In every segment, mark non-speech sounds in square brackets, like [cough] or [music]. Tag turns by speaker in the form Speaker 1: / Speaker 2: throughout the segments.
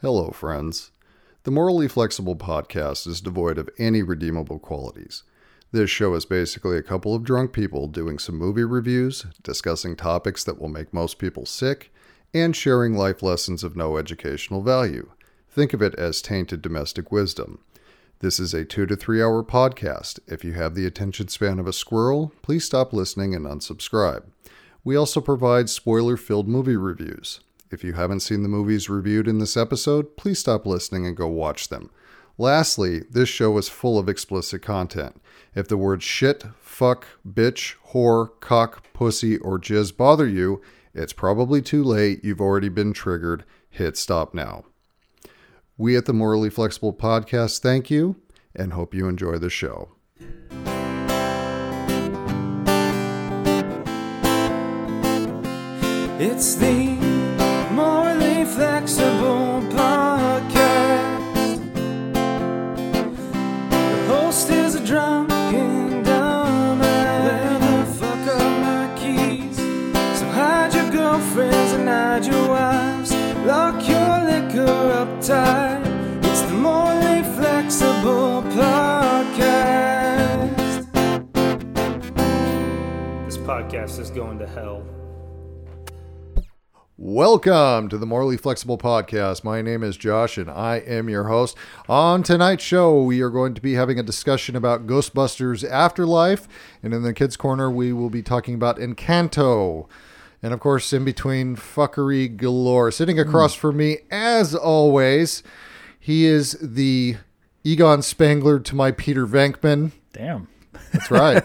Speaker 1: Hello, friends. The Morally Flexible podcast is devoid of any redeemable qualities. This show is basically a couple of drunk people doing some movie reviews, discussing topics that will make most people sick, and sharing life lessons of no educational value. Think of it as tainted domestic wisdom. This is a two to three hour podcast. If you have the attention span of a squirrel, please stop listening and unsubscribe. We also provide spoiler filled movie reviews. If you haven't seen the movies reviewed in this episode, please stop listening and go watch them. Lastly, this show is full of explicit content. If the words shit, fuck, bitch, whore, cock, pussy, or jizz bother you, it's probably too late. You've already been triggered. Hit stop now. We at the Morally Flexible Podcast thank you and hope you enjoy the show.
Speaker 2: It's the Morally Flexible Podcast. The host is a drunken dumbass. Where the fuck are my keys? So hide your girlfriends and hide your wives. Lock your liquor up tight. It's the Morally Flexible Podcast.
Speaker 3: This podcast is going to hell.
Speaker 1: Welcome to the Morally Flexible Podcast. My name is Josh and I am your host. On tonight's show, we are going to be having a discussion about Ghostbusters Afterlife. And in the Kids Corner, we will be talking about Encanto. And of course, in between, fuckery galore. Sitting across from me, as always, he is the Egon Spangler to my Peter Venkman.
Speaker 4: Damn.
Speaker 1: That's right.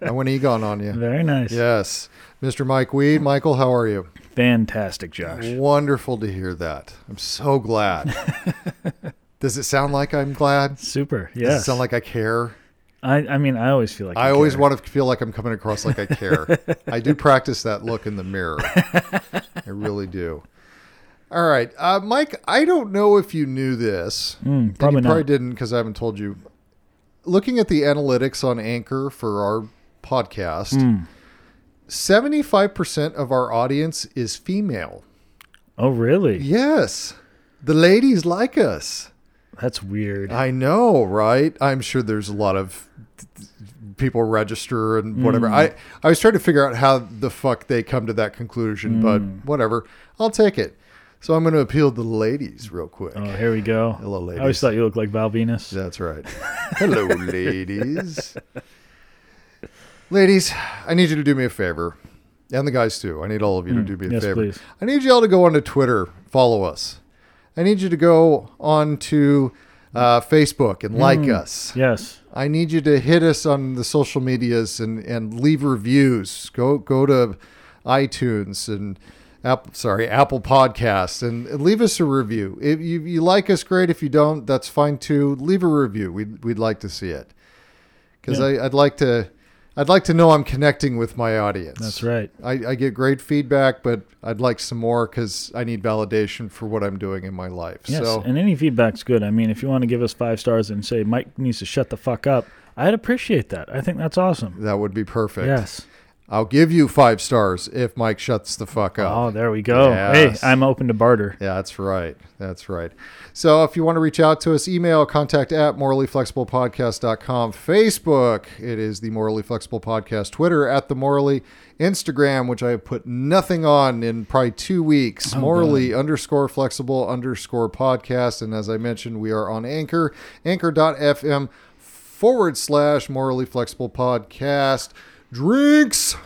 Speaker 1: I went Egon on you.
Speaker 4: Very nice.
Speaker 1: Yes. Mr. Mike Weed. Michael, how are you?
Speaker 4: Fantastic, Josh.
Speaker 1: Wonderful to hear that. I'm so
Speaker 4: [laughs]
Speaker 1: glad. Does it sound like I'm glad?
Speaker 4: Super.
Speaker 1: Does it
Speaker 4: Yes.
Speaker 1: sound like I care?
Speaker 4: I, I mean, I always feel like
Speaker 1: I
Speaker 4: a
Speaker 1: always
Speaker 4: carrot.
Speaker 1: want to feel like I'm coming across like I
Speaker 4: [laughs]
Speaker 1: care. I do practice that look in the mirror. I really do. All right, uh, Mike. I don't know if you knew this. and you
Speaker 4: Mm, probably not.
Speaker 1: probably didn't because I haven't told you. Looking at the analytics on Anchor for our
Speaker 4: Mm. Hmm.
Speaker 1: podcast, seventy-five percent of our audience is female.
Speaker 4: Oh, really?
Speaker 1: Yes, the ladies like us.
Speaker 4: That's weird.
Speaker 1: I know, right? I'm sure there's a lot of people register and whatever. I I was trying to figure out how the fuck they come to that conclusion, but whatever. I'll take it. So I'm going to appeal to the ladies real quick.
Speaker 4: oh, here we go.
Speaker 1: Hello,
Speaker 4: I always
Speaker 1: ladies.
Speaker 4: thought you looked like Val Venus.
Speaker 1: That's right. Hello, ladies. Ladies, I need you to do me a favor. And the guys too. I need all of you to do me a
Speaker 4: Mm, yes,
Speaker 1: favor.
Speaker 4: please.
Speaker 1: I need y'all to go onto Twitter, follow us. I need you to go onto uh, Facebook and like
Speaker 4: Mm.
Speaker 1: us.
Speaker 4: Yes.
Speaker 1: I need you to hit us on the social medias and, and leave reviews. Go go to iTunes and Apple, sorry Apple Podcasts and, and leave us a review. If you, you like us, great. If you don't, that's fine too. Leave a review. We'd we'd like to see it because I'd like to I'd like to know I'm connecting with my audience.
Speaker 4: That's right.
Speaker 1: I, I get great feedback, but I'd like some more because I need validation for what I'm doing in my life.
Speaker 4: Yes.
Speaker 1: so
Speaker 4: And any feedback's good. I mean, if you want to give us five stars and say Mike needs to shut the fuck up, I'd appreciate that. I think that's awesome.
Speaker 1: that would be perfect.
Speaker 4: Yes.
Speaker 1: I'll give you five stars if Mike shuts the fuck up.
Speaker 4: Oh, there we go.
Speaker 1: Yes.
Speaker 4: Hey, I'm open to barter.
Speaker 1: Yeah, that's right. That's right. So if you want to reach out to us, email contact at morallyflexiblepodcast.com. Facebook, it is the Morally Flexible Podcast. Twitter, at the Morally. Instagram, which I have put nothing on in probably two weeks. morally underscore flexible underscore podcast. And as I mentioned, we are on Anchor, anchor.fm forward slash morally flexible podcast. Drinks.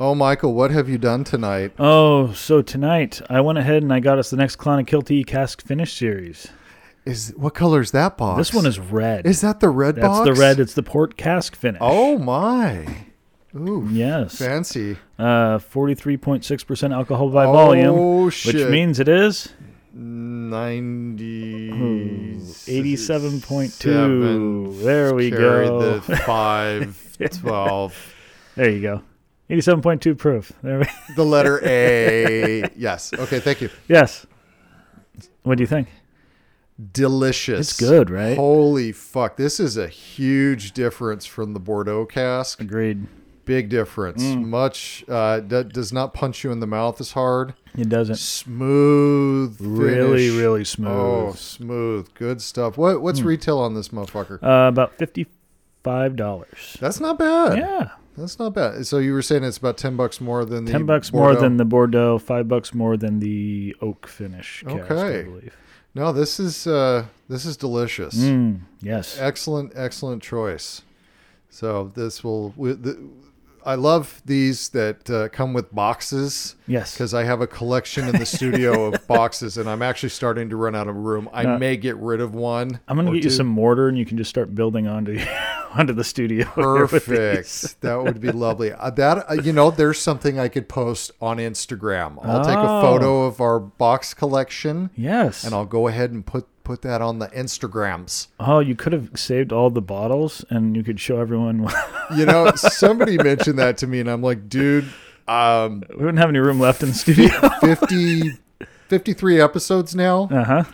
Speaker 1: Oh, Michael, what have you done tonight?
Speaker 4: Oh, so tonight I went ahead and I got us the next Clonakilty cask finish series.
Speaker 1: Is what color is that box?
Speaker 4: This one is red.
Speaker 1: Is that the red
Speaker 4: That's
Speaker 1: box?
Speaker 4: the red. It's the port cask finish.
Speaker 1: Oh my,
Speaker 4: yes.
Speaker 1: fancy!
Speaker 4: Uh, 43.6% alcohol by
Speaker 1: Oh,
Speaker 4: volume,
Speaker 1: shit.
Speaker 4: which means it is
Speaker 1: Ninety.
Speaker 4: Oh, 87.2. There we
Speaker 1: Carry
Speaker 4: go.
Speaker 1: the
Speaker 4: [laughs]
Speaker 1: five, twelve.
Speaker 4: There you go. 87.2 proof. [laughs] There we,
Speaker 1: The letter A. Yes. Okay. Thank you.
Speaker 4: yes. What do you think?
Speaker 1: Delicious.
Speaker 4: It's good, right?
Speaker 1: Holy fuck! This is a huge difference from the Bordeaux cask.
Speaker 4: Agreed.
Speaker 1: Big difference.
Speaker 4: Mm.
Speaker 1: Much uh, that does not punch you in the mouth as hard.
Speaker 4: It doesn't.
Speaker 1: Smooth.
Speaker 4: Really,
Speaker 1: finish.
Speaker 4: really smooth. Hmm.
Speaker 1: Oh, smooth. Good stuff. What what's retail on this motherfucker?
Speaker 4: Uh, about fifty-five dollars.
Speaker 1: That's not bad.
Speaker 4: Yeah,
Speaker 1: That's not bad. So you were saying it's about ten bucks more than the
Speaker 4: ten bucks more
Speaker 1: Bordeaux.
Speaker 4: than the Bordeaux, five bucks more than the oak finish. Cask,
Speaker 1: Okay.
Speaker 4: I believe.
Speaker 1: No, this is uh this is delicious.
Speaker 4: Mm, yes.
Speaker 1: Excellent, excellent choice. So this will. We, the, I love these that uh, come with boxes.
Speaker 4: Yes.
Speaker 1: Because I have a collection in the studio
Speaker 4: [laughs]
Speaker 1: of boxes, and I'm actually starting to run out of room. I
Speaker 4: No.
Speaker 1: may get rid of one.
Speaker 4: I'm gonna
Speaker 1: or
Speaker 4: get you
Speaker 1: two.
Speaker 4: some mortar, and you can just start building onto [laughs] onto the studio. [laughs] here
Speaker 1: [laughs]
Speaker 4: with these.
Speaker 1: Perfect. that would be lovely. Uh, that uh, you know, there's something I could post on Instagram. I'll take a
Speaker 4: Oh.
Speaker 1: photo of our box collection,
Speaker 4: Yes.
Speaker 1: and I'll go ahead and put put that on the Instagrams.
Speaker 4: oh, you could have saved all the bottles, and you could show everyone. [laughs] we
Speaker 1: You know, somebody mentioned that to me, and I'm like, dude, um,
Speaker 4: wouldn't have any room left in
Speaker 1: [laughs]
Speaker 4: the studio.
Speaker 1: 50, 53 episodes now.
Speaker 4: Uh huh.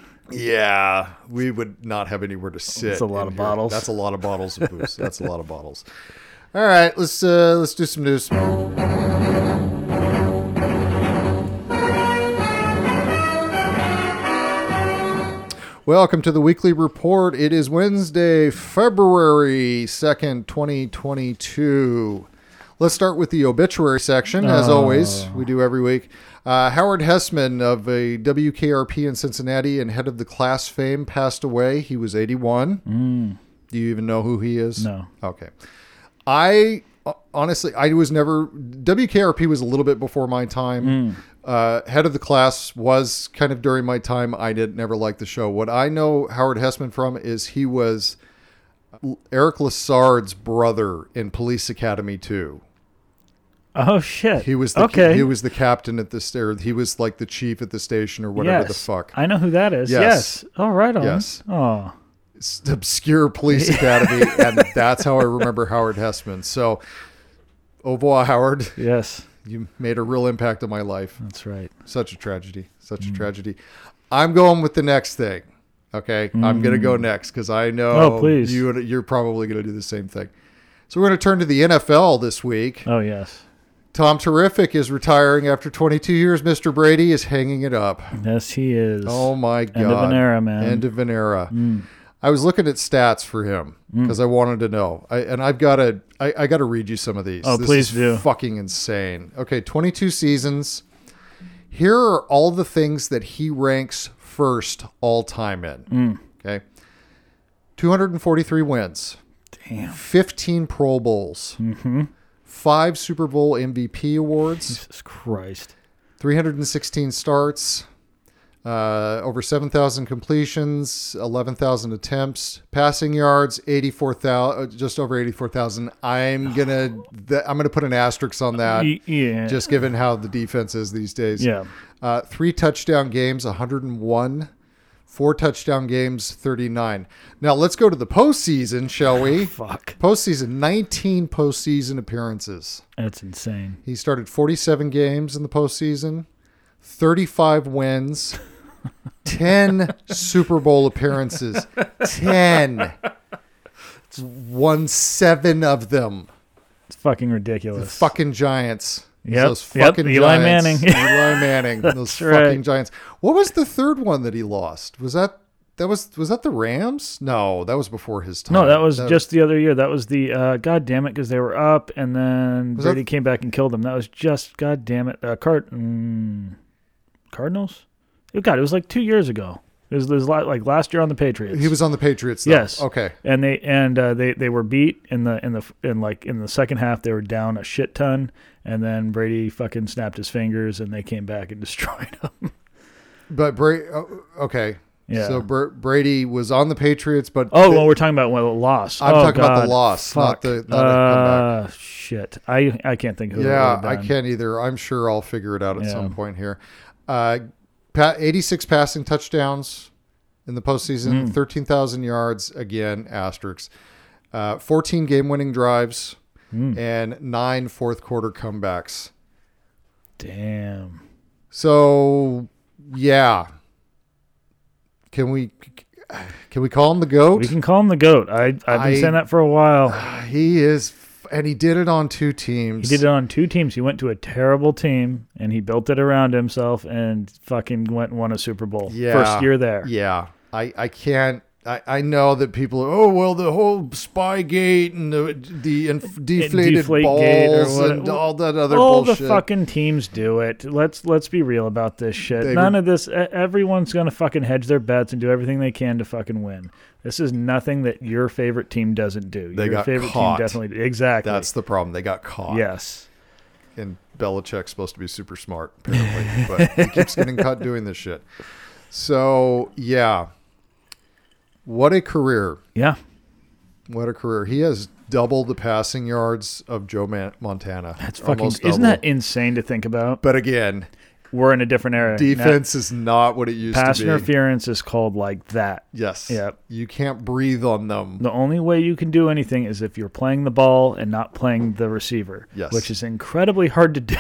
Speaker 1: Yeah, we would not have anywhere to sit.
Speaker 4: That's a lot
Speaker 1: in
Speaker 4: of bottles.
Speaker 1: That's a lot of bottles of booze. That's a lot of bottles. All right, let's uh, let's do some news. Welcome to the weekly report. It is Wednesday, February 2nd, 2022. Let's start with the obituary section, as always, we do every week. Uh, Howard Hessman of a WKRP in Cincinnati and head of the class fame passed away. He was 81. Do you even know who he is?
Speaker 4: No.
Speaker 1: Okay. I uh, honestly, I was never WKRP was a little bit before my time.
Speaker 4: Mm.
Speaker 1: Uh, head of the class was kind of during my time. I did never like the show. What I know Howard Hessman from is he was Eric Lassard's brother in Police Academy 2.
Speaker 4: Oh shit.
Speaker 1: He was the
Speaker 4: okay.
Speaker 1: he was the captain at the or he was like the chief at the station or whatever the
Speaker 4: Yes.
Speaker 1: fuck.
Speaker 4: I know who that is.
Speaker 1: Yes.
Speaker 4: Yes. All right. On.
Speaker 1: Yes.
Speaker 4: Oh.
Speaker 1: s- obscure police
Speaker 4: [laughs]
Speaker 1: academy, and that's how I remember Howard Hessman. So, au revoir, Howard. [laughs]
Speaker 4: Yes.
Speaker 1: You made a real impact on my life.
Speaker 4: That's right.
Speaker 1: Such a tragedy. Such
Speaker 4: Mm.
Speaker 1: a tragedy. I'm going with the next thing. Okay, I'm gonna go next because I know
Speaker 4: Mm. Oh, please.
Speaker 1: you you're probably gonna do the same thing. So we're gonna turn to the NFL this week.
Speaker 4: Oh yes.
Speaker 1: Tom Terrific is retiring after 22 years. Mr. Brady is hanging it up.
Speaker 4: Yes, he is.
Speaker 1: Oh my god!
Speaker 4: End of an era, man. Mm.
Speaker 1: End of an era. I was looking at stats for him because I wanted to know, I, and I've got to I, I got to read you some of these.
Speaker 4: Oh,
Speaker 1: This
Speaker 4: please
Speaker 1: is
Speaker 4: do.
Speaker 1: Fucking insane. Okay, twenty two seasons. Here are all the things that he ranks first all time in.
Speaker 4: Mm.
Speaker 1: Okay, two hundred and forty three wins.
Speaker 4: Damn.
Speaker 1: 15 Pro Bowls,
Speaker 4: Mm-hmm.
Speaker 1: five Super Bowl MVP awards,
Speaker 4: Jesus Christ.
Speaker 1: 316 starts, uh, over 7,000 completions, 11,000 attempts, passing yards, 84,000, uh, just over 84,000. I'm gonna, th- I'm gonna put an asterisk on that,
Speaker 4: Y- yeah.
Speaker 1: just given how the defense is these days.
Speaker 4: Yeah.
Speaker 1: Uh, three touchdown games, 101. Four touchdown games, 39. Now let's go to the postseason, shall we?
Speaker 4: Fuck.
Speaker 1: Postseason, 19 postseason appearances.
Speaker 4: That's insane.
Speaker 1: He started 47 games in the postseason, 35 wins,
Speaker 4: [laughs]
Speaker 1: 10 Super Bowl appearances, 10. One seven of them.
Speaker 4: It's fucking ridiculous.
Speaker 1: Fucking Giants.
Speaker 4: Yep,
Speaker 1: Those
Speaker 4: yep,
Speaker 1: fucking
Speaker 4: Eli
Speaker 1: Giants. [laughs]
Speaker 4: Manning.
Speaker 1: Eli
Speaker 4: [laughs]
Speaker 1: Manning. Those
Speaker 4: right.
Speaker 1: fucking Giants. What was the third one that he lost? Was that that was was that the Rams? No, that was before his time.
Speaker 4: No, that was just the other year. That was the uh, God damn it because they were up and then
Speaker 1: Was that-
Speaker 4: Brady came back and killed them. That was just God damn it. Uh, Card- mm, Cardinals. Oh, God, it was like two years ago. It was, it was li- like last year on the Patriots.
Speaker 1: he was on the Patriots. Though.
Speaker 4: Yes.
Speaker 1: Okay.
Speaker 4: and they and uh, they they were beat in the in the in like in the second half they were down a shit ton and then Brady fucking snapped his fingers and they came back and [laughs] destroyed them.
Speaker 1: But Brady, okay.
Speaker 4: Yeah.
Speaker 1: So Br- Brady was on the Patriots, but
Speaker 4: Oh, well, we're talking about well, loss.
Speaker 1: I'm
Speaker 4: Oh,
Speaker 1: talking about the
Speaker 4: God.
Speaker 1: loss, not
Speaker 4: Fuck.
Speaker 1: the- not the comeback.
Speaker 4: Uh, shit. I I can't think who. it
Speaker 1: yeah,
Speaker 4: would've
Speaker 1: I
Speaker 4: been.
Speaker 1: can't either. I'm sure I'll figure it out at
Speaker 4: Yeah.
Speaker 1: some point here. Uh, pa- 86 passing touchdowns in the postseason,
Speaker 4: Hmm.
Speaker 1: 13,000 yards again, asterisks, uh, 14 game-winning drives,
Speaker 4: Hmm.
Speaker 1: and nine fourth-quarter comebacks.
Speaker 4: Damn.
Speaker 1: So yeah, can we can we call him the goat?
Speaker 4: We can call him the goat. I I've been
Speaker 1: I-
Speaker 4: saying that for a while.
Speaker 1: He is. And he did it on two teams. [sighs]
Speaker 4: He did it on two teams. He went to a terrible team and he built it around himself and fucking went and won a Super Bowl.
Speaker 1: Yeah.
Speaker 4: First year there.
Speaker 1: Yeah. I, I can't. I, I know that people are, oh, well, the whole Spygate and the, the inf- deflated
Speaker 4: Deflategate or
Speaker 1: balls
Speaker 4: what-
Speaker 1: and all that other
Speaker 4: All
Speaker 1: bullshit.
Speaker 4: the fucking teams do it. Let's let's be real about this shit.
Speaker 1: They
Speaker 4: None
Speaker 1: were-
Speaker 4: of this. e- Everyone's gonna fucking hedge their bets and do everything they can to fucking win. This is nothing that your favorite team doesn't do.
Speaker 1: They
Speaker 4: your
Speaker 1: got
Speaker 4: favorite
Speaker 1: caught.
Speaker 4: team definitely exactly.
Speaker 1: That's the problem. They got caught.
Speaker 4: yes.
Speaker 1: and Belichick's supposed to be super smart,
Speaker 4: [laughs]
Speaker 1: apparently, but he keeps getting caught doing this shit. So yeah, what a career!
Speaker 4: Yeah.
Speaker 1: What a career! He has double the passing yards of Joe Man- Montana.
Speaker 4: That's fucking.
Speaker 1: Almost
Speaker 4: Isn't
Speaker 1: double.
Speaker 4: that insane to think about?
Speaker 1: But again,
Speaker 4: We're in a different era. now.
Speaker 1: defense is not what it used
Speaker 4: pass
Speaker 1: to be.
Speaker 4: interference is called like that.
Speaker 1: Yes.
Speaker 4: Yep.
Speaker 1: You can't breathe on them.
Speaker 4: The only way you can do anything is if you're playing the ball and not playing the receiver,
Speaker 1: Yes.
Speaker 4: which is incredibly hard to do.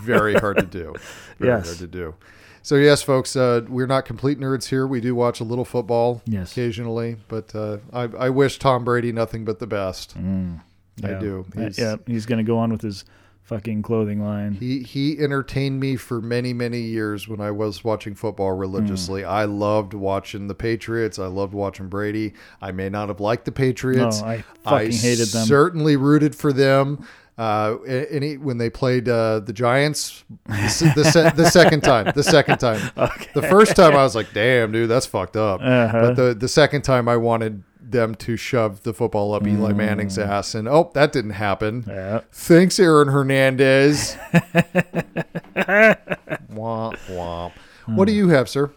Speaker 1: Very hard to
Speaker 4: [laughs]
Speaker 1: do. Very
Speaker 4: Yes.
Speaker 1: hard to do. So yes, folks, uh, we're not complete nerds here. We do watch a little football
Speaker 4: Yes.
Speaker 1: occasionally, but uh, I, I wish Tom Brady nothing but the best.
Speaker 4: Mm-hmm.
Speaker 1: I
Speaker 4: Yeah.
Speaker 1: do.
Speaker 4: Uh,
Speaker 1: He's-
Speaker 4: yeah, he's going to go on with his fucking clothing line.
Speaker 1: He he entertained me for many many years when I was watching football
Speaker 4: Mm.
Speaker 1: religiously. I loved watching the Patriots. I loved watching Brady. I may not have liked the Patriots.
Speaker 4: No, Oh, I fucking hated them.
Speaker 1: Certainly rooted for them. Uh, a- any when they played uh, the Giants the, s- the, se- the second time, the second
Speaker 4: [laughs]
Speaker 1: time, the first time I was like, "Damn, dude, that's fucked up."
Speaker 4: Uh-huh.
Speaker 1: But the the second time, I wanted them to shove the football up Eli Manning's ass, and oh, that didn't happen.
Speaker 4: Mm. yeah.
Speaker 1: Thanks, Aaron
Speaker 4: [laughs]
Speaker 1: Hernandez. womp, womp.
Speaker 4: Hmm.
Speaker 1: What do you have, sir?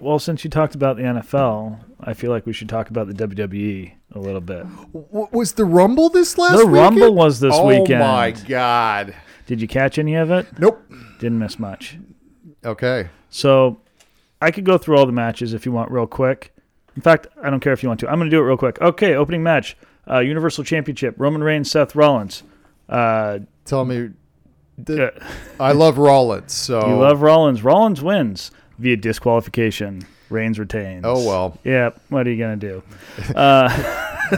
Speaker 4: Well, since you talked about the NFL, I feel like we should talk about the WWE a little bit.
Speaker 1: W- was the Rumble this last
Speaker 4: The
Speaker 1: weekend?
Speaker 4: Rumble was this
Speaker 1: oh
Speaker 4: weekend.
Speaker 1: Oh, my God.
Speaker 4: Did you catch any of it?
Speaker 1: Nope.
Speaker 4: Didn't miss much.
Speaker 1: Okay.
Speaker 4: So I could go through all the matches if you want, real quick. In fact, I don't care if you want to. I'm going to do it real quick. Okay, opening match uh, Universal Championship Roman Reigns, Seth Rollins. Uh,
Speaker 1: Tell me.
Speaker 4: uh,
Speaker 1: th- I love Rollins, so.
Speaker 4: You love Rollins. Rollins wins via disqualification. Reigns retains.
Speaker 1: Oh, well.
Speaker 4: Yeah, what are you going to do? [laughs] Uh,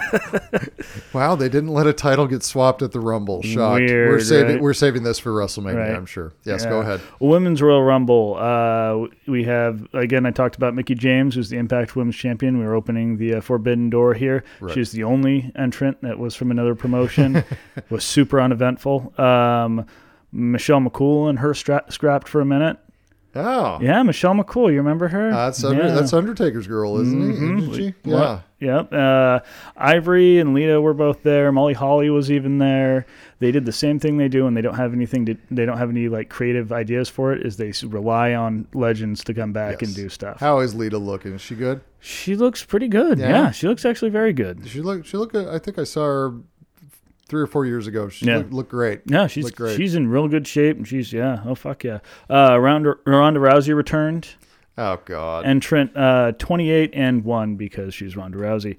Speaker 1: Wow, they didn't let a title get swapped at the Rumble. Shocked. we're,
Speaker 4: Weird,
Speaker 1: saving,
Speaker 4: right?
Speaker 1: we're saving this for WrestleMania,
Speaker 4: Right.
Speaker 1: I'm sure. Yes, go
Speaker 4: Yeah.
Speaker 1: ahead.
Speaker 4: Women's Royal Rumble. Uh, we have again. I talked about Mickey James, who's the Impact Women's Champion. We were opening the uh, Forbidden Door here. She's the only entrant that was from another promotion. was super uneventful. Um, Michelle McCool and her stra- scrapped for a minute.
Speaker 1: Oh.
Speaker 4: Yeah, Michelle McCool. You remember her?
Speaker 1: That's, under,
Speaker 4: Yeah.
Speaker 1: Uh, that's Undertaker's girl, isn't
Speaker 4: Mhm.
Speaker 1: it? Isn't she?
Speaker 4: What?
Speaker 1: Yeah.
Speaker 4: Yep. Uh, Ivory and Lita were both there. Molly Holly was even there. They did the same thing they do, and they don't have anything to. They don't have any like creative ideas for it. Is they s- rely on legends to come back and
Speaker 1: Yes.
Speaker 4: do stuff.
Speaker 1: How is Lita looking? Is she good?
Speaker 4: she looks pretty good.
Speaker 1: Yeah?
Speaker 4: Yeah? she looks actually very good.
Speaker 1: She looked. She looked. good. I think I saw her three or four years ago. She
Speaker 4: Yeah.
Speaker 1: looked, looked great.
Speaker 4: Yeah, she's
Speaker 1: Looked great.
Speaker 4: she's in real good shape, and she's yeah. Oh fuck yeah. Uh, Ronda, Ronda Rousey returned.
Speaker 1: Oh God.
Speaker 4: entrant uh, 28 and 1 because she's Ronda Rousey.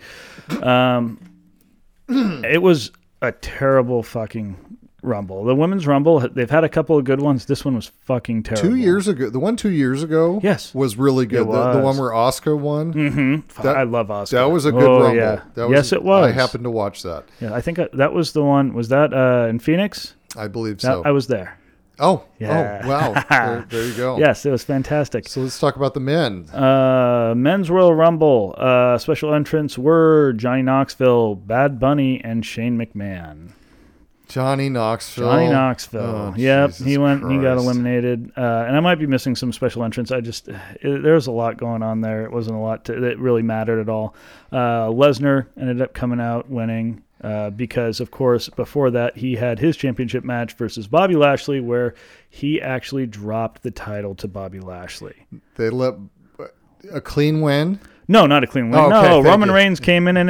Speaker 4: Um, it was a terrible fucking rumble. The women's rumble, they've had a couple of good ones. This one was fucking terrible.
Speaker 1: two years ago, the one two years ago,
Speaker 4: Yes.
Speaker 1: was really good.
Speaker 4: It
Speaker 1: The, the
Speaker 4: was.
Speaker 1: one where Oscar won.
Speaker 4: Fuck,
Speaker 1: that-
Speaker 4: Mm-hmm. I love Oscar.
Speaker 1: That was a good
Speaker 4: oh,
Speaker 1: rumble.
Speaker 4: Yeah.
Speaker 1: That
Speaker 4: yes, it was.
Speaker 1: I happened to watch that.
Speaker 4: Yeah, I think I, that was the one. Was that uh, in Phoenix?
Speaker 1: I believe
Speaker 4: That,
Speaker 1: so.
Speaker 4: I was there.
Speaker 1: oh,
Speaker 4: Yeah.
Speaker 1: oh,
Speaker 4: [laughs]
Speaker 1: wow. there, there you go.
Speaker 4: Yes, it was fantastic.
Speaker 1: So let's talk about the men.
Speaker 4: Uh, men's Royal Rumble. Uh, special entrants were Johnny Knoxville, Bad Bunny, and Shane McMahon.
Speaker 1: Johnny Knoxville.
Speaker 4: Johnny Knoxville.
Speaker 1: Oh,
Speaker 4: yep, he
Speaker 1: Jesus
Speaker 4: went. He got
Speaker 1: Christ.
Speaker 4: eliminated, uh, and I might be missing some special entrants. I just it, there was a lot going on there. It wasn't a lot to, that really mattered at all. Uh, Lesnar ended up coming out winning uh, because, of course, before that he had his championship match versus Bobby Lashley, where he actually dropped the title to Bobby Lashley.
Speaker 1: They let a clean win.
Speaker 4: No, not a clean win.
Speaker 1: Oh, okay,
Speaker 4: no,
Speaker 1: thank
Speaker 4: Roman
Speaker 1: you.
Speaker 4: Reigns came in and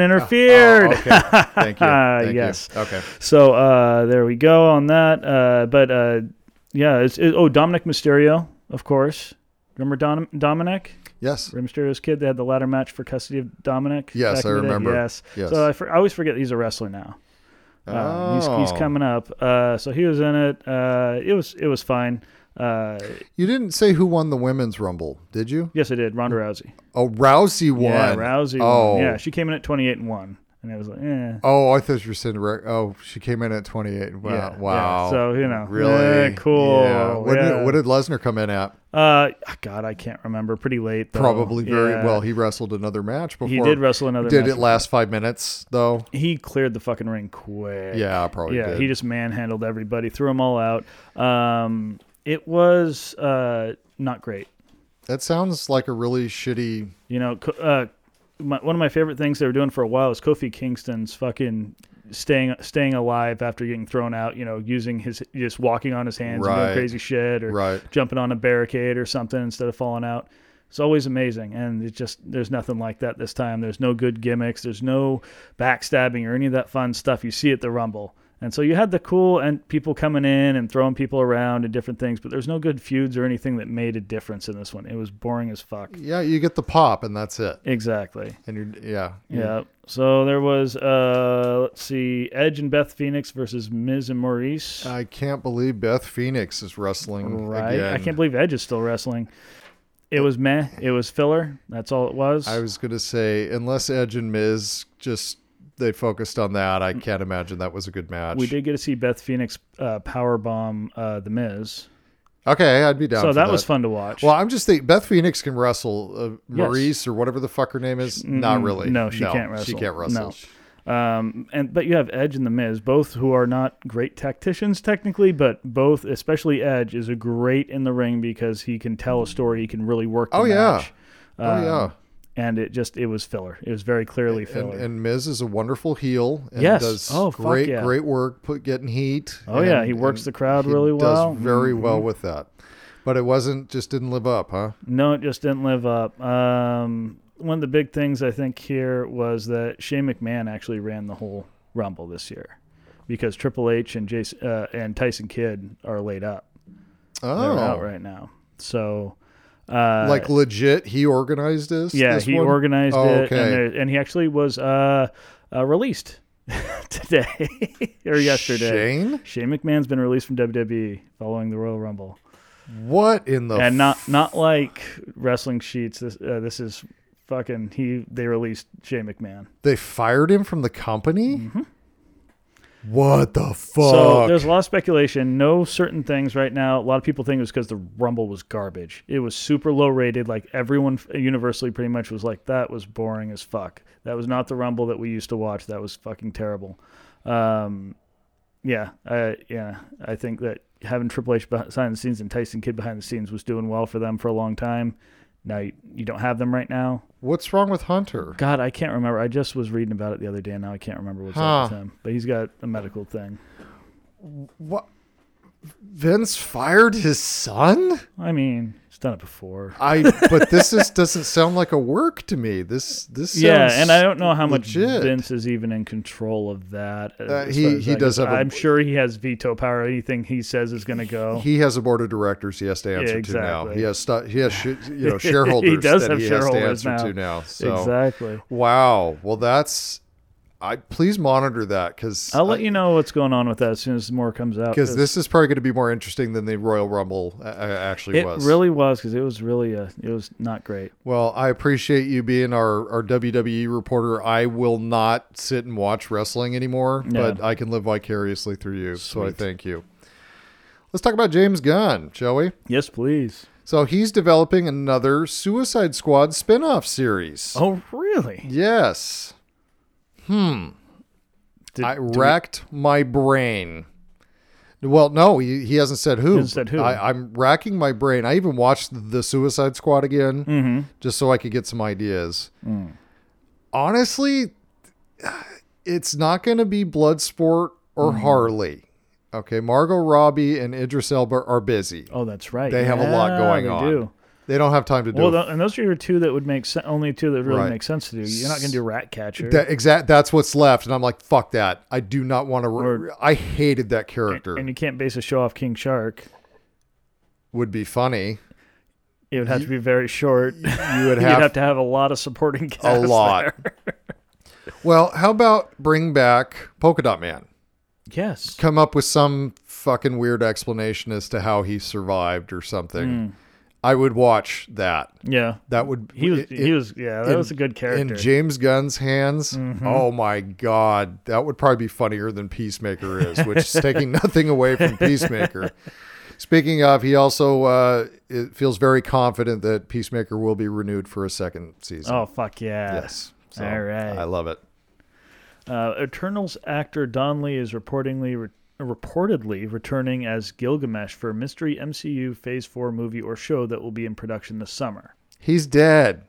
Speaker 1: Oh,
Speaker 4: interfered.
Speaker 1: okay. Thank
Speaker 4: [laughs]
Speaker 1: you.
Speaker 4: Ah,
Speaker 1: Thank you.
Speaker 4: yes.
Speaker 1: Okay.
Speaker 4: So uh, there we go on that. Uh, but uh, yeah, it's, it, oh Dominic Mysterio, of course. Remember Don, Dominic,
Speaker 1: Yes.
Speaker 4: Rey Mysterio's kid? They had the ladder match for custody of Dominic.
Speaker 1: Yes,
Speaker 4: back
Speaker 1: I
Speaker 4: in the day?
Speaker 1: remember.
Speaker 4: Yes.
Speaker 1: Yes.
Speaker 4: So I, for, I always forget he's a wrestler now. Uh, he's,
Speaker 1: Oh.
Speaker 4: he's coming up. Uh, so he was in it. Uh, it was it was fine. Uh,
Speaker 1: You didn't say who won the women's rumble, did you?
Speaker 4: yes, I did. Ronda Rousey.
Speaker 1: Oh, Rousey won.
Speaker 4: Yeah, Rousey.
Speaker 1: Oh,
Speaker 4: won. Yeah, she came in at twenty eight and one. and it was like, eh.
Speaker 1: Oh, I thought you were saying. Re- oh, she came in at 28. Wow.
Speaker 4: Yeah, yeah.
Speaker 1: wow.
Speaker 4: So, you know,
Speaker 1: Really?
Speaker 4: eh, cool,
Speaker 1: Yeah. What,
Speaker 4: yeah.
Speaker 1: Did, what did Lesnar come in at?
Speaker 4: Uh, God, I can't remember. Pretty late, though.
Speaker 1: Probably very
Speaker 4: Yeah.
Speaker 1: well. He wrestled another match before.
Speaker 4: He did wrestle another.
Speaker 1: Did
Speaker 4: match.
Speaker 1: it last five minutes though?
Speaker 4: He cleared the fucking ring quick.
Speaker 1: Yeah, probably.
Speaker 4: yeah.
Speaker 1: did.
Speaker 4: He just manhandled everybody, threw them all out. Um, it was uh not great.
Speaker 1: That sounds like a really shitty.
Speaker 4: You know, co- uh, my, one of my favorite things they were doing for a while was Kofi Kingston's fucking staying staying alive after getting thrown out. You know, using his just walking on his hands and
Speaker 1: Right.
Speaker 4: doing crazy shit, or
Speaker 1: Right.
Speaker 4: jumping on a barricade or something instead of falling out. It's always amazing, and it's just there's nothing like that this time. There's no good gimmicks. There's no backstabbing or any of that fun stuff you see at the Rumble. And so you had the cool and people coming in and throwing people around and different things, but there's no good feuds or anything that made a difference in this one. It was boring as fuck.
Speaker 1: Yeah, you get the pop and that's it.
Speaker 4: Exactly.
Speaker 1: And you're yeah.
Speaker 4: Yeah. So there was uh let's see, Edge and Beth Phoenix versus Miz and Maurice.
Speaker 1: I can't believe Beth Phoenix is wrestling
Speaker 4: right.
Speaker 1: again.
Speaker 4: I can't believe Edge is still wrestling. It was meh. It was filler. That's all it was.
Speaker 1: I was gonna say unless Edge and Miz just they focused on that, I can't imagine that was a good match.
Speaker 4: we did get to see Beth Phoenix uh, powerbomb uh, the Miz,
Speaker 1: Okay, I'd be down.
Speaker 4: so
Speaker 1: for
Speaker 4: that, was fun to watch.
Speaker 1: Well, I'm just thinking Beth Phoenix can wrestle. Uh,
Speaker 4: Yes.
Speaker 1: Maurice or whatever the fuck her name is. Not
Speaker 4: Mm-mm.
Speaker 1: really.
Speaker 4: No, she can't
Speaker 1: She
Speaker 4: wrestle.
Speaker 1: can't wrestle.
Speaker 4: No. Um, and but you have Edge and the Miz, both who are not great tacticians technically, but both, especially Edge, is a great in the ring because he can tell a story. He can really work. The
Speaker 1: Oh, yeah.
Speaker 4: match. Um,
Speaker 1: Oh yeah.
Speaker 4: and it just it was filler. It was very clearly filler.
Speaker 1: And, and Miz is a wonderful heel. And
Speaker 4: Yes.
Speaker 1: Does
Speaker 4: Oh, fuck
Speaker 1: great,
Speaker 4: yeah.
Speaker 1: great work put getting heat.
Speaker 4: Oh, yeah,
Speaker 1: and-
Speaker 4: he works
Speaker 1: and
Speaker 4: the crowd
Speaker 1: he
Speaker 4: really well.
Speaker 1: Does very well
Speaker 4: Mhm.
Speaker 1: with that. But it wasn't just didn't live up, huh?
Speaker 4: No, it just didn't live up. Um, one of the big things I think here was that Shane McMahon actually ran the whole Rumble this year because Triple H and Jason uh, and Tyson Kidd are laid up. They're out
Speaker 1: Oh,
Speaker 4: right now. So, uh,
Speaker 1: like legit, he organized this.
Speaker 4: yeah,
Speaker 1: this
Speaker 4: he
Speaker 1: one?
Speaker 4: organized
Speaker 1: Oh,
Speaker 4: it,
Speaker 1: okay.
Speaker 4: and, there, and he actually was uh, uh, released [laughs] today or yesterday.
Speaker 1: Shane,
Speaker 4: Shane McMahon's been released from WWE following the Royal Rumble.
Speaker 1: what in the
Speaker 4: and
Speaker 1: f-
Speaker 4: not not like wrestling sheets. This uh, this is fucking he. They released Shane McMahon.
Speaker 1: they fired him from the company? What the fuck?
Speaker 4: Mm-hmm. So there's a lot of speculation. No certain things right now. A lot of people think it was because the Rumble was garbage. It was super low rated. Like everyone f- universally pretty much was like that was boring as fuck. That was not the Rumble that we used to watch. That was fucking terrible. Um, yeah, I, yeah. I think that having Triple H behind the scenes and Tyson Kidd behind the scenes was doing well for them for a long time. Now you, you don't have them right now.
Speaker 1: What's wrong with Hunter?
Speaker 4: God, I can't remember. I just was reading about it the other day, and now I can't remember what's up
Speaker 1: Huh.
Speaker 4: with him. But he's got a medical thing.
Speaker 1: What? Vince fired his son?
Speaker 4: I mean, he's done it before.
Speaker 1: I but this is doesn't sound like a work to me. This this sounds
Speaker 4: yeah, and I don't know how much
Speaker 1: legit.
Speaker 4: Vince is even in control of that.
Speaker 1: Uh,
Speaker 4: as
Speaker 1: he-
Speaker 4: far as
Speaker 1: he
Speaker 4: that
Speaker 1: does
Speaker 4: goes.
Speaker 1: have a-
Speaker 4: I'm sure he has veto power. Anything he says is going to go.
Speaker 1: He has a board of directors he has to answer to now.
Speaker 4: exactly.
Speaker 1: He has stu- he has sh- you know shareholders
Speaker 4: [laughs] He does
Speaker 1: that
Speaker 4: have
Speaker 1: he has
Speaker 4: shareholders
Speaker 1: to answer
Speaker 4: now.
Speaker 1: to now. So
Speaker 4: Exactly.
Speaker 1: wow. Well, that's I please monitor that because
Speaker 4: I'll let you know what's going on with that as soon as more comes out.
Speaker 1: because this is probably going to be more interesting than the Royal Rumble uh, actually
Speaker 4: it
Speaker 1: was.
Speaker 4: really was because it was really a it was not great.
Speaker 1: Well, I appreciate you being our, our WWE reporter. I will not sit and watch wrestling anymore,
Speaker 4: No.
Speaker 1: but I can live vicariously through you. So I thank you. Let's talk about James Gunn, shall we?
Speaker 4: Yes, please.
Speaker 1: So he's developing another Suicide Squad spin-off series.
Speaker 4: Oh, really?
Speaker 1: Yes.
Speaker 4: Did,
Speaker 1: I
Speaker 4: do we-
Speaker 1: racked my brain. Well, no, he, he hasn't said who.
Speaker 4: Hasn't said who.
Speaker 1: I, I'm racking my brain. I even watched the Suicide Squad again
Speaker 4: Mm-hmm.
Speaker 1: just so I could get some ideas.
Speaker 4: Mm.
Speaker 1: Honestly, it's not going to be Bloodsport or
Speaker 4: Mm-hmm.
Speaker 1: Harley. Okay, Margot Robbie and Idris Elba are busy.
Speaker 4: oh, that's right.
Speaker 1: They have a lot
Speaker 4: Yeah,
Speaker 1: going
Speaker 4: they
Speaker 1: on.
Speaker 4: do.
Speaker 1: They don't have time to do
Speaker 4: Well,
Speaker 1: a
Speaker 4: tho- and those are your two that would make sense. Only two that really
Speaker 1: Right.
Speaker 4: make sense to do. You're not going to do Rat Catcher.
Speaker 1: That exact that's what's left, and I'm like, fuck that. I do not want to. Re-
Speaker 4: Or-
Speaker 1: I hated that character.
Speaker 4: and you can't base a show off King Shark.
Speaker 1: Would be funny.
Speaker 4: It would have to be very short. [laughs] You'd
Speaker 1: You would have,
Speaker 4: have to have a lot of supporting
Speaker 1: a
Speaker 4: [laughs] cast.
Speaker 1: lot. well, how about bring back Polka Dot Man?
Speaker 4: Yes. Hmm.
Speaker 1: Come up with some fucking weird explanation as to how he survived or something. I would watch that.
Speaker 4: Yeah.
Speaker 1: That would
Speaker 4: He was,
Speaker 1: it-
Speaker 4: he was, yeah, that
Speaker 1: in-
Speaker 4: was a good character. Mm-hmm.
Speaker 1: In James Gunn's hands, oh my God, that would probably be funnier than Peacemaker is, which is taking [laughs] nothing away from Peacemaker. Speaking of, he also uh, it feels very confident that Peacemaker will be renewed for a second season.
Speaker 4: oh, fuck yeah.
Speaker 1: yes. So,
Speaker 4: All right.
Speaker 1: I love it.
Speaker 4: Uh, Eternals actor Don Lee is reportingly re- reportedly returning as Gilgamesh for a mystery MCU Phase Four movie or show that will be in production this summer.
Speaker 1: He's dead.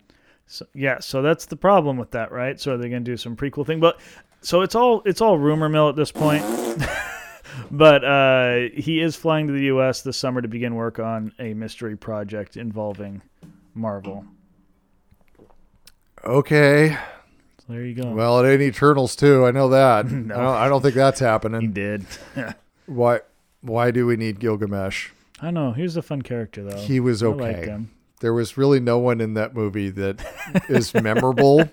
Speaker 4: So, yeah, so that's the problem with that, right? So are they going to do some prequel thing? But so it's all it's all rumor mill at this point. [laughs] but uh, he is flying to the U.S. this summer to begin work on a mystery project involving Marvel.
Speaker 1: Okay.
Speaker 4: So there you go.
Speaker 1: Well, it ain't Eternals too. I know
Speaker 4: [laughs]
Speaker 1: that. I, don't, I don't think that's
Speaker 4: he
Speaker 1: happening.
Speaker 4: did.
Speaker 1: Why? Why do we need Gilgamesh?
Speaker 4: [laughs] I know. He was a fun character though.
Speaker 1: He was
Speaker 4: I
Speaker 1: okay.
Speaker 4: liked him.
Speaker 1: There was really no one in that movie that
Speaker 4: [laughs]
Speaker 1: is memorable.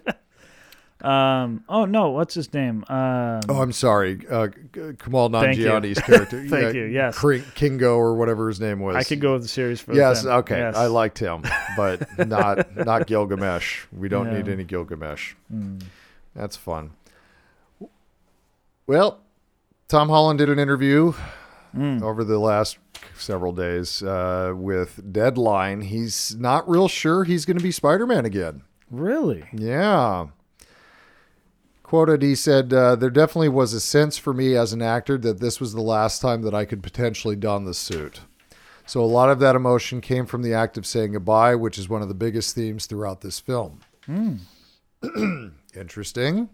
Speaker 4: Um. Oh no. What's his name? Um,
Speaker 1: Oh, I'm sorry. Uh, K- Kamal
Speaker 4: Thank you.
Speaker 1: Nanjiani's character.
Speaker 4: [laughs] Thank you, yes.
Speaker 1: Kring- Kingo or whatever his name was.
Speaker 4: I could go with the series for
Speaker 1: Yes.
Speaker 4: them.
Speaker 1: Okay.
Speaker 4: Yes.
Speaker 1: I liked him, but
Speaker 4: [laughs]
Speaker 1: not not Gilgamesh. We don't
Speaker 4: No.
Speaker 1: need any Gilgamesh.
Speaker 4: Hmm.
Speaker 1: That's fun. Well, Tom Holland did an interview
Speaker 4: Hmm.
Speaker 1: over the last several days uh, with Deadline. He's not real sure he's going to be Spider-Man again.
Speaker 4: Really?
Speaker 1: Yeah. Quoted, he said, uh, There definitely was a sense for me as an actor that this was the last time that I could potentially don the suit. So a lot of that emotion came from the act of saying goodbye, which is one of the biggest themes throughout this film. Interesting.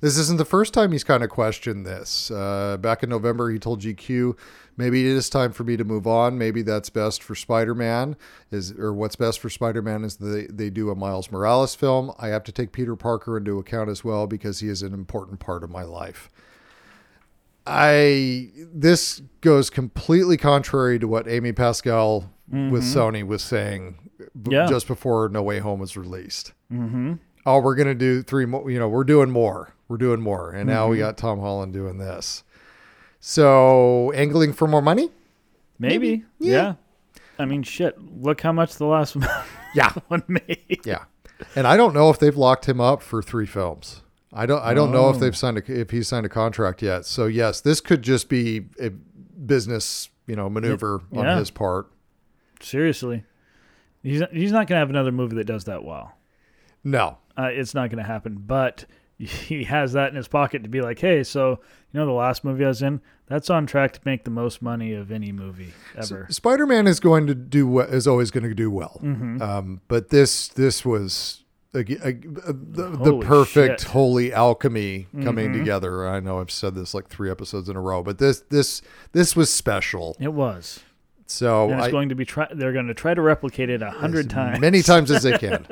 Speaker 1: This isn't the first time he's kind of questioned this. Uh, back in November, he told GQ, "Maybe it is time for me to move on. Maybe that's best for Spider-Man is, or what's best for Spider-Man is they they do a Miles Morales film. I have to take Peter Parker into account as well because he is an important part of my life." I this goes completely contrary to what Amy Pascal with Sony was saying b-
Speaker 4: Yeah.
Speaker 1: just before No Way Home was released oh, we're going to do three more, you know, we're doing more, we're doing more. And now we got Tom Holland doing this. So, angling for more money?
Speaker 4: Maybe. Yeah. I mean, shit. Look how much the last [laughs]
Speaker 1: Yeah.
Speaker 4: one made.
Speaker 1: Yeah. And I don't know if they've locked him up for three films. I don't I don't know if they've signed a, if he's signed a contract yet. So, yes, this could just be a business, you know, maneuver
Speaker 4: Yeah.
Speaker 1: on his part.
Speaker 4: Seriously, he's he's not gonna have another movie that does that well.
Speaker 1: No.
Speaker 4: Uh, it's not gonna happen. But [laughs] he has that in his pocket to be like, hey, so you know the last movie I was in, that's on track to make the most money of any movie ever.
Speaker 1: Spider-Man is going to do we- is always going to do well.
Speaker 4: Mm-hmm.
Speaker 1: Um, but this this was ag- ag- uh, the, the
Speaker 4: Holy
Speaker 1: perfect
Speaker 4: shit. Mm-hmm.
Speaker 1: holy alchemy coming together. I know I've said this like three episodes in a row, but this this this was special.
Speaker 4: it was.
Speaker 1: So
Speaker 4: And it's
Speaker 1: Oh, I,
Speaker 4: going to be try- they're going to try to replicate it a hundred times. [laughs]
Speaker 1: many times as they can.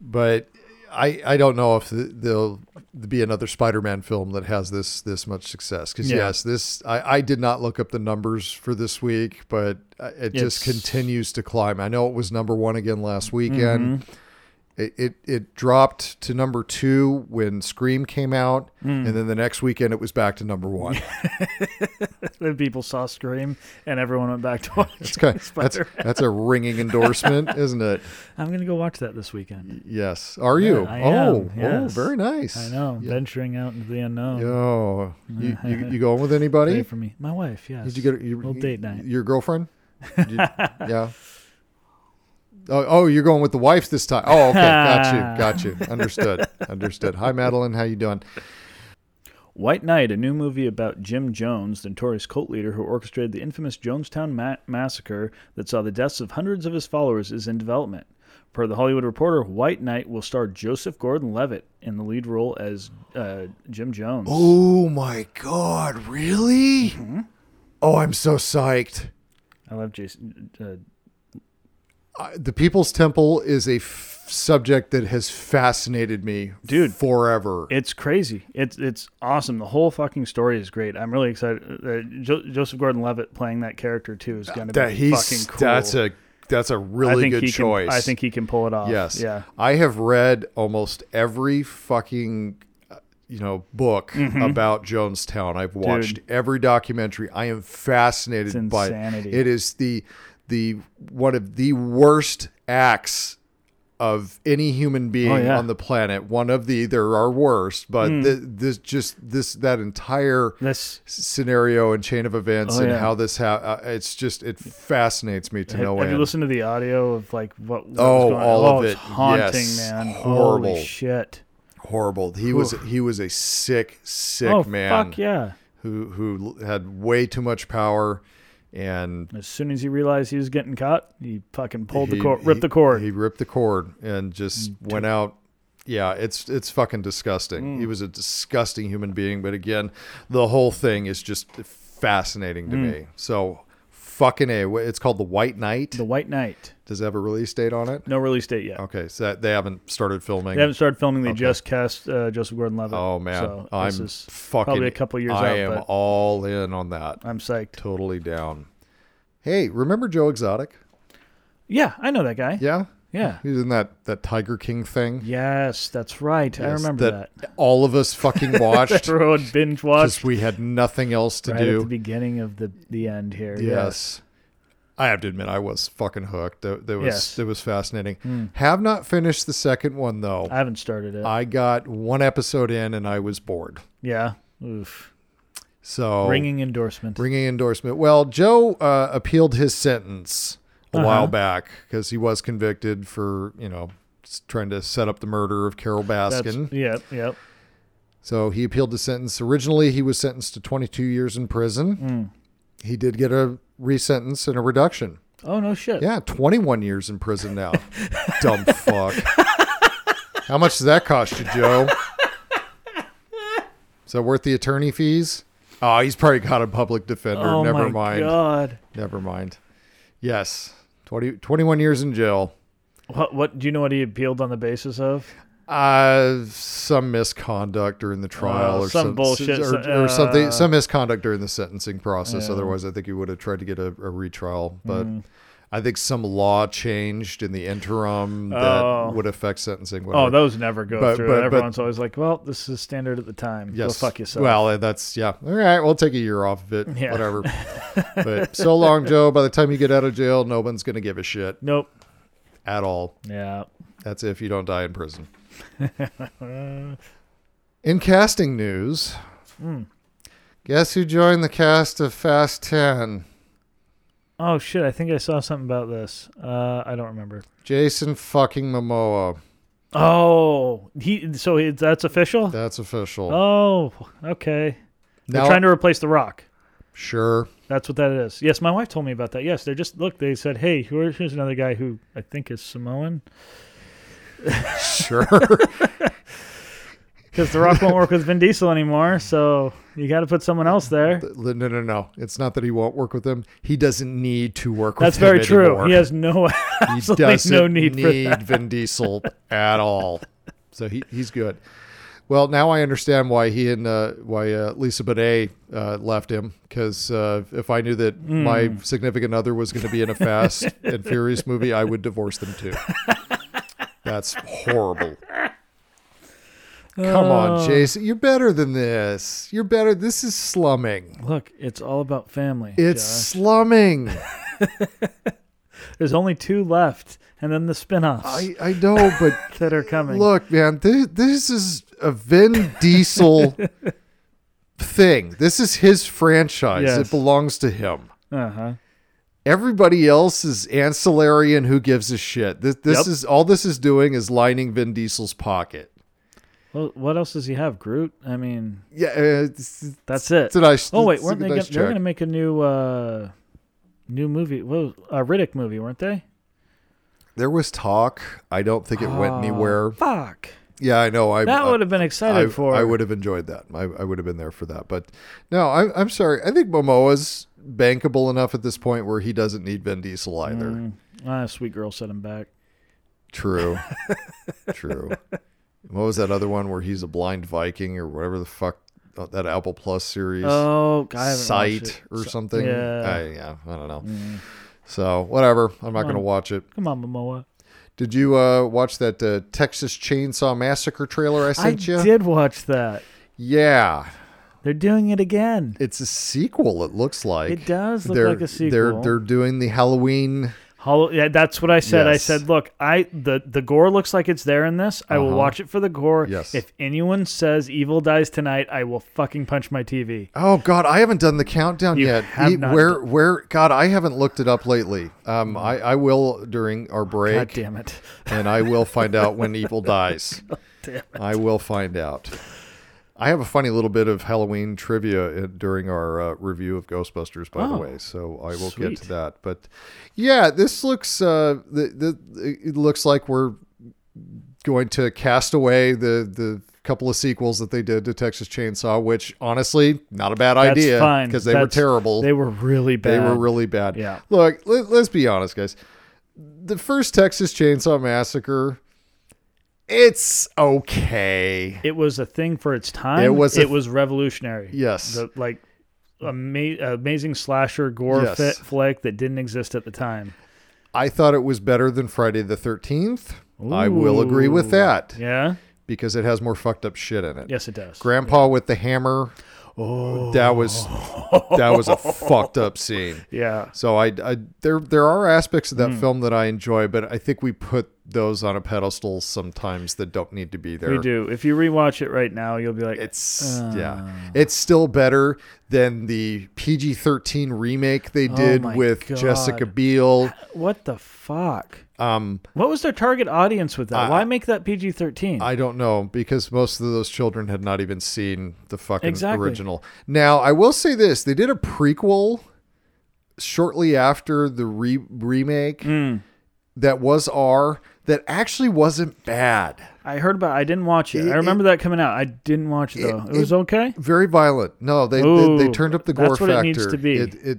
Speaker 1: but I I don't know if th- there'll be another Spider-Man film that has this this much success. Because
Speaker 4: Yeah.
Speaker 1: yes, this I I did not look up the numbers for this week, but uh, it
Speaker 4: It's-
Speaker 1: just continues to climb. I know it was number one again last weekend.
Speaker 4: Mm-hmm.
Speaker 1: It, it it dropped to number two when Scream came out,
Speaker 4: Mm.
Speaker 1: and then the next weekend it was back to number one.
Speaker 4: [laughs] Then people saw Scream, and everyone went back to watch.
Speaker 1: It's
Speaker 4: [laughs]
Speaker 1: kind of, that's that's a ringing endorsement, isn't it?
Speaker 4: I'm going to go watch that this weekend.
Speaker 1: Yes. Are you?
Speaker 4: I am,
Speaker 1: oh, oh,
Speaker 4: yes.
Speaker 1: very nice.
Speaker 4: I know,
Speaker 1: Yeah.
Speaker 4: venturing out into the unknown.
Speaker 1: Yo,
Speaker 4: [laughs]
Speaker 1: you, you, you going with anybody?
Speaker 4: Pray for me, my wife. Yes.
Speaker 1: Did you get your
Speaker 4: Little date night.
Speaker 1: Your girlfriend?
Speaker 4: [laughs]
Speaker 1: Did you- yeah. Oh, oh, you're going with the wife this time. Oh, okay, got
Speaker 4: [laughs]
Speaker 1: you, got you. Understood, understood. Hi, Madeline, how you doing?
Speaker 4: White Knight, a new movie about Jim Jones, the notorious cult leader who orchestrated the infamous Jonestown ma- massacre that saw the deaths of hundreds of his followers, is in development. Per the Hollywood Reporter, White Knight will star Joseph Gordon-Levitt in the lead role as uh, Jim Jones.
Speaker 1: Oh my God, really?
Speaker 4: Mm-hmm.
Speaker 1: Oh, I'm so psyched.
Speaker 4: I love Jason. Uh,
Speaker 1: I- the People's Temple is a f- subject that has fascinated me,
Speaker 4: Dude.
Speaker 1: forever.
Speaker 4: it's crazy. It's it's awesome. The whole fucking story is great. I'm really excited. Uh, jo- Joseph Gordon-Levitt playing that character too is going to
Speaker 1: that
Speaker 4: be
Speaker 1: he's
Speaker 4: fucking cool.
Speaker 1: that's a that's a really
Speaker 4: I think
Speaker 1: good
Speaker 4: he
Speaker 1: choice.
Speaker 4: Can, I think he can pull it off.
Speaker 1: Yes.
Speaker 4: Yeah.
Speaker 1: I have read almost every fucking uh, you know book
Speaker 4: Mm-hmm.
Speaker 1: about Jonestown. I've watched every documentary. I am fascinated by it.
Speaker 4: insanity.
Speaker 1: It is the the one of the worst acts of any human being
Speaker 4: Oh, yeah. Mm.
Speaker 1: on the planet. One of the there are worse, but thi- this just this that entire
Speaker 4: That's
Speaker 1: scenario and chain of events
Speaker 4: Oh,
Speaker 1: and
Speaker 4: yeah.
Speaker 1: how this ha- uh, it's just it fascinates me to
Speaker 4: have,
Speaker 1: no
Speaker 4: have you
Speaker 1: end.
Speaker 4: listened to the audio of like what? what
Speaker 1: Oh,
Speaker 4: was going
Speaker 1: all
Speaker 4: on?
Speaker 1: of
Speaker 4: oh, It's
Speaker 1: it.
Speaker 4: haunting,
Speaker 1: Yes.
Speaker 4: man.
Speaker 1: Horrible.
Speaker 4: Holy shit.
Speaker 1: Horrible. He was he was a sick sick
Speaker 4: oh
Speaker 1: man
Speaker 4: fuck yeah!
Speaker 1: who who l- had way too much power and
Speaker 4: As soon as he realized he was getting caught, he fucking pulled the
Speaker 1: he-
Speaker 4: cord, ripped
Speaker 1: he-
Speaker 4: the cord. Mm.
Speaker 1: He ripped the cord and just went out. Yeah, it's it's fucking disgusting. He was a disgusting human being, but again, the whole thing is just fascinating to
Speaker 4: Mm.
Speaker 1: me. So fucking a. It's called the White Knight.
Speaker 4: the White Knight.
Speaker 1: Does it have a release date on it?
Speaker 4: No release date yet.
Speaker 1: Okay, so that, they haven't started filming.
Speaker 4: They haven't started filming. They just cast uh, Joseph Gordon-Levitt.
Speaker 1: oh man,
Speaker 4: so
Speaker 1: I'm
Speaker 4: this is
Speaker 1: fucking.
Speaker 4: probably a couple years
Speaker 1: I
Speaker 4: out.
Speaker 1: am
Speaker 4: but
Speaker 1: all in on that.
Speaker 4: I'm psyched.
Speaker 1: totally down. Hey, remember Joe Exotic?
Speaker 4: Yeah, I know that guy.
Speaker 1: Yeah,
Speaker 4: Yeah.
Speaker 1: he was in that that Tiger King thing.
Speaker 4: Yes, that's right. I
Speaker 1: Yes,
Speaker 4: remember that.
Speaker 1: all of us
Speaker 4: [laughs]
Speaker 1: fucking watched
Speaker 4: Everyone binge watched
Speaker 1: because we had nothing else to
Speaker 4: right at the
Speaker 1: do.
Speaker 4: beginning of the the end here.
Speaker 1: yes. I have to admit, I was fucking hooked. That, that was
Speaker 4: Yes. Mm.
Speaker 1: that was fascinating. Have not finished the second one though.
Speaker 4: Hmm. I haven't started it.
Speaker 1: I got one episode in and I was bored.
Speaker 4: yeah. Oof.
Speaker 1: So
Speaker 4: Ringing endorsement.
Speaker 1: Oh. ringing endorsement. Well, Joe uh, appealed his sentence a
Speaker 4: Uh-huh.
Speaker 1: while back because he was convicted for you know s- trying to set up the murder of Carol
Speaker 4: That's,
Speaker 1: Baskin.
Speaker 4: yep, yep.
Speaker 1: So he appealed the sentence. Originally, he was sentenced to 22 years in prison.
Speaker 4: Hmm.
Speaker 1: He did get a resentence and a reduction.
Speaker 4: Oh no shit.
Speaker 1: Yeah, 21 years in prison
Speaker 4: [laughs]
Speaker 1: now. Dumb fuck. How much does that cost you, Joe? Is that worth the attorney fees? Oh, he's probably got a public defender.
Speaker 4: Oh
Speaker 1: Never
Speaker 4: my
Speaker 1: mind.
Speaker 4: god.
Speaker 1: Never mind. Yes, 20, 21 years in jail.
Speaker 4: What what do you know what he appealed on the basis of?
Speaker 1: Uh, some misconduct during the trial,
Speaker 4: Oh,
Speaker 1: or
Speaker 4: some
Speaker 1: some
Speaker 4: bullshit,
Speaker 1: or,
Speaker 4: so-
Speaker 1: or something,
Speaker 4: uh,
Speaker 1: some misconduct during the sentencing process.
Speaker 4: Yeah. Mm.
Speaker 1: Otherwise, I think he would have tried to get a, a retrial. But I think some law changed in the interim that
Speaker 4: Oh.
Speaker 1: would affect sentencing.
Speaker 4: Oh,
Speaker 1: Whatever.
Speaker 4: those never go
Speaker 1: But-
Speaker 4: through.
Speaker 1: but- but-
Speaker 4: Everyone's always like, Well, this is standard at the time. Go fuck yourself.
Speaker 1: Well, uh, that's yeah. All right, we'll take a year off of it.
Speaker 4: Yeah. [laughs]
Speaker 1: Whatever. but so long, Joe. By the time you get out of jail, no one's gonna give a shit
Speaker 4: Nope.
Speaker 1: at all.
Speaker 4: Yeah.
Speaker 1: That's if you don't die in prison. [laughs] in casting news,
Speaker 4: Hmm.
Speaker 1: guess who joined the cast of Fast 10?
Speaker 4: Oh shit, I think I saw something about this. Uh I don't remember.
Speaker 1: Jason fucking Momoa.
Speaker 4: Oh, he so he, that's official?
Speaker 1: That's official.
Speaker 4: Oh, okay. They're
Speaker 1: Now-
Speaker 4: trying to replace The Rock.
Speaker 1: sure.
Speaker 4: That's what that is. Yes, my wife told me about that. Yes, they're just look. They said, "Hey, here- here's another guy who I think is Samoan [laughs]
Speaker 1: Sure.
Speaker 4: because The Rock won't work with Vin Diesel anymore, so you got to put someone else there."
Speaker 1: no, no, no, no. It's not that he won't work with them. He doesn't need to work
Speaker 4: That's
Speaker 1: with them
Speaker 4: very true.
Speaker 1: anymore.
Speaker 4: He has no
Speaker 1: [laughs]
Speaker 4: [laughs]
Speaker 1: he
Speaker 4: absolutely
Speaker 1: doesn't
Speaker 4: no need, for that.
Speaker 1: need Vin Diesel at all. So he, he's good. Well, now I understand why he and uh, why uh, Lisa Bonet uh, left him. Because uh, if I knew that
Speaker 4: Hmm.
Speaker 1: my significant other was going to be in a Fast and Furious movie, I would divorce them too. That's horrible. Come
Speaker 4: Uh.
Speaker 1: on, Jason. You're better than this. You're better. This is slumming.
Speaker 4: Look, it's all about family.
Speaker 1: It's
Speaker 4: Josh.
Speaker 1: slumming.
Speaker 4: there's only two left, and then the spin-offs
Speaker 1: I, I know, but
Speaker 4: that are coming.
Speaker 1: Look, man, this, this is a
Speaker 4: [laughs]
Speaker 1: Vin Diesel thing. This is his franchise.
Speaker 4: Yes.
Speaker 1: It belongs to him.
Speaker 4: uh huh.
Speaker 1: Everybody else is ancillary and who gives a shit. This this
Speaker 4: Yep.
Speaker 1: is all this is doing is lining Vin Diesel's pocket.
Speaker 4: Well, what else does he have? Groot. I mean,
Speaker 1: Yeah, uh, it's, it's
Speaker 4: that's it.
Speaker 1: a nice.
Speaker 4: oh wait,
Speaker 1: it's a
Speaker 4: weren't
Speaker 1: nice
Speaker 4: they? gonna, they're
Speaker 1: check.
Speaker 4: going to make a new uh, new movie. What was, a Riddick movie, weren't they?
Speaker 1: There was talk. I don't think it went anywhere.
Speaker 4: Fuck.
Speaker 1: Yeah, I know. I
Speaker 4: Ah. That
Speaker 1: I-
Speaker 4: would have been excited
Speaker 1: I,
Speaker 4: for.
Speaker 1: I would have enjoyed that. I, I would have been there for that. But no, I, I'm sorry. I think Momoa's bankable enough at this point where he doesn't need Vin Diesel either.
Speaker 4: Ah, sweet girl set him back. [laughs]
Speaker 1: True. True. What was that other one where he's a blind Viking or whatever the fuck uh, that Apple Plus series?
Speaker 4: Oh, I haven't watched
Speaker 1: Sight
Speaker 4: it.
Speaker 1: or something?
Speaker 4: yeah.
Speaker 1: I, yeah, I don't know. So whatever. I'm not going to watch it.
Speaker 4: Come on, Momoa.
Speaker 1: Did you uh, watch that uh, Texas Chainsaw Massacre trailer I
Speaker 4: I
Speaker 1: sent you?
Speaker 4: did watch that.
Speaker 1: Yeah.
Speaker 4: They're doing it again.
Speaker 1: It's a sequel. It looks like
Speaker 4: It does look
Speaker 1: they're,
Speaker 4: like a
Speaker 1: They're
Speaker 4: sequel.
Speaker 1: they're doing the Halloween.
Speaker 4: Hollow, yeah, that's what I said.
Speaker 1: Yes.
Speaker 4: I said, look, I the the gore looks like it's there in this. I will
Speaker 1: Uh-huh.
Speaker 4: watch it for the gore.
Speaker 1: Yes.
Speaker 4: If anyone says evil dies tonight, I will fucking punch my TV.
Speaker 1: Oh God, I haven't done the countdown
Speaker 4: You
Speaker 1: yet.
Speaker 4: have
Speaker 1: E-
Speaker 4: not Hmm.
Speaker 1: where
Speaker 4: done-
Speaker 1: where God, I haven't looked it up lately. Um, I I will during
Speaker 4: Oh,
Speaker 1: our break.
Speaker 4: God damn it.
Speaker 1: and I will find out when
Speaker 4: [laughs] Oh,
Speaker 1: evil dies. I will find out. I have a funny little bit of Halloween trivia in, during our uh, review of Ghostbusters, by the
Speaker 4: Oh,
Speaker 1: way, so I will get
Speaker 4: sweet.
Speaker 1: to that. But yeah, this looks uh, the, the, it looks like we're going to cast away the the couple of sequels that they did to Texas Chainsaw, which honestly, not a bad
Speaker 4: That's
Speaker 1: idea
Speaker 4: fine.
Speaker 1: because they were
Speaker 4: That's-
Speaker 1: terrible.
Speaker 4: They were really bad.
Speaker 1: They were really bad.
Speaker 4: Yeah.
Speaker 1: Look, let, let's be honest, guys. The first Texas Chainsaw Massacre, it's okay.
Speaker 4: It was a thing for its time.
Speaker 1: It was a-
Speaker 4: It was revolutionary.
Speaker 1: Yes.
Speaker 4: The, like ama- amazing slasher gore
Speaker 1: Yes.
Speaker 4: fit flick that didn't exist at the time.
Speaker 1: I thought it was better than Friday the 13th. I will agree with
Speaker 4: Ooh.
Speaker 1: that
Speaker 4: Yeah.
Speaker 1: because it has more fucked up shit in it.
Speaker 4: Yes, it does.
Speaker 1: Grandpa with the hammer. Oh. That was that was a fucked up scene.
Speaker 4: yeah.
Speaker 1: So I, I there there are aspects of that
Speaker 4: Hmm.
Speaker 1: film that I enjoy, but I think we put those on a pedestal sometimes that don't need to be there.
Speaker 4: We do. If you rewatch it right now, you'll be like,
Speaker 1: It's
Speaker 4: Uh.
Speaker 1: yeah, it's still better than the PG thirteen remake they did
Speaker 4: Oh my
Speaker 1: with
Speaker 4: God.
Speaker 1: Jessica Biel.
Speaker 4: "What the fuck?
Speaker 1: Um,
Speaker 4: What was their target audience with that?
Speaker 1: I-
Speaker 4: Why make that PG-13?"
Speaker 1: Uh, I don't know because most of those children had not even seen the fucking
Speaker 4: Exactly.
Speaker 1: original. Now I will say this: they did a prequel shortly after the re- remake
Speaker 4: Hmm.
Speaker 1: that was R that actually wasn't bad.
Speaker 4: I heard about. I didn't watch it.
Speaker 1: It-
Speaker 4: I remember that coming out. I didn't watch it though. It,
Speaker 1: it-
Speaker 4: was okay.
Speaker 1: Very violent. No, they they, they
Speaker 4: Ooh,
Speaker 1: turned up the gore
Speaker 4: that's what
Speaker 1: factor.
Speaker 4: it needs to be.
Speaker 1: It, it,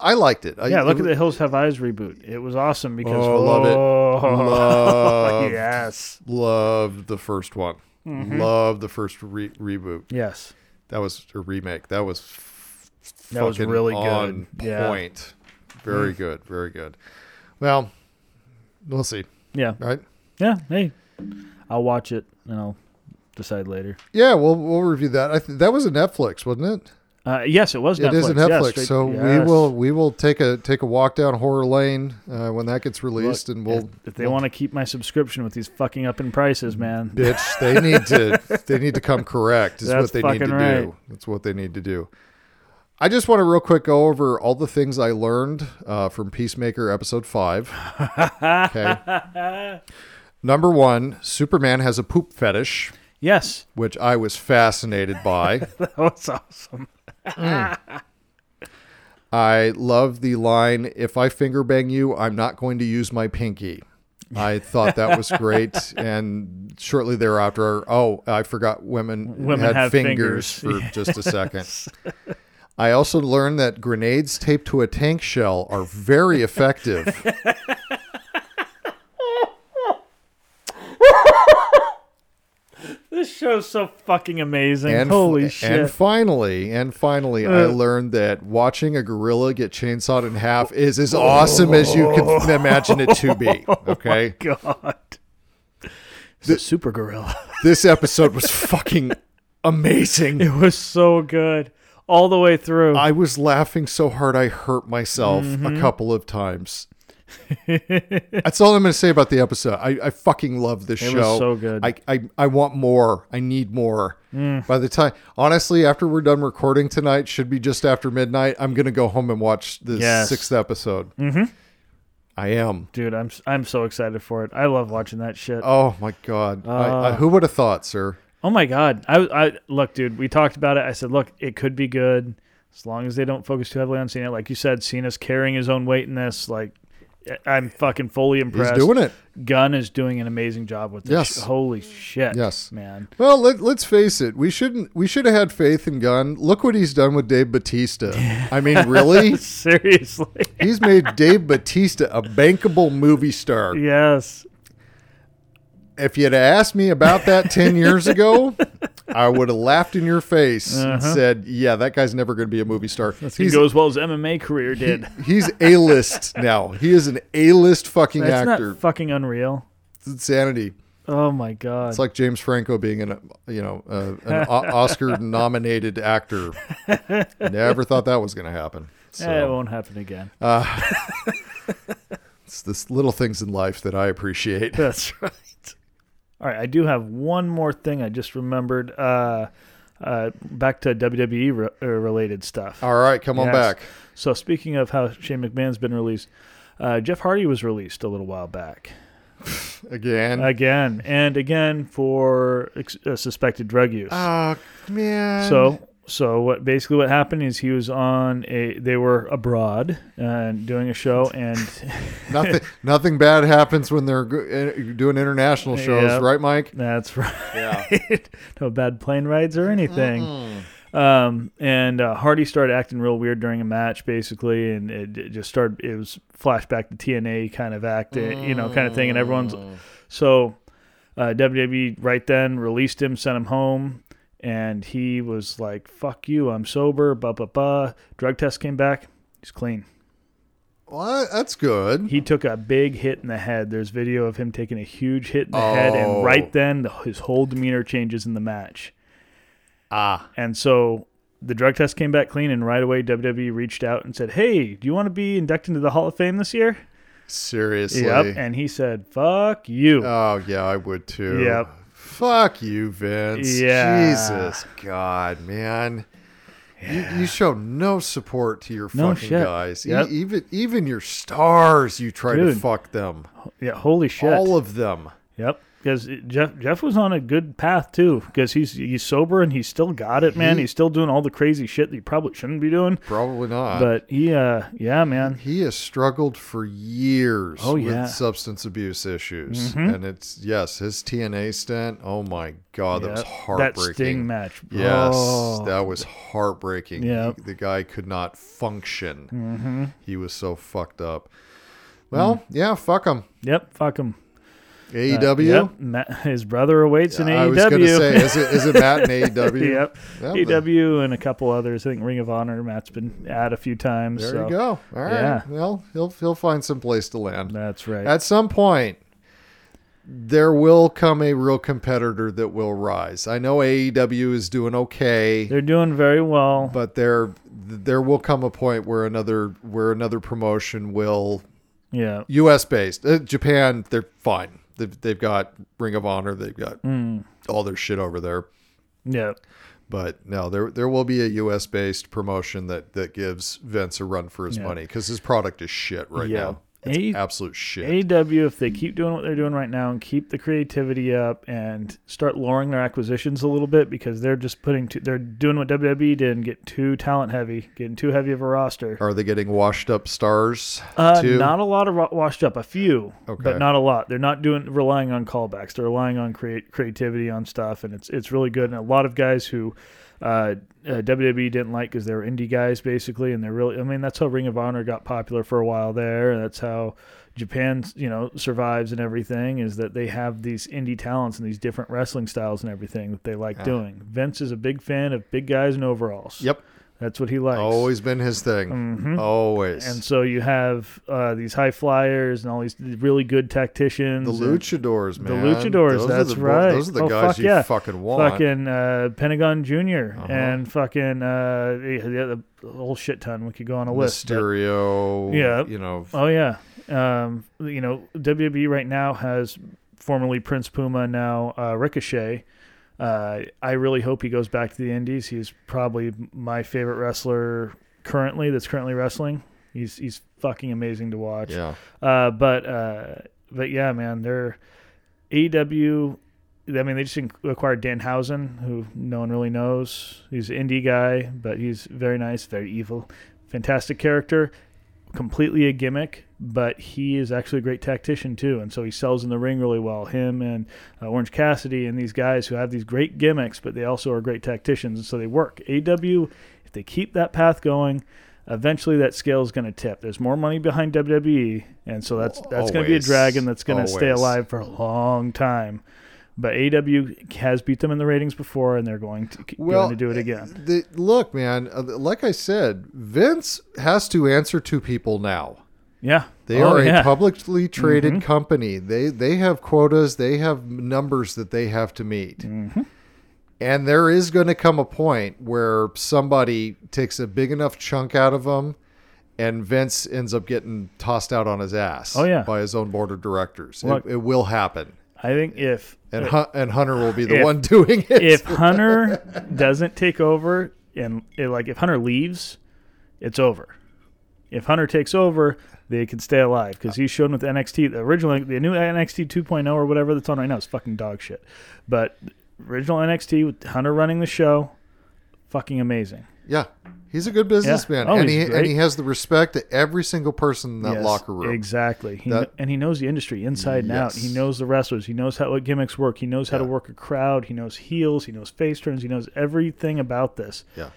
Speaker 1: I liked it. I-
Speaker 4: Yeah, look
Speaker 1: it,
Speaker 4: at
Speaker 1: [laughs]
Speaker 4: the Hills Have Eyes reboot. It was awesome because
Speaker 1: Oh, love it.
Speaker 4: [laughs] Whoa.
Speaker 1: Love.
Speaker 4: yes,
Speaker 1: Loved the first one.
Speaker 4: Mm-hmm.
Speaker 1: Loved the first re- reboot.
Speaker 4: yes.
Speaker 1: That was a remake. That was f-
Speaker 4: That was
Speaker 1: fucking
Speaker 4: really
Speaker 1: on
Speaker 4: good. Yeah. Mm.
Speaker 1: point. Very good. Very good. Well, we'll see.
Speaker 4: Yeah,
Speaker 1: Right?
Speaker 4: yeah. Hey, I'll watch it and I'll decide later.
Speaker 1: Yeah, we'll we'll review that. I th- that was a Netflix, wasn't it?
Speaker 4: Uh, yes, it was. Netflix.
Speaker 1: It is a
Speaker 4: Yeah,
Speaker 1: Netflix.
Speaker 4: straight-
Speaker 1: so
Speaker 4: yes.
Speaker 1: we will we will take a take a walk down horror lane uh, when that gets
Speaker 4: Look,
Speaker 1: released, and we'll
Speaker 4: if, if they want to keep my subscription with these fucking up in prices, man.
Speaker 1: bitch they need
Speaker 4: [laughs]
Speaker 1: to they need to come correct is
Speaker 4: That's
Speaker 1: what they need
Speaker 4: fucking
Speaker 1: to
Speaker 4: right.
Speaker 1: do that's what they need to do i just want to real quick go over all the things i learned uh, from peacemaker episode 5 okay
Speaker 4: [laughs]
Speaker 1: number one superman has a poop fetish
Speaker 4: Yes, [laughs]
Speaker 1: which i was fascinated by
Speaker 4: that was awesome.
Speaker 1: i love the line if i finger bang you i'm not going to use my pinky I thought that was
Speaker 4: [laughs]
Speaker 1: great, and shortly thereafter, oh, I forgot women,
Speaker 4: Women
Speaker 1: had
Speaker 4: have
Speaker 1: fingers,
Speaker 4: fingers. [laughs]
Speaker 1: for just a second. I also learned that grenades taped to a tank shell are very
Speaker 4: [laughs]
Speaker 1: effective.
Speaker 4: This show's so fucking amazing.
Speaker 1: And
Speaker 4: Holy
Speaker 1: and
Speaker 4: shit! Uh.
Speaker 1: finally, and finally, I learned that watching a gorilla get chainsawed in half is
Speaker 4: [laughs]
Speaker 1: as awesome as you
Speaker 4: Oh.
Speaker 1: can imagine it to be. Okay,
Speaker 4: [laughs] God. It's a super gorilla. [laughs]
Speaker 1: this episode was fucking amazing.
Speaker 4: It was so good all the way through.
Speaker 1: I was laughing so hard I hurt myself
Speaker 4: Mm-hmm.
Speaker 1: a couple of times. That's all I'm going to say about the episode. I, I fucking love this
Speaker 4: It was
Speaker 1: show.
Speaker 4: so good. Mm.
Speaker 1: I, I, I want more. I need more. By the time, honestly, after we're done recording tonight, should be just after midnight. I'm going to go home and watch the
Speaker 4: Yes.
Speaker 1: sixth episode. Mm-hmm. I am.
Speaker 4: Dude, I'm I'm so excited for it. I love watching that shit. Oh,
Speaker 1: Oh my god! I,
Speaker 4: Uh,
Speaker 1: I, who would have thought, sir?
Speaker 4: my god. I I look, dude, we talked about it. I said, "Look, it could be good as long as they don't focus too heavily on Cena." Like you said, Cena's carrying his own weight in this like I'm fucking fully
Speaker 1: He's
Speaker 4: impressed.
Speaker 1: doing it.
Speaker 4: Gunn is doing an amazing job with this.
Speaker 1: Yes.
Speaker 4: Holy shit.
Speaker 1: Yes.
Speaker 4: Man. [laughs]
Speaker 1: Well, let, let's face it. We shouldn't. We should have had faith in Gunn. Look what he's done with Dave Batista. I mean, really? [laughs]
Speaker 4: Seriously.
Speaker 1: He's made Dave Batista a bankable movie star.
Speaker 4: yes.
Speaker 1: If you'd asked me about that 10 years ago, I would have laughed in your face and said, Yeah, that guy's never going to be a movie star.
Speaker 4: He
Speaker 1: he's,
Speaker 4: goes well as MMA career did.
Speaker 1: he's A list now. He is an A list fucking
Speaker 4: That's
Speaker 1: actor.
Speaker 4: not fucking unreal.
Speaker 1: it's insanity.
Speaker 4: Oh my god.
Speaker 1: It's like James Franco being an you know uh, an
Speaker 4: [laughs]
Speaker 1: Oscar nominated actor. Never thought that was going to
Speaker 4: [laughs]
Speaker 1: happen. So Uh,
Speaker 4: Eh, it won't happen again.
Speaker 1: it's this little things in life that I appreciate. [laughs]
Speaker 4: That's [laughs] right. All right, I do have one more thing I just remembered. Uh, uh, back to WWE re- uh, related stuff.
Speaker 1: All right, come on
Speaker 4: Yes.
Speaker 1: back.
Speaker 4: So speaking of how Shane McMahon's been released, uh, Jeff Hardy was released a little while back
Speaker 1: Again.
Speaker 4: again and again for ex- uh, suspected drug use.
Speaker 1: Ah, man.
Speaker 4: So so what basically what happened is he was on a they were abroad and doing a show and [laughs]
Speaker 1: nothing nothing bad happens when they're go- eh, doing international shows,
Speaker 4: Yep.
Speaker 1: right, Mike?
Speaker 4: That's [laughs] right. no bad plane rides or anything. Um, and uh, Hardy started acting real weird during a match, basically, and it, it just started. It was flashback to TNA kind of act, eh, you know, kind of thing. And everyone's so uh, WWE right then released him, sent him home, and he was like, "Fuck you, I'm sober." Ba ba ba. Drug test came back. He's clean.
Speaker 1: Well, that's good.
Speaker 4: He took a big hit in the head. There's video of him taking a huge hit in the head, and
Speaker 1: Oh.
Speaker 4: right then the, his whole demeanor changes in the match.
Speaker 1: ah,
Speaker 4: And so the drug test came back clean, and right away WWE reached out and said, "Hey, do you want to be inducted into the Hall of Fame this year?"
Speaker 1: seriously.
Speaker 4: Yep. And he said, "Fuck you."
Speaker 1: Oh yeah, I would too.
Speaker 4: Yep.
Speaker 1: Fuck you, Vince.
Speaker 4: Yeah.
Speaker 1: Jesus God, man. You, you show no support to your
Speaker 4: No
Speaker 1: fucking
Speaker 4: shit.
Speaker 1: guys. E-
Speaker 4: Yep.
Speaker 1: even even your stars, you try to
Speaker 4: Dude.
Speaker 1: fuck them.
Speaker 4: yeah. Holy shit.
Speaker 1: All of them.
Speaker 4: yep. Because Jeff Jeff was on a good path too. Because he's he's sober and he's still got it, man.
Speaker 1: He-
Speaker 4: he's still doing all the crazy shit that he probably shouldn't be doing.
Speaker 1: Probably not.
Speaker 4: But he, uh, yeah, man.
Speaker 1: he has struggled for years
Speaker 4: Oh,
Speaker 1: with
Speaker 4: yeah. Mm-hmm.
Speaker 1: substance abuse issues. And it's yes, his TNA stint, oh my god, that was
Speaker 4: Yep. That
Speaker 1: heartbreaking.
Speaker 4: Sting match.
Speaker 1: Yes,
Speaker 4: Oh.
Speaker 1: that was heartbreaking.
Speaker 4: Yeah. Mm-hmm.
Speaker 1: He- the guy could not function. He was so fucked up. Well,
Speaker 4: Mm.
Speaker 1: yeah, fuck him.
Speaker 4: Yep. Fuck him.
Speaker 1: AEW.
Speaker 4: Uh, Yep. Ma- his brother awaits in
Speaker 1: E I
Speaker 4: AEW.
Speaker 1: was gonna
Speaker 4: [laughs]
Speaker 1: say, is it is it Matt and AEW?
Speaker 4: E yep.
Speaker 1: Yeah,
Speaker 4: EW and a E couple others. I think Ring of Honor. Matt's been at a few times.
Speaker 1: There
Speaker 4: so.
Speaker 1: you go. All right.
Speaker 4: Yeah.
Speaker 1: Well, he'll he'll find some place to land.
Speaker 4: That's right.
Speaker 1: At some point, there will come a real competitor that will rise. I know AEW is doing okay.
Speaker 4: They're doing very well.
Speaker 1: but there there will come a point where another where another promotion will
Speaker 4: yeah.
Speaker 1: U.S. based. Uh, Japan, they're fine. They've, they've got Ring of Honor. They've got
Speaker 4: Mm.
Speaker 1: all their shit over there.
Speaker 4: Yeah.
Speaker 1: But no, there there will be a U.S. based promotion that that gives Vince a run for his
Speaker 4: Yeah.
Speaker 1: money because his product is shit right
Speaker 4: Yeah.
Speaker 1: now. It's
Speaker 4: A-
Speaker 1: absolute shit.
Speaker 4: AEW, if they keep doing what they're doing right now and keep the creativity up and start lowering their acquisitions a little bit because they're just putting too, they're doing what WWE did and get too talent heavy, getting too heavy of a roster.
Speaker 1: Are they getting washed up stars
Speaker 4: Uh,
Speaker 1: too?
Speaker 4: not a lot of wa- washed up, a few,
Speaker 1: Okay.
Speaker 4: but not a lot. They're not doing relying on callbacks. They're relying on create creativity on stuff, and it's it's really good. And a lot of guys who uh, uh, WWE didn't like because they were indie guys basically, and they're really. I mean, that's how Ring of Honor got popular for a while there. And that's how Japan, you know, survives and everything is that they have these indie talents and these different wrestling styles and everything that they like doing. Vince is a big fan of big guys and overalls.
Speaker 1: Yep.
Speaker 4: that's what he likes.
Speaker 1: Always been his thing. Always.
Speaker 4: Mm-hmm. And so you have uh, these high flyers and all these really good tacticians.
Speaker 1: the
Speaker 4: and
Speaker 1: luchadors, man.
Speaker 4: The luchadors,
Speaker 1: Those are
Speaker 4: that's
Speaker 1: the bo-
Speaker 4: right.
Speaker 1: Those are the
Speaker 4: Oh,
Speaker 1: guys
Speaker 4: fuck
Speaker 1: you
Speaker 4: yeah.
Speaker 1: fucking want.
Speaker 4: Fucking uh, Pentagon junior
Speaker 1: Uh-huh.
Speaker 4: and fucking uh, the, the whole shit ton. We could go on a list. but-
Speaker 1: Mysterio.
Speaker 4: Yeah.
Speaker 1: You know,
Speaker 4: Oh yeah, um, you know WWE right now has formerly Prince Puma, now uh, Ricochet. Uh, I really hope he goes back to the Indies. He's probably my favorite wrestler currently. That's currently wrestling. He's he's fucking amazing to watch.
Speaker 1: yeah.
Speaker 4: Uh, but uh, but yeah, man, they're E AEW. I mean, they just inc- acquired Dan Housen, who no one really knows. He's an indie guy, but he's very nice, very evil, fantastic character, completely a gimmick. But he is actually a great tactician too, and so he sells in the ring really well. Him and uh, Orange Cassidy and these guys who have these great gimmicks, but they also are great tacticians, and so they work. AEW, if they keep that path going, eventually that scale is going to tip. There's more money behind WWE, and so that's that's going to be a
Speaker 1: Always.
Speaker 4: dragon that's going to stay
Speaker 1: Always.
Speaker 4: alive for a long time. But AW has beat them in the ratings before, and they're going to keep
Speaker 1: Well,
Speaker 4: going to do it again.
Speaker 1: The, look, man, uh, like I said, Vince has to answer to people now.
Speaker 4: Yeah.
Speaker 1: They
Speaker 4: Oh,
Speaker 1: are
Speaker 4: yeah. Mm-hmm.
Speaker 1: a publicly traded company. They they have quotas. They have numbers that they have to meet.
Speaker 4: Mm-hmm.
Speaker 1: And there is going to come a point where somebody takes a big enough chunk out of them, and Vince ends up getting tossed out on his ass.
Speaker 4: Oh, yeah.
Speaker 1: by his own board of directors. It-
Speaker 4: Look.
Speaker 1: it, will happen,
Speaker 4: I think if
Speaker 1: and Hun- and Hunter will be the
Speaker 4: If-
Speaker 1: one [laughs] doing it.
Speaker 4: if Hunter [laughs] doesn't take over and eh, like if Hunter leaves, it's over. If Hunter takes over, they can stay alive because he's shown with NXT the original the new NXT 2.0 or whatever that's on right now is fucking dog shit. But original NXT with Hunter running the show, fucking amazing.
Speaker 1: yeah, he's a good businessman,
Speaker 4: Oh,
Speaker 1: and he
Speaker 4: he's
Speaker 1: and
Speaker 4: great.
Speaker 1: he has the respect of every single person in that
Speaker 4: Yes,
Speaker 1: locker room.
Speaker 4: Exactly. He
Speaker 1: That-
Speaker 4: kn- and he knows the industry inside and out.
Speaker 1: Yes.
Speaker 4: He knows the wrestlers. He knows how what gimmicks work. He knows how to work a crowd. He knows heels. He knows face turns. He knows everything about this.
Speaker 1: Yeah.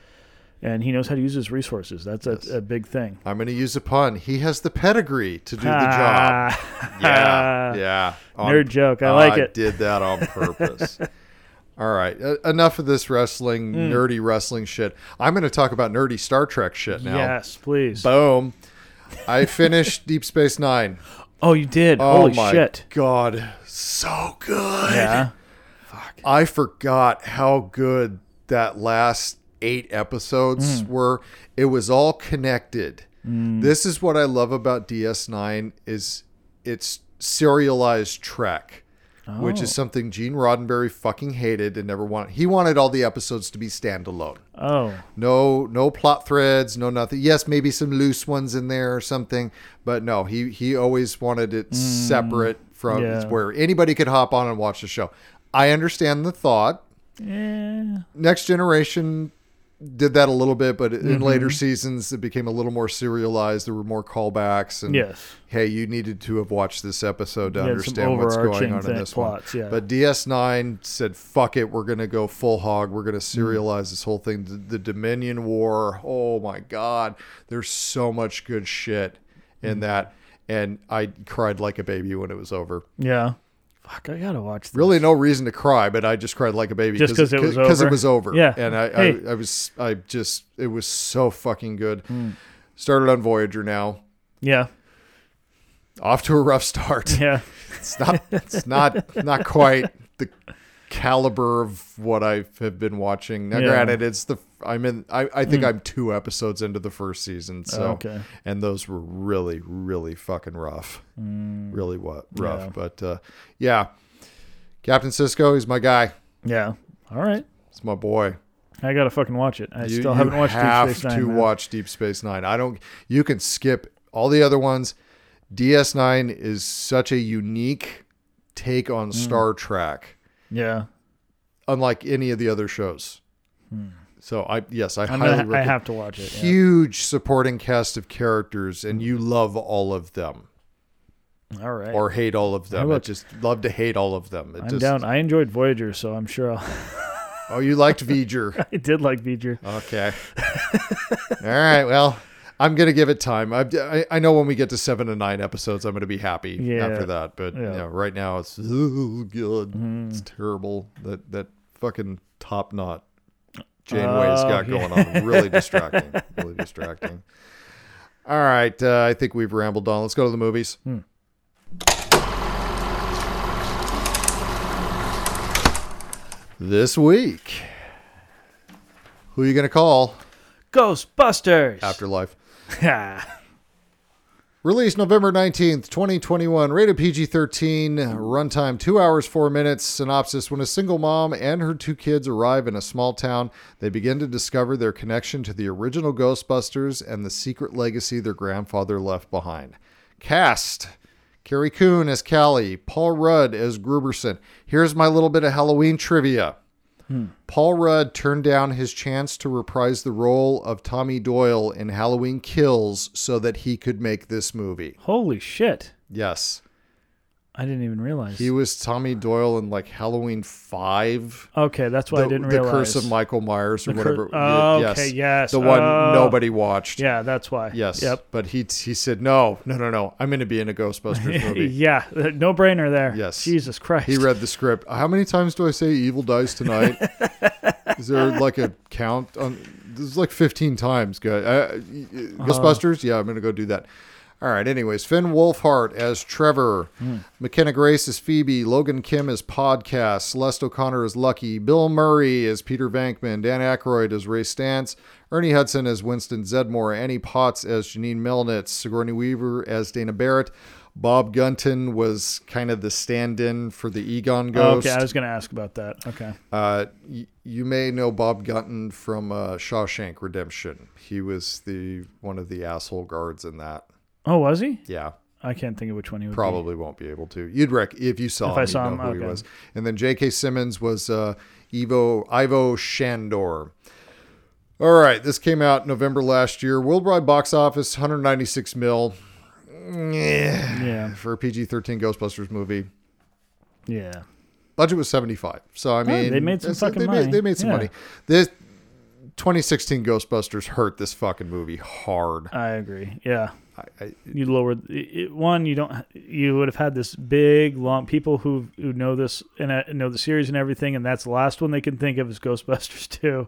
Speaker 4: And he knows how to use his resources. That's a, a big thing.
Speaker 1: I'm going to use a pun. He has the pedigree to do the job.
Speaker 4: [laughs] Ah.
Speaker 1: Yeah, yeah.
Speaker 4: Nerd joke. I like it.
Speaker 1: Did that on
Speaker 4: [laughs]
Speaker 1: purpose. All right, uh, enough of this wrestling,
Speaker 4: Mm.
Speaker 1: nerdy wrestling shit. I'm going to talk about nerdy Star Trek shit now.
Speaker 4: Yes, please.
Speaker 1: Boom. I
Speaker 4: [laughs]
Speaker 1: finished Deep Space Nine.
Speaker 4: oh, you did.
Speaker 1: Oh
Speaker 4: Holy
Speaker 1: my [laughs]
Speaker 4: shit.
Speaker 1: god, so good.
Speaker 4: Yeah.
Speaker 1: I forgot how good that last eight episodes were. It was all connected. This is what I love about DS9 is it's serialized Trek, which is something Gene Roddenberry fucking hated and never wanted. He wanted all the episodes to be standalone.
Speaker 4: Oh.
Speaker 1: No, no plot threads, no nothing. Yes, maybe some loose ones in there or something, but no, he he always wanted it separate from
Speaker 4: yeah.
Speaker 1: where anybody could hop on and watch the show. I understand the thought.
Speaker 4: Yeah.
Speaker 1: Next Generation did that a little bit, but in
Speaker 4: Mm-hmm.
Speaker 1: later seasons it became a little more serialized. There were more callbacks and
Speaker 4: Yes.
Speaker 1: hey, you needed to have watched this episode to
Speaker 4: some
Speaker 1: understand what's going
Speaker 4: overarching
Speaker 1: on in
Speaker 4: thing-
Speaker 1: this
Speaker 4: plots,
Speaker 1: one.
Speaker 4: yeah.
Speaker 1: But DS9 said, fuck it, we're going to go full hog. We're going to
Speaker 4: Mm-hmm.
Speaker 1: serialize this whole thing. The, the Dominion War, oh my God. There's so much good shit
Speaker 4: Mm-hmm.
Speaker 1: in that. And I cried like a baby when it was over.
Speaker 4: Yeah. Fuck, I got to watch this.
Speaker 1: Really, no reason to cry, but I just cried like a baby
Speaker 4: Just 'cause it was
Speaker 1: Because it
Speaker 4: over?
Speaker 1: was over.
Speaker 4: Yeah.
Speaker 1: and I,
Speaker 4: Hey.
Speaker 1: I, I was, I just, it was so fucking good.
Speaker 4: Hmm.
Speaker 1: Started on Voyager now,
Speaker 4: Yeah.
Speaker 1: off to a rough start.
Speaker 4: Yeah.
Speaker 1: it's not it's not not quite the caliber of what I have been watching. Now,
Speaker 4: Yeah. Hmm.
Speaker 1: granted, it's the I'm in. I, I think I'm two episodes into the first season. So,
Speaker 4: Oh, Okay.
Speaker 1: and those were really, really fucking rough. Really what rough,
Speaker 4: Hmm. Yeah.
Speaker 1: but uh, yeah, Captain Cisco, he's my guy.
Speaker 4: Yeah. All right.
Speaker 1: He's my boy.
Speaker 4: I got to fucking watch it. I
Speaker 1: You,
Speaker 4: still haven't
Speaker 1: you
Speaker 4: watched
Speaker 1: have
Speaker 4: Deep Space Nine.
Speaker 1: to
Speaker 4: man.
Speaker 1: watch Deep Space Nine. I don't. You can skip all the other ones. DS9 is such a unique take
Speaker 4: Hmm.
Speaker 1: on Star Trek.
Speaker 4: Yeah.
Speaker 1: unlike any of the other shows. So I yes, I highly
Speaker 4: I'm gonna, Hmm. I
Speaker 1: recommend.
Speaker 4: have to watch it. yeah.
Speaker 1: Huge supporting cast of characters, and you love all of them
Speaker 4: All Hmm. right.
Speaker 1: or hate all of them. I
Speaker 4: will-
Speaker 1: just love to hate all of them. It
Speaker 4: I'm
Speaker 1: just,
Speaker 4: down. I enjoyed Voyager, so I'm sure I'll, [laughs]
Speaker 1: Oh, you liked V'ger.
Speaker 4: I did like Voyager.
Speaker 1: okay. [laughs] all right. Well, I'm gonna give it time. I, I I know when we get to seven and nine episodes, I'm gonna be happy
Speaker 4: Yeah.
Speaker 1: after that. But
Speaker 4: Yeah. Mm-hmm.
Speaker 1: you know, right now it's [laughs] oh, good. It's terrible. That that fucking top knot Janeway's
Speaker 4: Oh,
Speaker 1: got going on. Really distracting. Really distracting. All right, uh, I think we've rambled on. Let's go to the movies. This week, who are you going to call?
Speaker 4: Ghostbusters.
Speaker 1: Afterlife.
Speaker 4: [laughs] Yeah.
Speaker 1: Released November 19th, 2021, rated PG 13, runtime 2 hours 4 minutes. Synopsis When a single mom and her two kids arrive in a small town, they begin to discover their connection to the original Ghostbusters and the secret legacy their grandfather left behind. Cast Carrie Coon as Callie, Paul Rudd as Gruberson. Here's my little bit of Halloween trivia. Paul Rudd turned down his chance to reprise the role of Tommy Doyle in Halloween Kills so that he could make this movie.
Speaker 4: Holy shit.
Speaker 1: Yes.
Speaker 4: I didn't even realize.
Speaker 1: He was Tommy Doyle in like Halloween 5.
Speaker 4: okay, that's why
Speaker 1: the,
Speaker 4: I didn't
Speaker 1: the
Speaker 4: realize.
Speaker 1: Curse of Michael Myers or
Speaker 4: The
Speaker 1: whatever.
Speaker 4: Cur- Oh, okay, yes.
Speaker 1: The one
Speaker 4: Oh.
Speaker 1: nobody watched.
Speaker 4: Yeah, that's why.
Speaker 1: Yes. [laughs]
Speaker 4: Yep.
Speaker 1: But he he said, no, no, no, no. I'm going to be in a
Speaker 4: [laughs]
Speaker 1: Ghostbusters movie.
Speaker 4: Yeah, no brainer there.
Speaker 1: Yes.
Speaker 4: Jesus Christ. [laughs]
Speaker 1: He read the script. How many times do I say evil dies tonight? Is
Speaker 4: [laughs]
Speaker 1: there like a uh,
Speaker 4: Uh-huh.
Speaker 1: count on? There's like 15 times, guy. Uh, Ghostbusters? Yeah, I'm going to go do that. All right. Anyways, Finn Wolfhart as Trevor,
Speaker 4: Hmm.
Speaker 1: McKenna Grace as Phoebe, Logan Kim as Podcast, Celeste O'Connor as Lucky, Bill Murray as Peter Venkman, Dan Aykroyd as Ray Stantz, Ernie Hudson as Winston Zedmore, Annie Potts as Janine Melnitz, Sigourney Weaver as Dana Barrett. Bob Gunton was kind of the stand-in for the Egon ghost.
Speaker 4: Okay, I was going to ask about that. Okay.
Speaker 1: Uh, y- you may know Bob Gunton from uh, Shawshank Redemption. He was the one of the asshole guards in that.
Speaker 4: Oh, was he?
Speaker 1: Yeah,
Speaker 4: I can't think of which one he was.
Speaker 1: probably won't be able to. You'd rec if you saw
Speaker 4: If
Speaker 1: him,
Speaker 4: I
Speaker 1: you'd
Speaker 4: saw
Speaker 1: know
Speaker 4: him,
Speaker 1: who he
Speaker 4: okay.
Speaker 1: was. And then J.K. Simmons was uh, Evo Ivo Shandor. All right, this came out November last year. Worldwide box office 196 mil. Yeah,
Speaker 4: Yeah.
Speaker 1: for a PG-13 Ghostbusters movie.
Speaker 4: Yeah.
Speaker 1: budget was 75 so i mean
Speaker 4: Oh, they made some
Speaker 1: it's-
Speaker 4: fucking
Speaker 1: they
Speaker 4: money.
Speaker 1: made, they made some
Speaker 4: Yeah.
Speaker 1: money this 2016 ghostbusters hurt this fucking movie hard
Speaker 4: I agree. Yeah.
Speaker 1: I, I,
Speaker 4: you lowered it, one you don't you would have had this big long people who who know this and uh, know the series and everything and that's the last one they can think of is ghostbusters [laughs] 2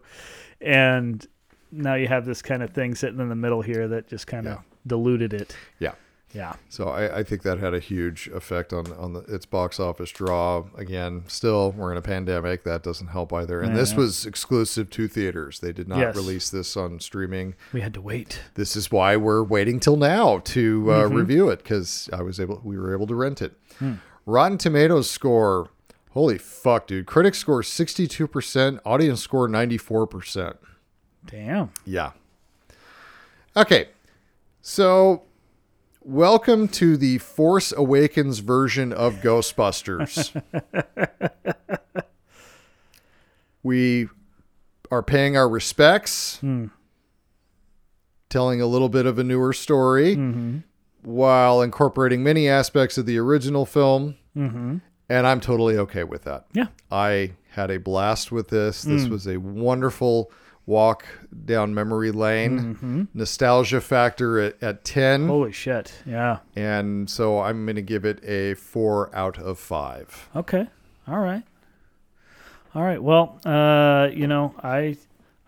Speaker 4: and now you have this kind of thing sitting in the middle here that just kind of
Speaker 1: Yeah.
Speaker 4: diluted it
Speaker 1: yeah
Speaker 4: yeah
Speaker 1: so I, I think that had a huge effect on on the, its box office draw again still we're in a pandemic that doesn't help either and this
Speaker 4: Yeah.
Speaker 1: was exclusive to theaters they did not
Speaker 4: Yes.
Speaker 1: release this on streaming
Speaker 4: we had to wait
Speaker 1: this is why we're waiting till now to uh, review it because I was able, we were able to rent it. Rotten Tomatoes score, holy fuck, dude! Critics score sixty two percent, audience score ninety four percent.
Speaker 4: damn
Speaker 1: Yeah. Okay, so welcome to the Force Awakens version of Ghostbusters. we are paying our respects, telling a little bit of a newer story while incorporating many aspects of the original film. And I'm totally okay with that.
Speaker 4: yeah
Speaker 1: I had a blast with this. This
Speaker 4: Hmm.
Speaker 1: was a wonderful walk down memory lane.
Speaker 4: Mm-hmm.
Speaker 1: Nostalgia factor at, at 10.
Speaker 4: holy shit yeah
Speaker 1: And so I'm going to give it a four out of five.
Speaker 4: Okay. All right. All right. Well, uh, you know, I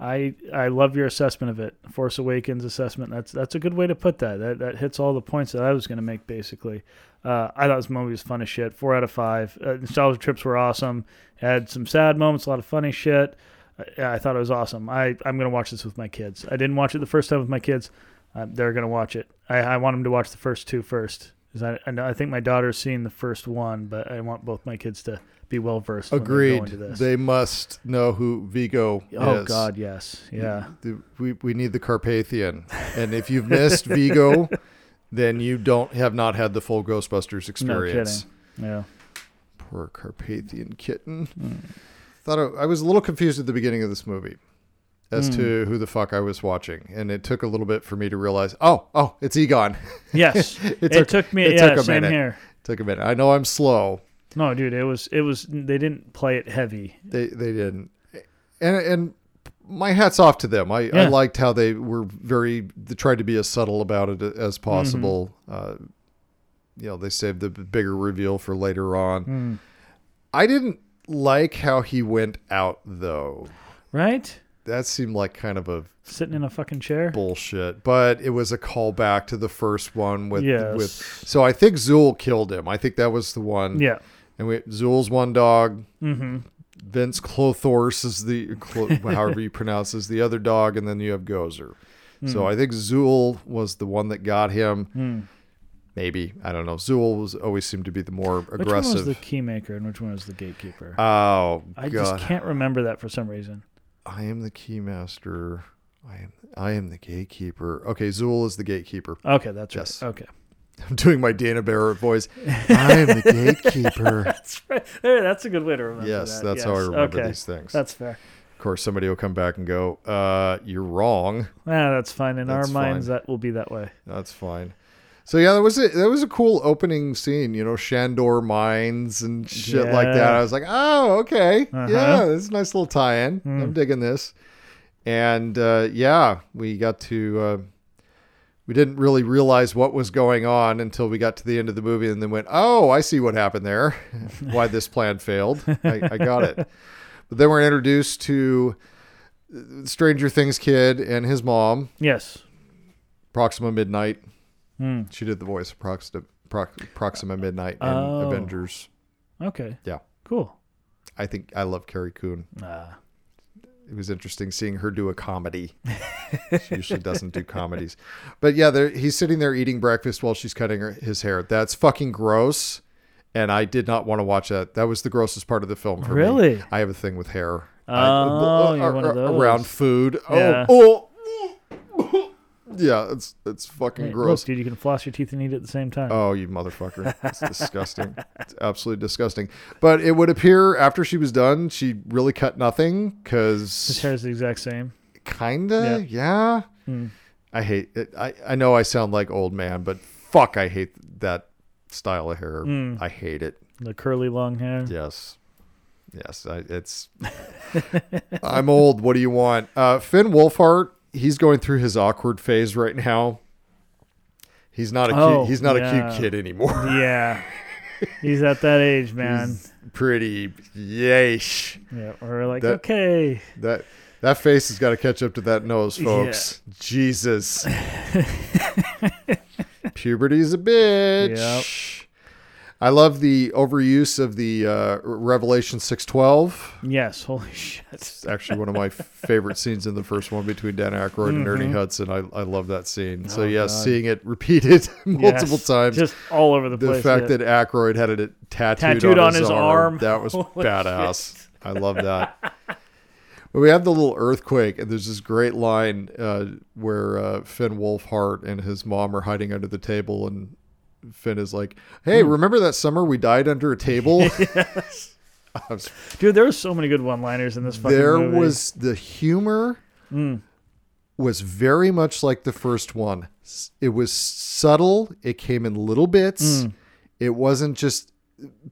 Speaker 4: I I love your assessment of it. Force Awakens assessment. That's that's a good way to put that. That that hits all the points that I was going to make basically. Uh, I thought this movie was fun as shit. Four out of five. Uh, nostalgia trips were awesome. Had some sad moments, a lot of funny shit. Uh, I, I thought it was awesome. I I'm gonna watch this with my kids. I didn't watch it the first time with my kids. Uh, they're gonna watch it. I, I want them to watch the first two first. 'Cause I, I, know, I think my daughter's seen the first one, but I want both my kids to be well versed.
Speaker 1: Agreed.
Speaker 4: They, go into this.
Speaker 1: They must know who Vigo
Speaker 4: oh
Speaker 1: is.
Speaker 4: God, yes, yeah.
Speaker 1: The- We, we need the Carpathian. And if you've missed
Speaker 4: [laughs]
Speaker 1: Vigo, then you don't have not had the full Ghostbusters
Speaker 4: No
Speaker 1: experience.
Speaker 4: kidding. Yeah.
Speaker 1: Poor Carpathian kitten. Thought I, I was a little confused at the beginning of this movie as to who the fuck I was watching, and it took a little bit for me to realize. Oh, oh, it's Egon. [laughs]
Speaker 4: Yes.
Speaker 1: It
Speaker 4: it
Speaker 1: took-
Speaker 4: took me.
Speaker 1: it
Speaker 4: yeah.
Speaker 1: took a
Speaker 4: same
Speaker 1: minute.
Speaker 4: here.
Speaker 1: took a minute. I know I'm slow.
Speaker 4: No, dude. It was. It was. They didn't play it heavy.
Speaker 1: They they didn't, and and my hats off to them. I, I
Speaker 4: Yeah.
Speaker 1: liked how they were very they tried to be as subtle about it as possible. Uh, you know, they saved the bigger reveal for later on. I didn't like how he went out though.
Speaker 4: Right.
Speaker 1: That seemed like kind of a
Speaker 4: Sitting in a fucking chair.
Speaker 1: bullshit, but it was a callback to the first one with
Speaker 4: Yes.
Speaker 1: with. So I think Zool killed him. I think that was the one.
Speaker 4: Yeah.
Speaker 1: and we Zool's one dog. Mm-hmm. Vince Clothorse is the Clo, however you pronounce is the other dog, and then you have Gozer.
Speaker 4: Hmm.
Speaker 1: So I think Zool was the one that got him.
Speaker 4: mm-hmm.
Speaker 1: Maybe I don't know. Zool was always seemed to be the more
Speaker 4: Which one was
Speaker 1: aggressive.
Speaker 4: the keymaker and which one was the gatekeeper?
Speaker 1: oh
Speaker 4: I
Speaker 1: God!
Speaker 4: just can't remember that for some reason.
Speaker 1: I am the keymaster. I am. I am the gatekeeper. Okay, Zool is the gatekeeper.
Speaker 4: Okay, that's right.
Speaker 1: Yes.
Speaker 4: Okay, [laughs]
Speaker 1: [laughs] I'm doing my Dana Barrett voice. I am the gatekeeper.
Speaker 4: that's right. There, that's a good way to [laughs] remember.
Speaker 1: yes,
Speaker 4: that.
Speaker 1: that's how I
Speaker 4: Yes.
Speaker 1: remember
Speaker 4: Okay.
Speaker 1: these things.
Speaker 4: That's fair.
Speaker 1: of course, somebody will come back and go, uh, "You're wrong."
Speaker 4: Ah, that's fine. In
Speaker 1: That's
Speaker 4: our minds,
Speaker 1: fine.
Speaker 4: that will be that way.
Speaker 1: That's fine. So yeah, that was a that was a cool opening scene. You know, Shandor mines and shit like that.
Speaker 4: Yeah.
Speaker 1: I was like, "Oh, okay,
Speaker 4: Uh-huh. Hmm.
Speaker 1: yeah, that's a nice little tie-in. I'm digging this." And uh, yeah, we got to. Uh, we didn't really realize what was going on until we got to the end of the movie and then went, oh, I see what happened there, [laughs] why this plan failed. I, I got it. But then we're introduced to Stranger Things kid and his mom,
Speaker 4: Yes. Hmm.
Speaker 1: Proxima Midnight, She did the voice of Proxima, Prox- Proxima Midnight in
Speaker 4: Oh.
Speaker 1: Avengers.
Speaker 4: Okay.
Speaker 1: Yeah.
Speaker 4: Cool.
Speaker 1: I think I love Carrie Coon.
Speaker 4: Ah.
Speaker 1: It was interesting seeing her do a
Speaker 4: [laughs]
Speaker 1: comedy. she usually doesn't do comedies. But yeah, there, he's sitting there eating breakfast while she's cutting her, his hair. That's fucking gross. And I did not want to watch that. That was the grossest part of the film for me.
Speaker 4: Really?
Speaker 1: I have a thing with hair. Oh,
Speaker 4: Oh, you're one of those.
Speaker 1: Around food.
Speaker 4: Yeah.
Speaker 1: Oh, oh. yeah, it's it's fucking
Speaker 4: Hey,
Speaker 1: gross.
Speaker 4: Look, dude, you can floss your teeth and eat at the same time.
Speaker 1: Oh, you motherfucker. It's disgusting. It's absolutely disgusting. But it would appear after she was done, she really cut nothing
Speaker 4: His
Speaker 1: because
Speaker 4: hair is the exact same.
Speaker 1: kinda, yeah. I hate it. I, I know I sound like old man, but fuck, I hate that style of hair. I hate it.
Speaker 4: Mm. The curly long hair.
Speaker 1: Yes. Yes. I, it's. [laughs] I'm old. What do you want? Uh, Finn Wolfhart. He's going through his awkward phase right now. He's not a cute,
Speaker 4: Oh,
Speaker 1: he's not a
Speaker 4: yeah.
Speaker 1: cute kid anymore. [laughs]
Speaker 4: Yeah. He's at that age, man.
Speaker 1: He's pretty yeesh.
Speaker 4: Yeah, we're like,
Speaker 1: That-
Speaker 4: okay,
Speaker 1: That that face has got to catch up to that nose, folks. Jesus. [laughs] Puberty's a bitch. I love the overuse of the uh, Revelation 612.
Speaker 4: yes, holy [laughs] shit.
Speaker 1: It's actually one of my favorite scenes in the first one between Dan Aykroyd and Ernie Hudson. I, I love that scene. So, yes, seeing it repeated [laughs] multiple
Speaker 4: Yes.
Speaker 1: times.
Speaker 4: just all over the,
Speaker 1: the
Speaker 4: place.
Speaker 1: fact
Speaker 4: yeah.
Speaker 1: that Aykroyd had it tattooed,
Speaker 4: Tattooed
Speaker 1: on,
Speaker 4: on
Speaker 1: his,
Speaker 4: his
Speaker 1: arm,
Speaker 4: arm.
Speaker 1: that
Speaker 4: [laughs]
Speaker 1: was
Speaker 4: Holy
Speaker 1: badass. I love that. Well, we have the little earthquake, and there's this great line uh, where uh, Finn Wolfhart and his mom are hiding under the table, and Finn is like,
Speaker 4: Hmm.
Speaker 1: "Hey, remember that summer we died under a
Speaker 4: [laughs]
Speaker 1: table?" I was-
Speaker 4: dude, there were so many good one-liners in this. Fucking
Speaker 1: there
Speaker 4: movie. Mm.
Speaker 1: was the humor was very much like the first one. S- It was subtle. It came in little bits.
Speaker 4: Mm.
Speaker 1: It wasn't just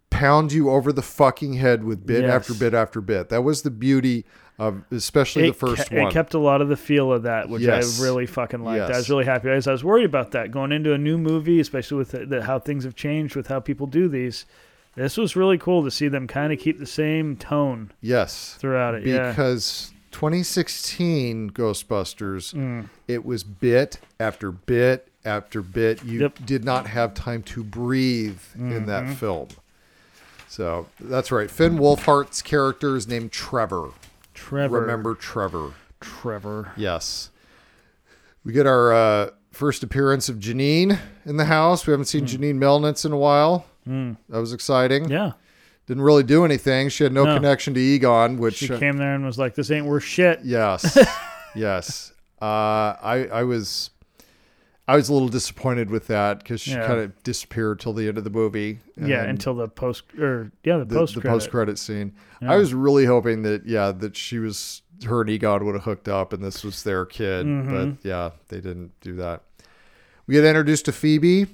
Speaker 1: pound you over the fucking head with bit
Speaker 4: Yes.
Speaker 1: after bit after bit. That was the beauty of especially the first
Speaker 4: ke-
Speaker 1: one.
Speaker 4: It kept a lot of the feel of that, which
Speaker 1: Yes.
Speaker 4: I really fucking liked.
Speaker 1: Yes.
Speaker 4: I was really happy. I was, I was worried about that going into a new movie, especially with the, the, how things have changed with how people do these. This was really cool to see them kind of keep the same tone
Speaker 1: yes.
Speaker 4: throughout it. yeah.
Speaker 1: Because 2016 Ghostbusters,
Speaker 4: Mm.
Speaker 1: it was bit after bit after bit. You
Speaker 4: Yep. Mm-hmm.
Speaker 1: did not have time to breathe in that film. So that's right. Finn Wolfhart's character is named Trevor.
Speaker 4: Trevor.
Speaker 1: Remember Trevor.
Speaker 4: Trevor.
Speaker 1: Yes. We get our uh, first appearance of Janine in the house. We haven't seen
Speaker 4: Mm.
Speaker 1: Janine Melnitz in a while. That was exciting.
Speaker 4: Yeah.
Speaker 1: Didn't really do anything. She had no,
Speaker 4: No.
Speaker 1: connection to Egon, which uh,
Speaker 4: She came there and was like, "This ain't worth shit." [laughs]
Speaker 1: Yes, yes. Uh, I I was I was a little disappointed with that because she
Speaker 4: Yeah.
Speaker 1: kind of disappeared till the end of the movie. and
Speaker 4: yeah,
Speaker 1: then
Speaker 4: until the post or yeah, the,
Speaker 1: the,
Speaker 4: post
Speaker 1: the post credit
Speaker 4: credit.
Speaker 1: scene. I was really hoping that yeah that she was her and Egon would have hooked up and this was their kid,
Speaker 4: Mm-hmm.
Speaker 1: but yeah they didn't do that. We get introduced to Phoebe,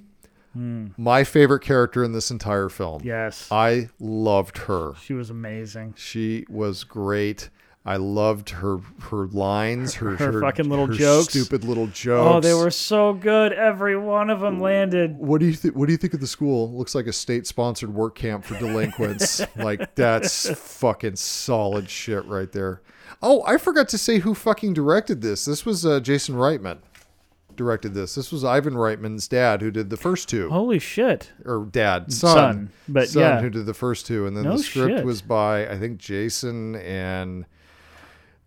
Speaker 1: my favorite character in this entire film.
Speaker 4: Hmm. Yes,
Speaker 1: I loved her.
Speaker 4: she was amazing.
Speaker 1: She was great. I loved her her lines, her
Speaker 4: her fucking little jokes.
Speaker 1: stupid little jokes.
Speaker 4: Oh, they were so good. Every one of them landed.
Speaker 1: What do you think? What do you think of the school? Looks like a state-sponsored work camp for
Speaker 4: [laughs]
Speaker 1: delinquents. like that's fucking solid shit right there. Oh, I forgot to say who fucking directed this. This was uh, Jason Reitman directed this. This was Ivan Reitman's dad who did the first two,
Speaker 4: Holy shit!
Speaker 1: or dad son,
Speaker 4: Son, but
Speaker 1: son
Speaker 4: yeah.
Speaker 1: who did the first two, and then
Speaker 4: No
Speaker 1: the script
Speaker 4: shit.
Speaker 1: was by I think Jason and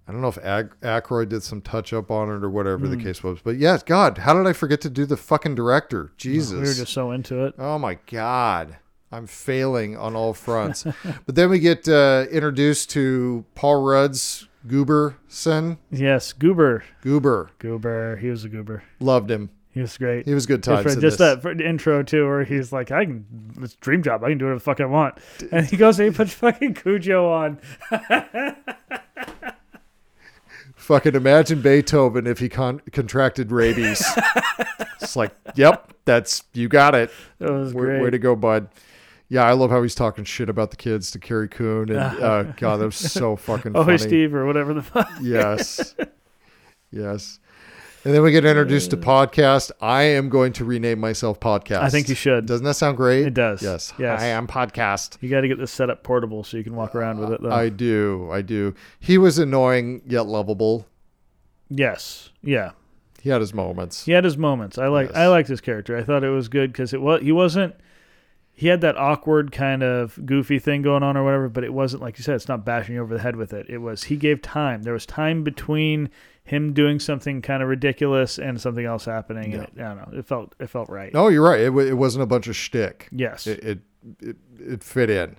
Speaker 1: I don't know if Ag- Aykroyd did some touch up on it or whatever
Speaker 4: Hmm.
Speaker 1: the case was, but yes, God, how did I forget to do the fucking director? Jesus,
Speaker 4: We were just so into it.
Speaker 1: oh my God, I'm failing on all
Speaker 4: [laughs]
Speaker 1: fronts. but then we get uh, introduced to Paul Rudd's Goober son,
Speaker 4: Yes, Goober,
Speaker 1: Goober,
Speaker 4: Goober. He was a Goober.
Speaker 1: loved him.
Speaker 4: He was great.
Speaker 1: He was good
Speaker 4: Just
Speaker 1: times.
Speaker 4: for-
Speaker 1: in
Speaker 4: just
Speaker 1: this.
Speaker 4: that for intro too, where he's like, "I can, it's a dream job. I can do whatever the fuck I want," and he goes and he puts fucking Cujo on.
Speaker 1: Fucking imagine Beethoven if he con- contracted
Speaker 4: [laughs]
Speaker 1: rabies. it's like, yep, that's you got it.
Speaker 4: That was
Speaker 1: Way,
Speaker 4: great.
Speaker 1: way to go, bud. Yeah, I love how he's talking shit about the kids to Carrie Coon,
Speaker 4: [laughs]
Speaker 1: and uh, God, that was so fucking
Speaker 4: Oh,
Speaker 1: funny.
Speaker 4: hey, Steve, or whatever the fuck.
Speaker 1: Yes, yes. And then we get introduced to podcast. I am going to rename myself podcast.
Speaker 4: I think you should.
Speaker 1: Doesn't that sound great?
Speaker 4: It does.
Speaker 1: Yes.
Speaker 4: Yes.
Speaker 1: I am podcast.
Speaker 4: You got to get this set up portable so you can walk around with it. Though.
Speaker 1: I do. I do. He was annoying yet lovable.
Speaker 4: yes. Yeah.
Speaker 1: He He had his moments.
Speaker 4: He had his moments. I like
Speaker 1: Yes.
Speaker 4: I liked his character. I thought it was good because it was he wasn't he had that awkward kind of goofy thing going on or whatever, but it wasn't like you said. It's not bashing you over the head with it. It was he gave time. There was time between him doing something kind of ridiculous and something else happening. And it, I don't know. It felt it felt right.
Speaker 1: No, you're right. It, wa- it wasn't a bunch of shtick.
Speaker 4: Yes. Mm.
Speaker 1: It it, it, it fit in,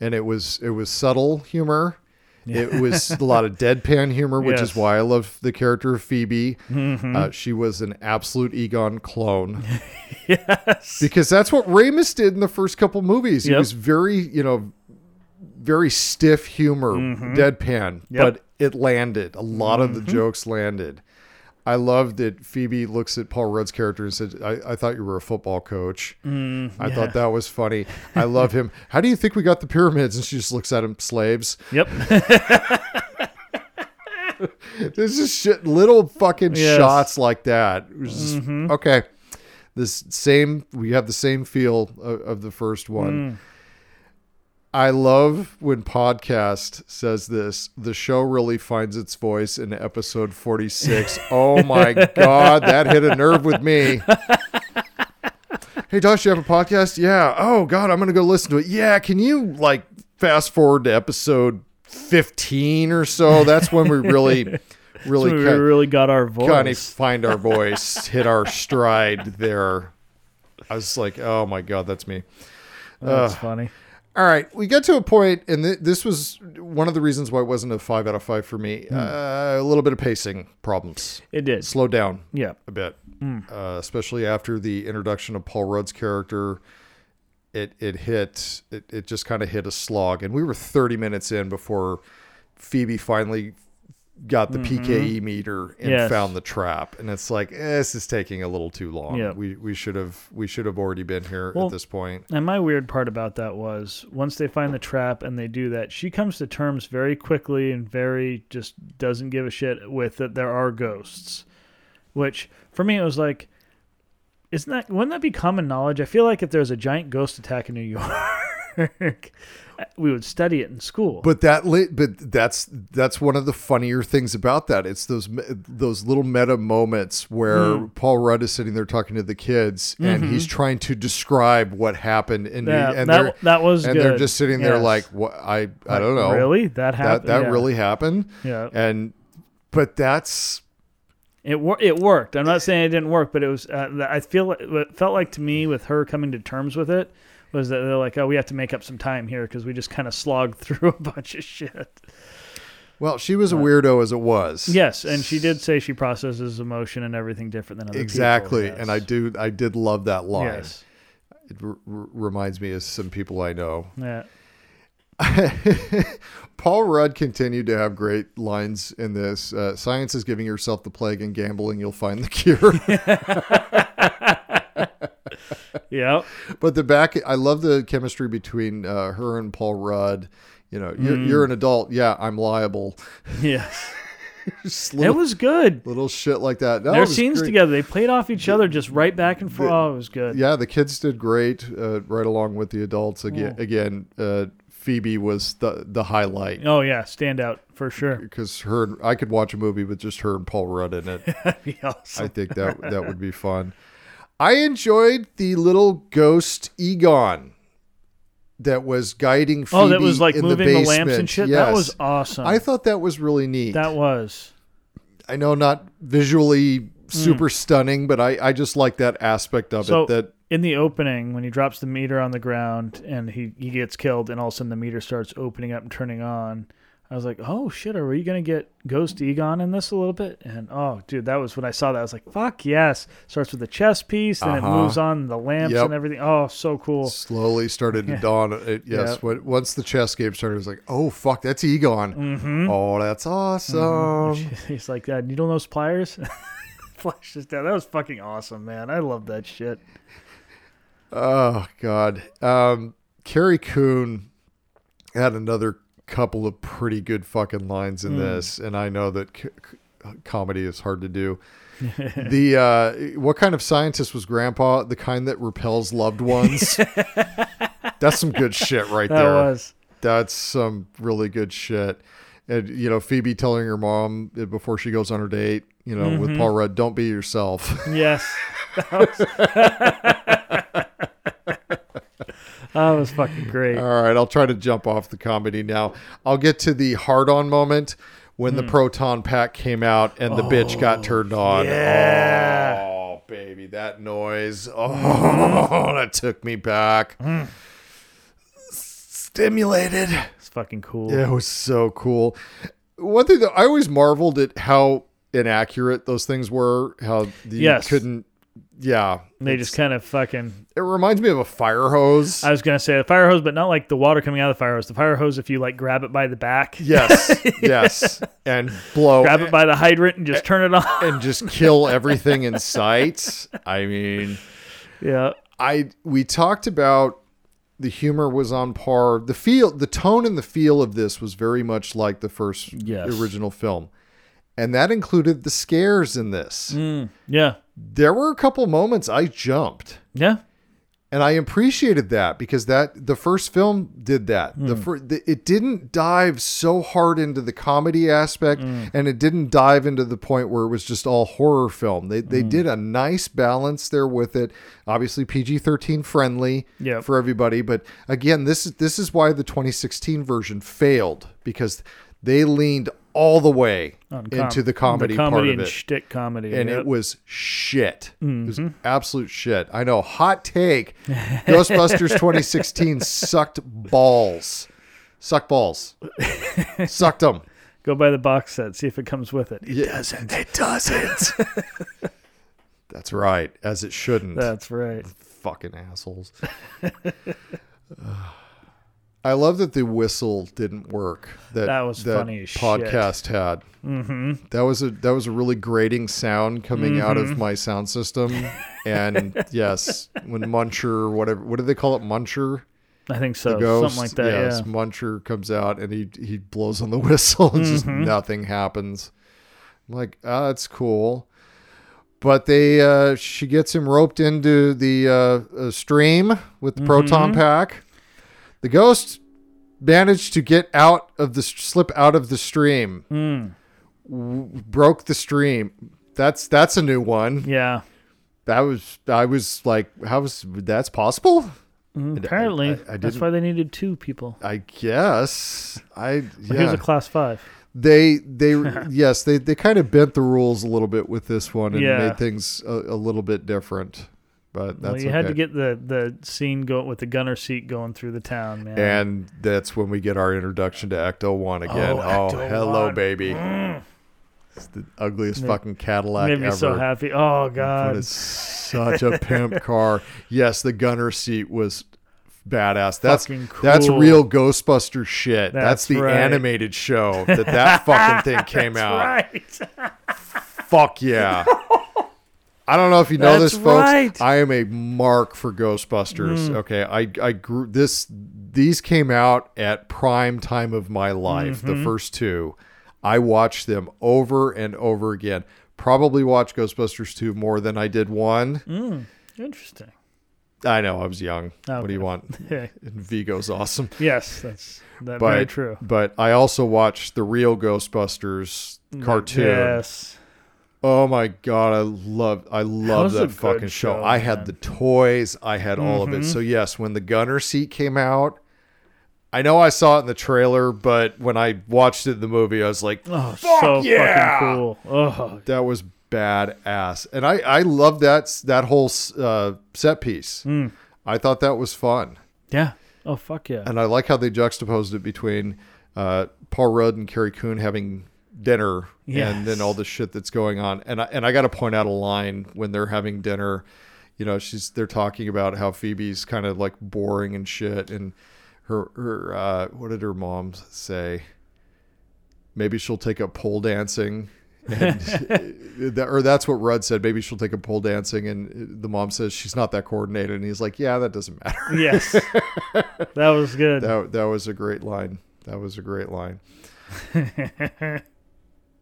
Speaker 1: and it was it was subtle humor. It was a
Speaker 4: [laughs]
Speaker 1: lot of deadpan humor, which
Speaker 4: Yes. Mm-hmm.
Speaker 1: is why I love the character of Phoebe. Uh, she was an absolute Egon
Speaker 4: [laughs]
Speaker 1: clone. yes, because that's what Ramus did in the first couple movies. He
Speaker 4: Yep.
Speaker 1: was very, you know, very stiff humor, deadpan,
Speaker 4: Mm-hmm. Yep. Mm-hmm.
Speaker 1: but it landed. A lot of the jokes landed. I love that Phoebe looks at Paul Rudd's character and says, I, I thought you were a football coach. I thought that was funny. I love him. How do you think we got the pyramids? And she just looks at him, slaves.
Speaker 4: Yep. [laughs]
Speaker 1: There's just shit, little fucking
Speaker 4: Yes.
Speaker 1: shots like that. It was just- Okay. This same, we have the same feel of, of the first one. I love when podcast says this. The show really finds its voice in episode 46. oh my God, that hit a nerve with me. Hey, Josh, you have a podcast? Yeah. Oh God, I'm gonna go listen to it. Yeah. Can you like fast forward to episode 15 or so? That's when we
Speaker 4: [laughs]
Speaker 1: really, really,
Speaker 4: we
Speaker 1: kind,
Speaker 4: really got our voice.
Speaker 1: kind of find
Speaker 4: [laughs]
Speaker 1: our voice, hit our stride there. I was like, oh my God, that's me.
Speaker 4: That's funny.
Speaker 1: All right, we got to a point, and th- this was one of the reasons why it wasn't a five out of five for me.
Speaker 4: Hmm.
Speaker 1: Uh, a little bit of pacing problems.
Speaker 4: It did.
Speaker 1: Slow down
Speaker 4: Yeah.
Speaker 1: a bit,
Speaker 4: Hmm.
Speaker 1: uh, especially after the introduction of Paul Rudd's character. It it hit it, it just kind of hit a slog, and we were thirty minutes in before Phoebe finally got the PKE meter and
Speaker 4: Mm-hmm. Yes.
Speaker 1: found the trap, and it's like eh, this is taking a little too long.
Speaker 4: Yeah.
Speaker 1: We we should have we should have already been here
Speaker 4: Well,
Speaker 1: at this point.
Speaker 4: And my weird part about that was once they find the trap and they do that, she comes to terms very quickly and very just doesn't give a shit with that there are ghosts. Which for me it was like isn't that wouldn't that be common knowledge? I feel like if there's a giant ghost attack in New [laughs] York we would study it in school.
Speaker 1: But that lit, but that's that's one of the funnier things about that. It's those me- those little meta moments where
Speaker 4: Hmm.
Speaker 1: Paul Rudd is sitting there talking to the kids, and he's trying to describe what happened, and
Speaker 4: Yeah,
Speaker 1: and
Speaker 4: Mm-hmm. that-
Speaker 1: they're,
Speaker 4: that was
Speaker 1: and they're
Speaker 4: good.
Speaker 1: just sitting there
Speaker 4: Yes.
Speaker 1: like, what I I don't know,
Speaker 4: Really? That
Speaker 1: that
Speaker 4: happened.
Speaker 1: that
Speaker 4: yeah.
Speaker 1: really happened,
Speaker 4: Yeah.
Speaker 1: and but that's
Speaker 4: It wor- it worked. I'm not saying it didn't work, but it was. Uh, th- I feel like- what it felt like to me with her coming to terms with it was that they're like, oh, we have to make up some time here because we just kind of slogged [laughs] through a bunch of shit.
Speaker 1: well, she was a weirdo as it was,
Speaker 4: Yes, and she did say she processes emotion and everything different than other
Speaker 1: exactly,
Speaker 4: people.
Speaker 1: and I do I did love that line.
Speaker 4: Yes.
Speaker 1: It r- r- reminds me of some people I know
Speaker 4: Yeah.
Speaker 1: [laughs] Paul Rudd continued to have great lines in this. Uh, Science is giving yourself the plague and gambling, you'll find the [laughs]
Speaker 4: [laughs]
Speaker 1: cure.
Speaker 4: Yep.
Speaker 1: but the back, I love the chemistry between uh, her and Paul Rudd. You know, you're, you're
Speaker 4: Mm.
Speaker 1: an adult. Yeah, I'm liable.
Speaker 4: Yes.
Speaker 1: [laughs] Just
Speaker 4: it
Speaker 1: little,
Speaker 4: was good.
Speaker 1: little shit like that. No, it
Speaker 4: Their
Speaker 1: was
Speaker 4: scenes
Speaker 1: great.
Speaker 4: together, they played off each other just right back and forth. Oh, it was good.
Speaker 1: Yeah, the kids did great uh, right along with the adults. Again, again uh, Phoebe was the, the highlight.
Speaker 4: Oh yeah, standout
Speaker 1: [laughs]
Speaker 4: for sure.
Speaker 1: Because her, and- I could watch a movie with just her and Paul Rudd in it.
Speaker 4: Yes. [laughs]
Speaker 1: I think that that would be fun. I enjoyed the little ghost Egon that was guiding Phoebe
Speaker 4: Oh, that was like
Speaker 1: in
Speaker 4: moving
Speaker 1: the,
Speaker 4: the,
Speaker 1: basement.
Speaker 4: lamps and shit. That
Speaker 1: Yes.
Speaker 4: was awesome.
Speaker 1: I thought that was really neat.
Speaker 4: that Mm. was.
Speaker 1: I know not visually super stunning, but I I just like that aspect of
Speaker 4: So
Speaker 1: it. That
Speaker 4: in the opening, when he drops the meter on the ground and he, he gets killed, and all of a sudden the meter starts opening up and turning on, I was like, oh shit, are we gonna get Ghost Egon in this a little bit? And oh dude, that was when I saw that. I was like, fuck yes. Starts with the chess piece, then it moves on the lamps
Speaker 1: Uh-huh. Yep.
Speaker 4: and everything. Oh, so cool.
Speaker 1: slowly started to dawn. It, yes,
Speaker 4: Yep.
Speaker 1: when- once the chess game started, it was like, oh fuck, that's Egon.
Speaker 4: Mm-hmm.
Speaker 1: Oh, that's awesome.
Speaker 4: [laughs] He's like, uh, needle nose [laughs] pliers. Flashes down. That was fucking awesome, man. I love that shit.
Speaker 1: Oh God, um, Carrie Coon had another couple of pretty good fucking lines
Speaker 4: Hmm.
Speaker 1: in this, and I know that c- c- comedy is hard to
Speaker 4: [laughs]
Speaker 1: do. the uh, what kind of scientist was Grandpa? The kind that repels loved
Speaker 4: [laughs]
Speaker 1: ones. That's some good shit right
Speaker 4: That
Speaker 1: there.
Speaker 4: was.
Speaker 1: That's some really good shit. And you know, Phoebe telling her mom before eh, she goes on her date, you know, with
Speaker 4: Mm-hmm.
Speaker 1: Paul Rudd, don't be yourself.
Speaker 4: Yes. That was, [laughs] that was fucking great.
Speaker 1: All right, I'll try to jump off the comedy now. I'll get to the hard on moment when
Speaker 4: Hmm.
Speaker 1: the proton pack came out and the bitch got turned on.
Speaker 4: Oh, yeah.
Speaker 1: Oh, baby, that noise. [laughs] Oh, that took me back.
Speaker 4: Hmm.
Speaker 1: Stimulated.
Speaker 4: It's fucking cool.
Speaker 1: Yeah, it was so cool. One thing that I always marveled at how inaccurate those things were, how you
Speaker 4: Yes.
Speaker 1: couldn't. Yeah.
Speaker 4: They just kind of fucking.
Speaker 1: It reminds me of a fire hose.
Speaker 4: I was gonna say the fire hose, but not like the water coming out of the fire hose. The fire hose, if you like grab it by the back, [laughs]
Speaker 1: Yes, yes, and blow
Speaker 4: grab it by the hydrant and
Speaker 1: Eh.
Speaker 4: just turn it on.
Speaker 1: and just kill everything in sight. I mean,
Speaker 4: [laughs] yeah.
Speaker 1: I we talked about the humor was on par. The feel, the tone, and the feel of this was very much like the first
Speaker 4: Yes.
Speaker 1: original film, and that included the scares in this.
Speaker 4: Yeah.
Speaker 1: There were a couple moments I jumped.
Speaker 4: Yeah.
Speaker 1: And I appreciated that because that the first film did that. The,
Speaker 4: Hmm.
Speaker 1: fir- the it didn't dive so hard into the comedy aspect,
Speaker 4: Hmm.
Speaker 1: and it didn't dive into the point where it was just all horror film. They
Speaker 4: Hmm.
Speaker 1: they did a nice balance there with it. Obviously PG thirteen friendly
Speaker 4: Yep.
Speaker 1: for everybody, but again, this is this is why the 2016 version failed because they leaned all the way
Speaker 4: On com-
Speaker 1: into the comedy,
Speaker 4: the comedy
Speaker 1: part of
Speaker 4: and
Speaker 1: it
Speaker 4: shtick comedy,
Speaker 1: and
Speaker 4: yep.
Speaker 1: it was shit. It was absolute shit. I know. Hot take. [laughs] Ghostbusters 2016 sucked balls. Suck balls. Sucked them.
Speaker 4: go buy the box set, see if it comes with it.
Speaker 1: It doesn't. It doesn't. [laughs] That's right. As it shouldn't.
Speaker 4: That's right.
Speaker 1: Fucking
Speaker 4: [laughs]
Speaker 1: assholes. I love that the whistle didn't work. That
Speaker 4: That was funny as shit.
Speaker 1: podcast had. Mm-hmm. That was a that was a really grating sound coming out
Speaker 4: Mm-hmm.
Speaker 1: of my sound system.
Speaker 4: [laughs]
Speaker 1: And yes, when Muncher, whatever, what do they call it? Muncher,
Speaker 4: I think so.
Speaker 1: ghost.
Speaker 4: Something like that.
Speaker 1: Yes,
Speaker 4: Yeah.
Speaker 1: Muncher comes out and he he blows on the [laughs] whistle and just
Speaker 4: Mm-hmm.
Speaker 1: nothing happens. I'm like, ah, that's cool. But they, uh, she gets him roped into the uh, uh, stream with
Speaker 4: Mm-hmm.
Speaker 1: the proton pack. The ghost managed to get out of the slip out of the stream.
Speaker 4: Mm.
Speaker 1: W- broke the stream. That's that's a new one.
Speaker 4: Yeah.
Speaker 1: That was I was like, how was that's possible?
Speaker 4: Apparently,
Speaker 1: I- I
Speaker 4: that's
Speaker 1: didn't-
Speaker 4: why they needed two people.
Speaker 1: I guess I yeah.
Speaker 4: Here's a class five.
Speaker 1: they
Speaker 4: [laughs]
Speaker 1: they yes they they kind of bent the rules a little bit with this one and
Speaker 4: Yeah.
Speaker 1: made things a, a little bit different but that's
Speaker 4: well, you
Speaker 1: okay.
Speaker 4: had to get the the scene go with the gunner seat going through the town, man.
Speaker 1: and that's when we get our introduction to ecto 1 again oh,
Speaker 4: Oh, Ecto-1.
Speaker 1: hello baby it's the ugliest fucking cadillac
Speaker 4: made me
Speaker 1: ever
Speaker 4: so happy. Oh
Speaker 1: but
Speaker 4: god,
Speaker 1: it's such a
Speaker 4: [laughs]
Speaker 1: pimp car yes the gunner seat was badass that's
Speaker 4: Fucking
Speaker 1: that's
Speaker 4: cool.
Speaker 1: real ghostbuster shit that's,
Speaker 4: That's
Speaker 1: the
Speaker 4: right.
Speaker 1: animated show that that
Speaker 4: [laughs]
Speaker 1: fucking thing came out
Speaker 4: right? [laughs]
Speaker 1: Fuck yeah. I don't know if you know
Speaker 4: That's
Speaker 1: this, folks.
Speaker 4: right. Mm.
Speaker 1: I am a mark for Ghostbusters. Okay, I I grew this. These came out at prime time of my life.
Speaker 4: Mm-hmm.
Speaker 1: The first two, I watched them over and over again. Probably watched Ghostbusters two more than I did one.
Speaker 4: Mm. Interesting.
Speaker 1: I know I was young. What do
Speaker 4: Okay.
Speaker 1: you want?
Speaker 4: [laughs] Yeah.
Speaker 1: And Vigo's awesome.
Speaker 4: Yes, that's that
Speaker 1: But
Speaker 4: very true.
Speaker 1: But I also watched the real Ghostbusters cartoon.
Speaker 4: Mm, Yes.
Speaker 1: Oh my god, I love I love
Speaker 4: was a
Speaker 1: that
Speaker 4: good
Speaker 1: fucking show.
Speaker 4: show,
Speaker 1: I had
Speaker 4: man. Mm-hmm.
Speaker 1: the toys, I had all of it. So yes, when the gunner seat came out, I know I saw it in the trailer, but when I watched it in the movie, I was like,
Speaker 4: Oh, so
Speaker 1: yeah!
Speaker 4: fucking cool. Oh,
Speaker 1: that was badass. And I I love that that whole uh, set piece.
Speaker 4: Mm.
Speaker 1: I thought that was fun.
Speaker 4: yeah. Oh,
Speaker 1: [laughs]
Speaker 4: fuck yeah.
Speaker 1: And I like how they juxtaposed it between uh, Paul Rudd and Carrie Coon having dinner and then
Speaker 4: Yes.
Speaker 1: all the shit that's going on. And I, and I got to point out a line when they're having dinner. You know, she's they're talking about how Phoebe's kind of like boring and shit. And her her uh, what did her mom say? Maybe she'll take up pole dancing. And [laughs] that, or that's what Rudd said. Maybe she'll take up pole dancing. And the mom says she's not that coordinated. And he's like, yeah, that doesn't matter.
Speaker 4: Yes. that was
Speaker 1: [laughs]
Speaker 4: good.
Speaker 1: That that was a great line. That was a great
Speaker 4: [laughs]
Speaker 1: line.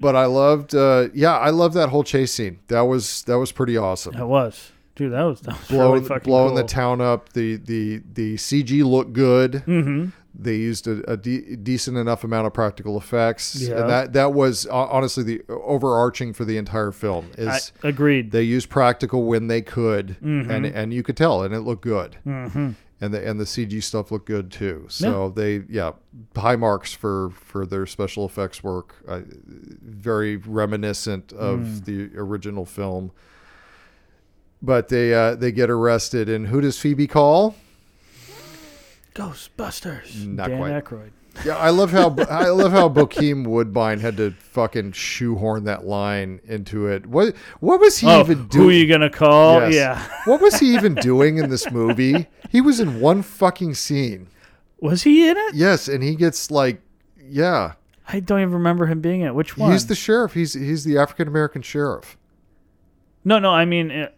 Speaker 1: but I loved, uh, yeah, I loved that whole chase scene. That was that was pretty awesome.
Speaker 4: That was. Dude, that was, that was
Speaker 1: blowing
Speaker 4: really fucking
Speaker 1: blowing
Speaker 4: cool.
Speaker 1: the town up. The the the CG looked good. Mm-hmm. They used a, a de- decent enough amount of practical effects,
Speaker 4: Yeah.
Speaker 1: and that that was uh, honestly the overarching for the entire film is
Speaker 4: I, Mm-hmm. agreed.
Speaker 1: they used practical when they could, and and you could tell, and it looked good, mm-hmm. and the and the CG stuff looked good too. So they yeah, high marks for for their special effects work. Uh, very reminiscent of
Speaker 4: Hmm.
Speaker 1: the original film. But they uh, they get arrested, and who does Phoebe call?
Speaker 4: Ghostbusters.
Speaker 1: Not
Speaker 4: Dan
Speaker 1: quite.
Speaker 4: Aykroyd.
Speaker 1: Yeah, I love how [laughs] I love how Bokeem Woodbine had to fucking shoehorn that line into it. What what was he
Speaker 4: Oh,
Speaker 1: even doing?
Speaker 4: who are you gonna call?
Speaker 1: Yes.
Speaker 4: Yeah.
Speaker 1: [laughs] what was he even doing in this movie? He was in one fucking scene.
Speaker 4: Was he in it?
Speaker 1: Yes, and he gets like, yeah,
Speaker 4: I don't even remember him being in it. Which one?
Speaker 1: he's the sheriff. He's he's the African American sheriff.
Speaker 4: no, no. I mean, uh,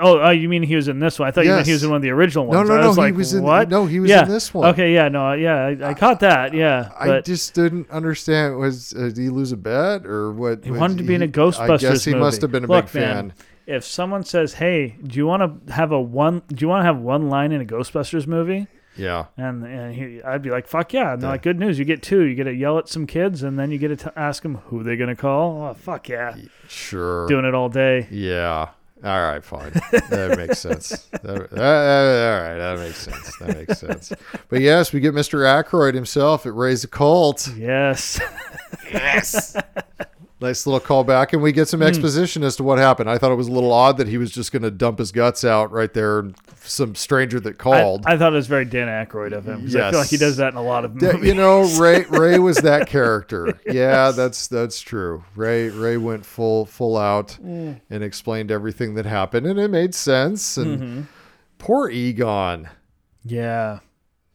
Speaker 4: oh, oh, you mean he was in this one? I thought you meant he
Speaker 1: Yes.
Speaker 4: was in one of the original ones.
Speaker 1: no,
Speaker 4: I
Speaker 1: no,
Speaker 4: was
Speaker 1: he
Speaker 4: like,
Speaker 1: was in-
Speaker 4: what?
Speaker 1: no, he was
Speaker 4: Yeah.
Speaker 1: in this one.
Speaker 4: Okay, yeah, no, yeah, I, I caught that. Yeah,
Speaker 1: I
Speaker 4: but
Speaker 1: just didn't understand. Was uh, did he lose a bet or what?
Speaker 4: he wanted to be in a Ghostbusters
Speaker 1: I guess he
Speaker 4: movie.
Speaker 1: must have been a
Speaker 4: Look,
Speaker 1: big
Speaker 4: man,
Speaker 1: fan.
Speaker 4: If someone says, "Hey, do you want to have a one? Do you want to have one line in a Ghostbusters movie?"
Speaker 1: Yeah,
Speaker 4: And, and he, I'd be like, fuck yeah. And they're like, good news. You get two. You get to yell at some kids, and then you get to t- ask them who they're going to call. Oh, fuck yeah.
Speaker 1: sure.
Speaker 4: Doing it all day.
Speaker 1: Yeah. All right,
Speaker 4: [laughs]
Speaker 1: fine. That makes sense. That- uh, uh, all right, that makes sense. That makes sense. But yes, we get Mr. Aykroyd himself at Raise the Cult.
Speaker 4: Yes.
Speaker 1: Nice little callback, and we get
Speaker 4: Hmm.
Speaker 1: some exposition as to what happened. I thought it was a little odd that he was just going to dump his guts out right there. and Some stranger that
Speaker 4: I,
Speaker 1: called.
Speaker 4: I thought it was very Dan Aykroyd of him. 'cause I
Speaker 1: Yes.
Speaker 4: feel like he does that in a lot
Speaker 1: [laughs]
Speaker 4: of
Speaker 1: Yeah,
Speaker 4: movies. [laughs]
Speaker 1: you know, Ray Ray was that character. Yeah, that's that's true. Ray Ray went full full out and explained everything that happened, and it made sense. And poor Egon,
Speaker 4: yeah.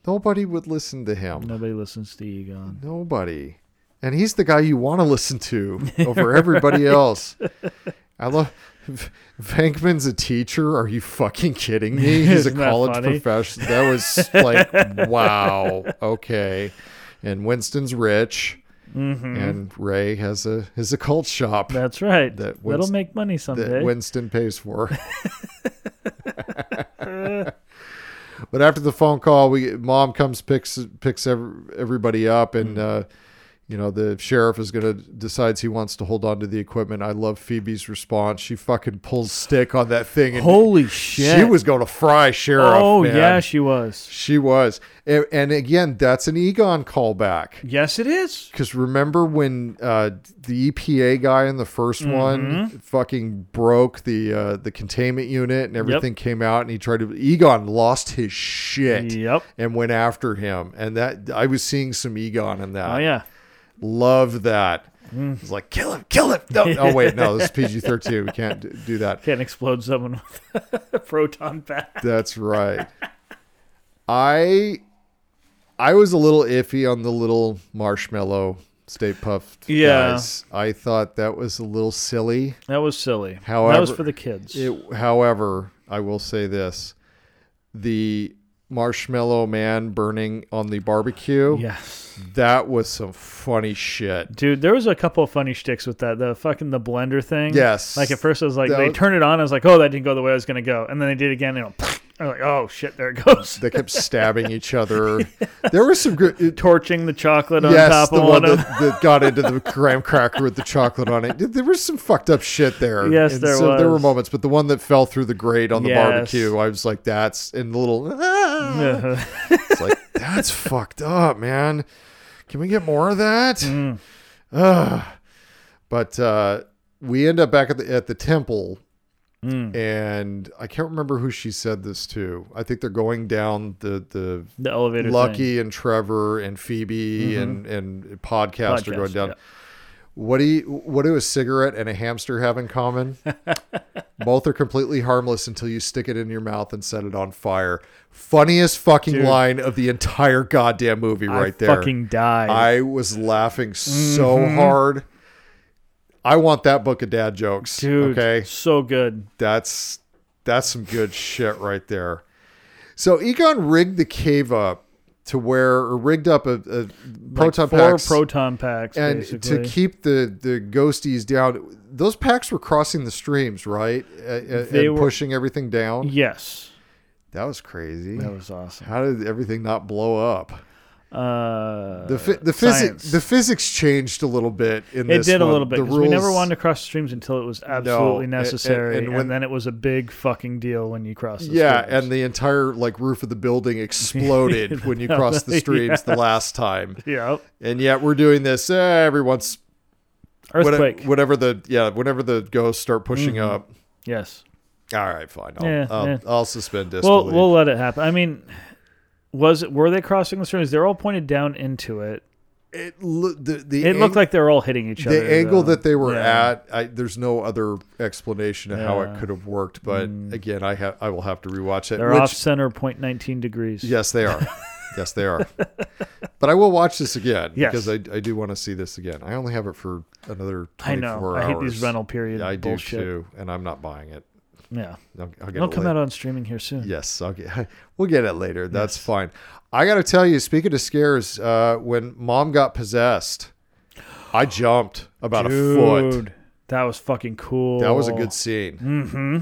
Speaker 1: nobody would listen to him.
Speaker 4: Nobody listens to Egon.
Speaker 1: Nobody. And he's the guy you want to listen to over
Speaker 4: [laughs]
Speaker 1: everybody else. I love Venkman's a teacher. Are you fucking kidding
Speaker 4: [laughs]
Speaker 1: me? He's a
Speaker 4: Isn't that
Speaker 1: college
Speaker 4: funny?
Speaker 1: professional. That was
Speaker 4: [laughs]
Speaker 1: like, wow. Okay. And Winston's rich. And Ray has a his occult shop that,
Speaker 4: That's right.
Speaker 1: That
Speaker 4: Mm-hmm. That
Speaker 1: Winst-
Speaker 4: will make money someday.
Speaker 1: Winston pays
Speaker 4: [laughs]
Speaker 1: for. [laughs] but after the phone call, we mom comes picks picks ev- everybody up, and
Speaker 4: Mm.
Speaker 1: uh, you know the sheriff is gonna decides he wants to hold on to the equipment. I love Phoebe's response. She fucking pulls stick on that thing, and
Speaker 4: Holy
Speaker 1: [laughs] she
Speaker 4: shit.
Speaker 1: was gonna fry sheriff.
Speaker 4: Oh,
Speaker 1: man.
Speaker 4: yeah, she was.
Speaker 1: she was. And, and again, that's an Egon callback.
Speaker 4: Yes, it is.
Speaker 1: Because remember when uh, the EPA guy in the 1st
Speaker 4: Mm-hmm.
Speaker 1: one fucking broke the uh, the containment unit and everything came out, and he tried to Egon lost his shit
Speaker 4: Yep.
Speaker 1: and went after him, and that I was seeing some Egon in that.
Speaker 4: Oh, yeah. Mm.
Speaker 1: love that. It's like kill him, kill him.
Speaker 4: [laughs]
Speaker 1: No, oh wait, no, this is PG thirteen. We can't d- do that.
Speaker 4: Can't explode someone [laughs] with a proton pack.
Speaker 1: That's right. I I was a little iffy on the little marshmallow Stay Puffed
Speaker 4: Yeah.
Speaker 1: guys. I thought that was a little silly.
Speaker 4: That was silly. that was
Speaker 1: However-
Speaker 4: for the kids.
Speaker 1: It, however, I will say this: the marshmallow man burning on the barbecue.
Speaker 4: yes.
Speaker 1: That was some funny shit.
Speaker 4: Dude, there was a couple of funny shticks with that. The fucking the blender thing.
Speaker 1: Yes.
Speaker 4: Like at first I was like,
Speaker 1: That
Speaker 4: they
Speaker 1: was-
Speaker 4: turned it on. I was like, oh, that didn't go the way I was gonna go. And then they did again. And I'm [laughs] like, oh shit, there it goes.
Speaker 1: They kept stabbing each other. There was some good. it-
Speaker 4: Torching the chocolate on
Speaker 1: yes,
Speaker 4: top
Speaker 1: the
Speaker 4: of
Speaker 1: one
Speaker 4: one of.
Speaker 1: that, that got into the graham cracker with the chocolate on it. There was some fucked up shit there.
Speaker 4: [laughs] Yes,
Speaker 1: And
Speaker 4: there
Speaker 1: so There were
Speaker 4: was.
Speaker 1: moments, but the one that fell through the grate on the
Speaker 4: Yes.
Speaker 1: barbecue, I was like, "That's in the little." [laughs] "Ah."
Speaker 4: [laughs]
Speaker 1: it's like that's fucked up, man. Can we get more of that?
Speaker 4: Mm.
Speaker 1: Ugh. But uh, we end up back at the at the temple.
Speaker 4: Mm.
Speaker 1: And I can't remember who she said this to. I think they're going down the the
Speaker 4: the elevator. thing.
Speaker 1: Lucky and Trevor and Phoebe and and podcast, are
Speaker 4: Podcast,
Speaker 1: going down.
Speaker 4: Mm-hmm. yeah.
Speaker 1: What do you, what do a cigarette and a hamster have in
Speaker 4: [laughs]
Speaker 1: common? Both are completely harmless until you stick it in your mouth and set it on fire. Funniest fucking line of the entire goddamn movie
Speaker 4: I
Speaker 1: right there.
Speaker 4: Fucking Mm-hmm. died.
Speaker 1: I was laughing so hard. I want that book of dad jokes.
Speaker 4: Dude,
Speaker 1: okay
Speaker 4: so good.
Speaker 1: that's that's some good shit right there. So Egon rigged the cave up to where or rigged up a, a proton
Speaker 4: Four
Speaker 1: packs
Speaker 4: proton packs,
Speaker 1: and
Speaker 4: basically.
Speaker 1: to keep the the ghosties down. Those packs were crossing the streams, right? Uh, uh,
Speaker 4: They
Speaker 1: and
Speaker 4: were-
Speaker 1: pushing everything down.
Speaker 4: yes,
Speaker 1: That was crazy.
Speaker 4: that was awesome.
Speaker 1: How did everything not blow up?
Speaker 4: uh,
Speaker 1: The phy- the physics
Speaker 4: science.
Speaker 1: the physics changed a little bit in
Speaker 4: it
Speaker 1: this.
Speaker 4: did a
Speaker 1: one.
Speaker 4: little bit
Speaker 1: The
Speaker 4: 'cause we never
Speaker 1: rules-
Speaker 4: wanted to cross streams until it was absolutely
Speaker 1: and- and-
Speaker 4: necessary,
Speaker 1: and
Speaker 4: and,
Speaker 1: when-
Speaker 4: then it was a big fucking deal when you crossed. The
Speaker 1: Yeah,
Speaker 4: streams.
Speaker 1: and the entire like roof of the
Speaker 4: [laughs]
Speaker 1: building exploded when you crossed the streams the last time,
Speaker 4: yeah,
Speaker 1: and yet we're doing this uh, every once whate-
Speaker 4: earthquake.
Speaker 1: whatever the yeah whenever the ghosts start pushing up.
Speaker 4: yes.
Speaker 1: All right, fine. I'll,
Speaker 4: Yeah,
Speaker 1: I'll,
Speaker 4: yeah.
Speaker 1: I'll suspend
Speaker 4: Well,
Speaker 1: disbelief.
Speaker 4: we'll let it happen. I mean, was it, were they crossing the streams? They're all pointed down into it.
Speaker 1: it lo- the, the
Speaker 4: It looked like they're all hitting each other.
Speaker 1: the angle
Speaker 4: though.
Speaker 1: that they were
Speaker 4: Yeah.
Speaker 1: at. I, there's no other explanation of how it
Speaker 4: Yeah. Mm.
Speaker 1: could have worked. But again, I have I will have to rewatch it.
Speaker 4: They're
Speaker 1: which-
Speaker 4: off center 0.19 degrees.
Speaker 1: Yes, they
Speaker 4: [laughs]
Speaker 1: are. yes, they are. But I will watch this again
Speaker 4: Yes.
Speaker 1: because I, I do want to see this again. I only have it for another 24
Speaker 4: I know.
Speaker 1: hours.
Speaker 4: I hate these rental period
Speaker 1: Yeah, I do
Speaker 4: bullshit.
Speaker 1: too, and I'm not buying it.
Speaker 4: Yeah,
Speaker 1: I'll, I'll get
Speaker 4: it'll
Speaker 1: it
Speaker 4: come
Speaker 1: later.
Speaker 4: out on streaming here soon.
Speaker 1: Yes, I'll get, we'll get it [laughs] later. That's fine. I got to tell you, speaking of scares, uh, when mom got possessed, I jumped about a foot.
Speaker 4: Dude, Oh. that was fucking cool.
Speaker 1: That was a good scene. Mm-hmm.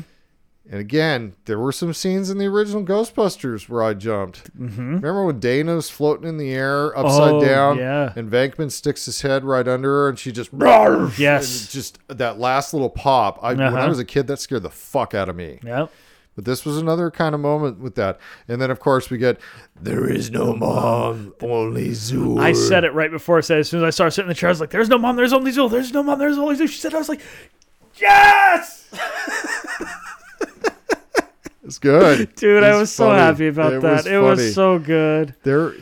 Speaker 1: And again, there were some scenes in the original Ghostbusters where I jumped. Mm-hmm. Remember when Dana's floating in the air upside
Speaker 4: Oh,
Speaker 1: down,
Speaker 4: yeah.
Speaker 1: and Vankman sticks his head right under her, and she just yes,
Speaker 4: Yes.
Speaker 1: just that last little pop. I, When I
Speaker 4: Uh-huh.
Speaker 1: was a kid, that scared the fuck out of me.
Speaker 4: Yep.
Speaker 1: But this was another kind of moment with that. And then, of course, we get there is no mom, only zoo.
Speaker 4: I said it right before I said. it. As soon as I started sitting in the chair, I was like, "There's no mom. There's only Zool. There's no mom. There's only Zool." She said, "I was like, yes,
Speaker 1: it's good,
Speaker 4: [laughs] dude. I
Speaker 1: It's
Speaker 4: was so
Speaker 1: funny.
Speaker 4: happy about
Speaker 1: It
Speaker 4: that.
Speaker 1: was
Speaker 4: it was
Speaker 1: funny.
Speaker 4: so good.
Speaker 1: There,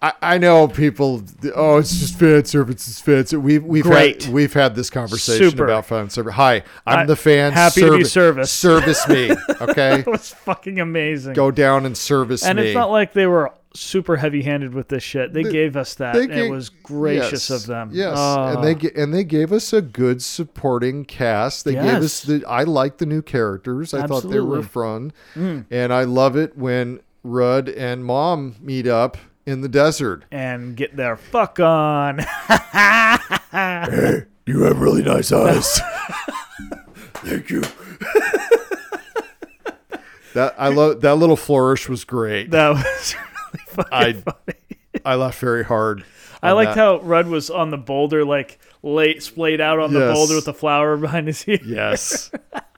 Speaker 1: I, I know people. Oh, it's just fan service. It's fan service. We've we've
Speaker 4: Great.
Speaker 1: had we've had this conversation
Speaker 4: Super.
Speaker 1: about fan service. Hi, I'm
Speaker 4: I-
Speaker 1: the fan.
Speaker 4: happy to be
Speaker 1: service. Service
Speaker 4: [laughs]
Speaker 1: me, okay?
Speaker 4: It was fucking amazing."
Speaker 1: Go down and service
Speaker 4: and
Speaker 1: me.
Speaker 4: it's not like they were super heavy-handed with this shit. They, gave us that.
Speaker 1: They
Speaker 4: and
Speaker 1: ga-
Speaker 4: it was
Speaker 1: yes,
Speaker 4: gracious of them.
Speaker 1: Yes,
Speaker 4: Ah.
Speaker 1: and they ga- and they gave us a good supporting cast. They gave us
Speaker 4: Yes.
Speaker 1: the. I like the new characters. I thought they were
Speaker 4: Absolutely. Hmm.
Speaker 1: fun, and I love it when Rudd and Mom meet up in the desert.
Speaker 4: and get their fuck on. [laughs]
Speaker 1: You have really nice [laughs] eyes. Thank you. that I love that little flourish was great.
Speaker 4: that was really funny.
Speaker 1: I I laughed very hard.
Speaker 4: I
Speaker 1: on
Speaker 4: liked
Speaker 1: that.
Speaker 4: how Rudd was on the boulder, like late splayed out on the
Speaker 1: Yes.
Speaker 4: boulder with the flower [laughs] behind his ear.
Speaker 1: yes. [laughs]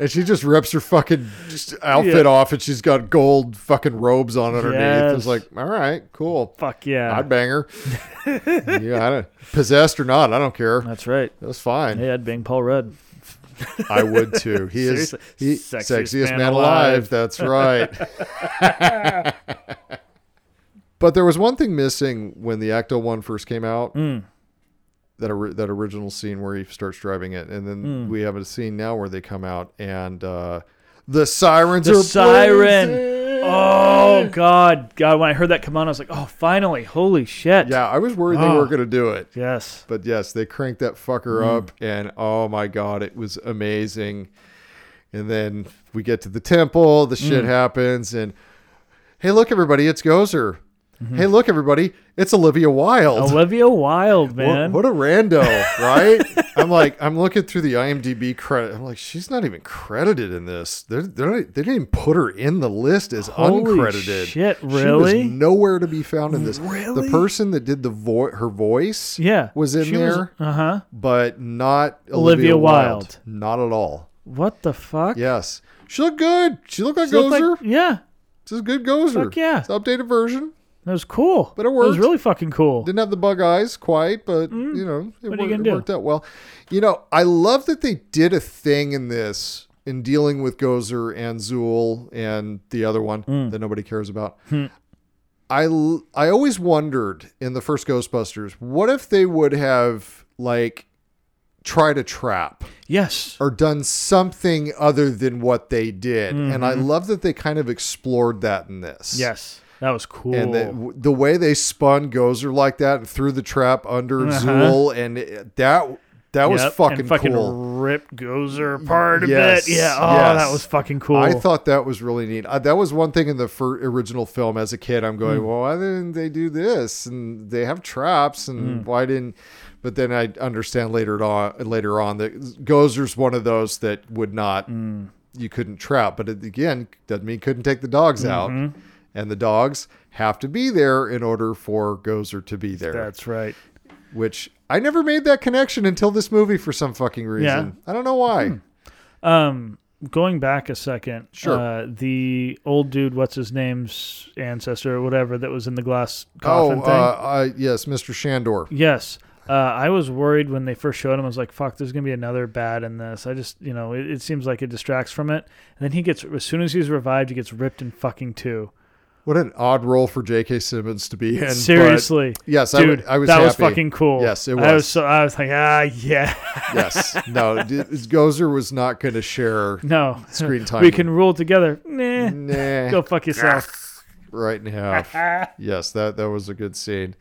Speaker 1: And she just rips her fucking just outfit
Speaker 4: Yeah.
Speaker 1: off, and she's got gold fucking robes on underneath. It's
Speaker 4: Yes.
Speaker 1: like, all right, cool.
Speaker 4: Fuck yeah.
Speaker 1: I'd bang
Speaker 4: [laughs]
Speaker 1: her. yeah, I don't, possessed or not, I don't care.
Speaker 4: That's right.
Speaker 1: That's fine.
Speaker 4: Yeah, I'd bang Paul Rudd.
Speaker 1: I would too.
Speaker 4: [laughs]
Speaker 1: He is
Speaker 4: Seriously.
Speaker 1: he, sexiest,
Speaker 4: Sexiest
Speaker 1: man,
Speaker 4: man
Speaker 1: alive.
Speaker 4: alive.
Speaker 1: That's right.
Speaker 4: [laughs]
Speaker 1: but there was one thing missing when the Acto One first came out.
Speaker 4: Hmm.
Speaker 1: That or, that original scene where he starts driving it, and then
Speaker 4: Hmm.
Speaker 1: we have a scene now where they come out and uh, the sirens
Speaker 4: The
Speaker 1: are
Speaker 4: siren.
Speaker 1: blazing.
Speaker 4: Oh God, God! When I heard that come on, I was like, "Oh, finally! Holy shit!"
Speaker 1: Yeah, I was worried they
Speaker 4: Oh.
Speaker 1: were going to do it.
Speaker 4: Yes.
Speaker 1: But yes, they cranked that fucker
Speaker 4: Mm.
Speaker 1: up, and oh my god, it was amazing. And then we get to the temple, the
Speaker 4: Mm.
Speaker 1: shit happens, and hey, look everybody, it's Gozer.
Speaker 4: Mm-hmm.
Speaker 1: Hey, look everybody, it's Olivia Wilde.
Speaker 4: Olivia Wilde,
Speaker 1: Wha-
Speaker 4: Oh, man.
Speaker 1: What, a rando, right? [laughs] I'm like, I'm looking through the IMDb credit. I'm like, she's not even credited in this. They're, they're not, they didn't even put her in the list as
Speaker 4: Holy
Speaker 1: uncredited.
Speaker 4: shit,
Speaker 1: She was
Speaker 4: really?
Speaker 1: nowhere to be found in this. The
Speaker 4: Really?
Speaker 1: person that did the vo- her voice,
Speaker 4: yeah.
Speaker 1: was in there
Speaker 4: Uh huh.
Speaker 1: but not Olivia,
Speaker 4: Olivia
Speaker 1: Wilde.
Speaker 4: Wilde.
Speaker 1: Not at all.
Speaker 4: What the fuck?
Speaker 1: Yes. She looked good. She looked like
Speaker 4: It looked like-
Speaker 1: Gozer.
Speaker 4: yeah.
Speaker 1: This is a good Gozer.
Speaker 4: Fuck yeah.
Speaker 1: It's an updated version.
Speaker 4: That was cool.
Speaker 1: But it
Speaker 4: It
Speaker 1: worked.
Speaker 4: was really fucking cool.
Speaker 1: Didn't have the bug eyes quite, but you know, it,
Speaker 4: Mm. What
Speaker 1: wor-
Speaker 4: are you gonna
Speaker 1: it
Speaker 4: do?
Speaker 1: worked out well. You know, I love that they did a thing in this in dealing with Gozer and Zool and the other one
Speaker 4: Mm.
Speaker 1: that nobody cares about.
Speaker 4: Hmm.
Speaker 1: I l- I always wondered in the first Ghostbusters, what if they would have like tried a trap?
Speaker 4: yes.
Speaker 1: or done something other than what they did. And I love that they kind of explored that in this.
Speaker 4: Mm-hmm. Yes. That was cool.
Speaker 1: And the, the way they spun Gozer like that and threw the trap under
Speaker 4: Uh-huh.
Speaker 1: Zool, and it- that that was
Speaker 4: Yep,
Speaker 1: fucking,
Speaker 4: and fucking
Speaker 1: cool.
Speaker 4: Rip Gozer part of
Speaker 1: Yes,
Speaker 4: it. Yeah. Oh,
Speaker 1: yes.
Speaker 4: that was fucking cool.
Speaker 1: I thought that was really neat. I, that was one thing in the fir- original film. As a kid, I'm
Speaker 4: Hmm.
Speaker 1: going, well, why didn't they do this? And they have traps, and
Speaker 4: Hmm.
Speaker 1: why didn't? But then I understand later on, later on that Gozer's one of those
Speaker 4: Hmm.
Speaker 1: that
Speaker 4: Mm-hmm.
Speaker 1: would not, you couldn't trap. But it, again, doesn't mean you couldn't take the dogs out. and the dogs have to be there in order for Gozer to be there.
Speaker 4: That's right.
Speaker 1: which I never made that connection until this movie for some fucking reason. I don't know
Speaker 4: Hmm.
Speaker 1: why.
Speaker 4: Um, going back a second,
Speaker 1: Sure.
Speaker 4: Uh, the old dude, what's his name's ancestor or whatever that was in the glass coffin
Speaker 1: Oh, uh,
Speaker 4: thing.
Speaker 1: uh, yes, Mr. Shandor.
Speaker 4: yes. Uh, I was worried when they first showed him. I was like, "Fuck, there's gonna be another bad in this." I just, you know, it, it seems like it distracts from it. And then he gets, as soon as he's revived, he gets ripped in fucking
Speaker 1: [laughs]
Speaker 4: two.
Speaker 1: What an odd role for J.K. Simmons to be in. but-
Speaker 4: Seriously,
Speaker 1: yes, I,
Speaker 4: dude,
Speaker 1: would, I was
Speaker 4: that
Speaker 1: happy.
Speaker 4: was fucking [laughs] cool.
Speaker 1: Yes, it
Speaker 4: I
Speaker 1: was.
Speaker 4: was so, I was like, ah, yeah, [laughs]
Speaker 1: yes, no, d- Gozer was not going to
Speaker 4: [laughs]
Speaker 1: share
Speaker 4: no,
Speaker 1: Screen time.
Speaker 4: We can rule together. Nah,
Speaker 1: nah,
Speaker 4: go fuck yourself.
Speaker 1: right in
Speaker 4: [laughs]
Speaker 1: half. yes, that that was a good scene.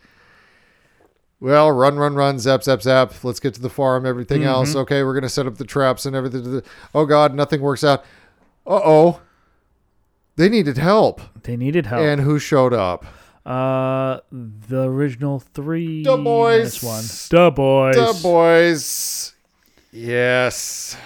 Speaker 1: Well, run, run, run, zap, zap, zap. Let's get to the farm. Everything
Speaker 4: Mm-hmm.
Speaker 1: else, okay? We're gonna set up the traps and everything. Oh God, nothing works out. Uh oh, they needed help,
Speaker 4: They needed help.
Speaker 1: and who showed up?
Speaker 4: Uh, the original three.
Speaker 1: Da Boys.
Speaker 4: This one. Da boys.
Speaker 1: The boys. Yes.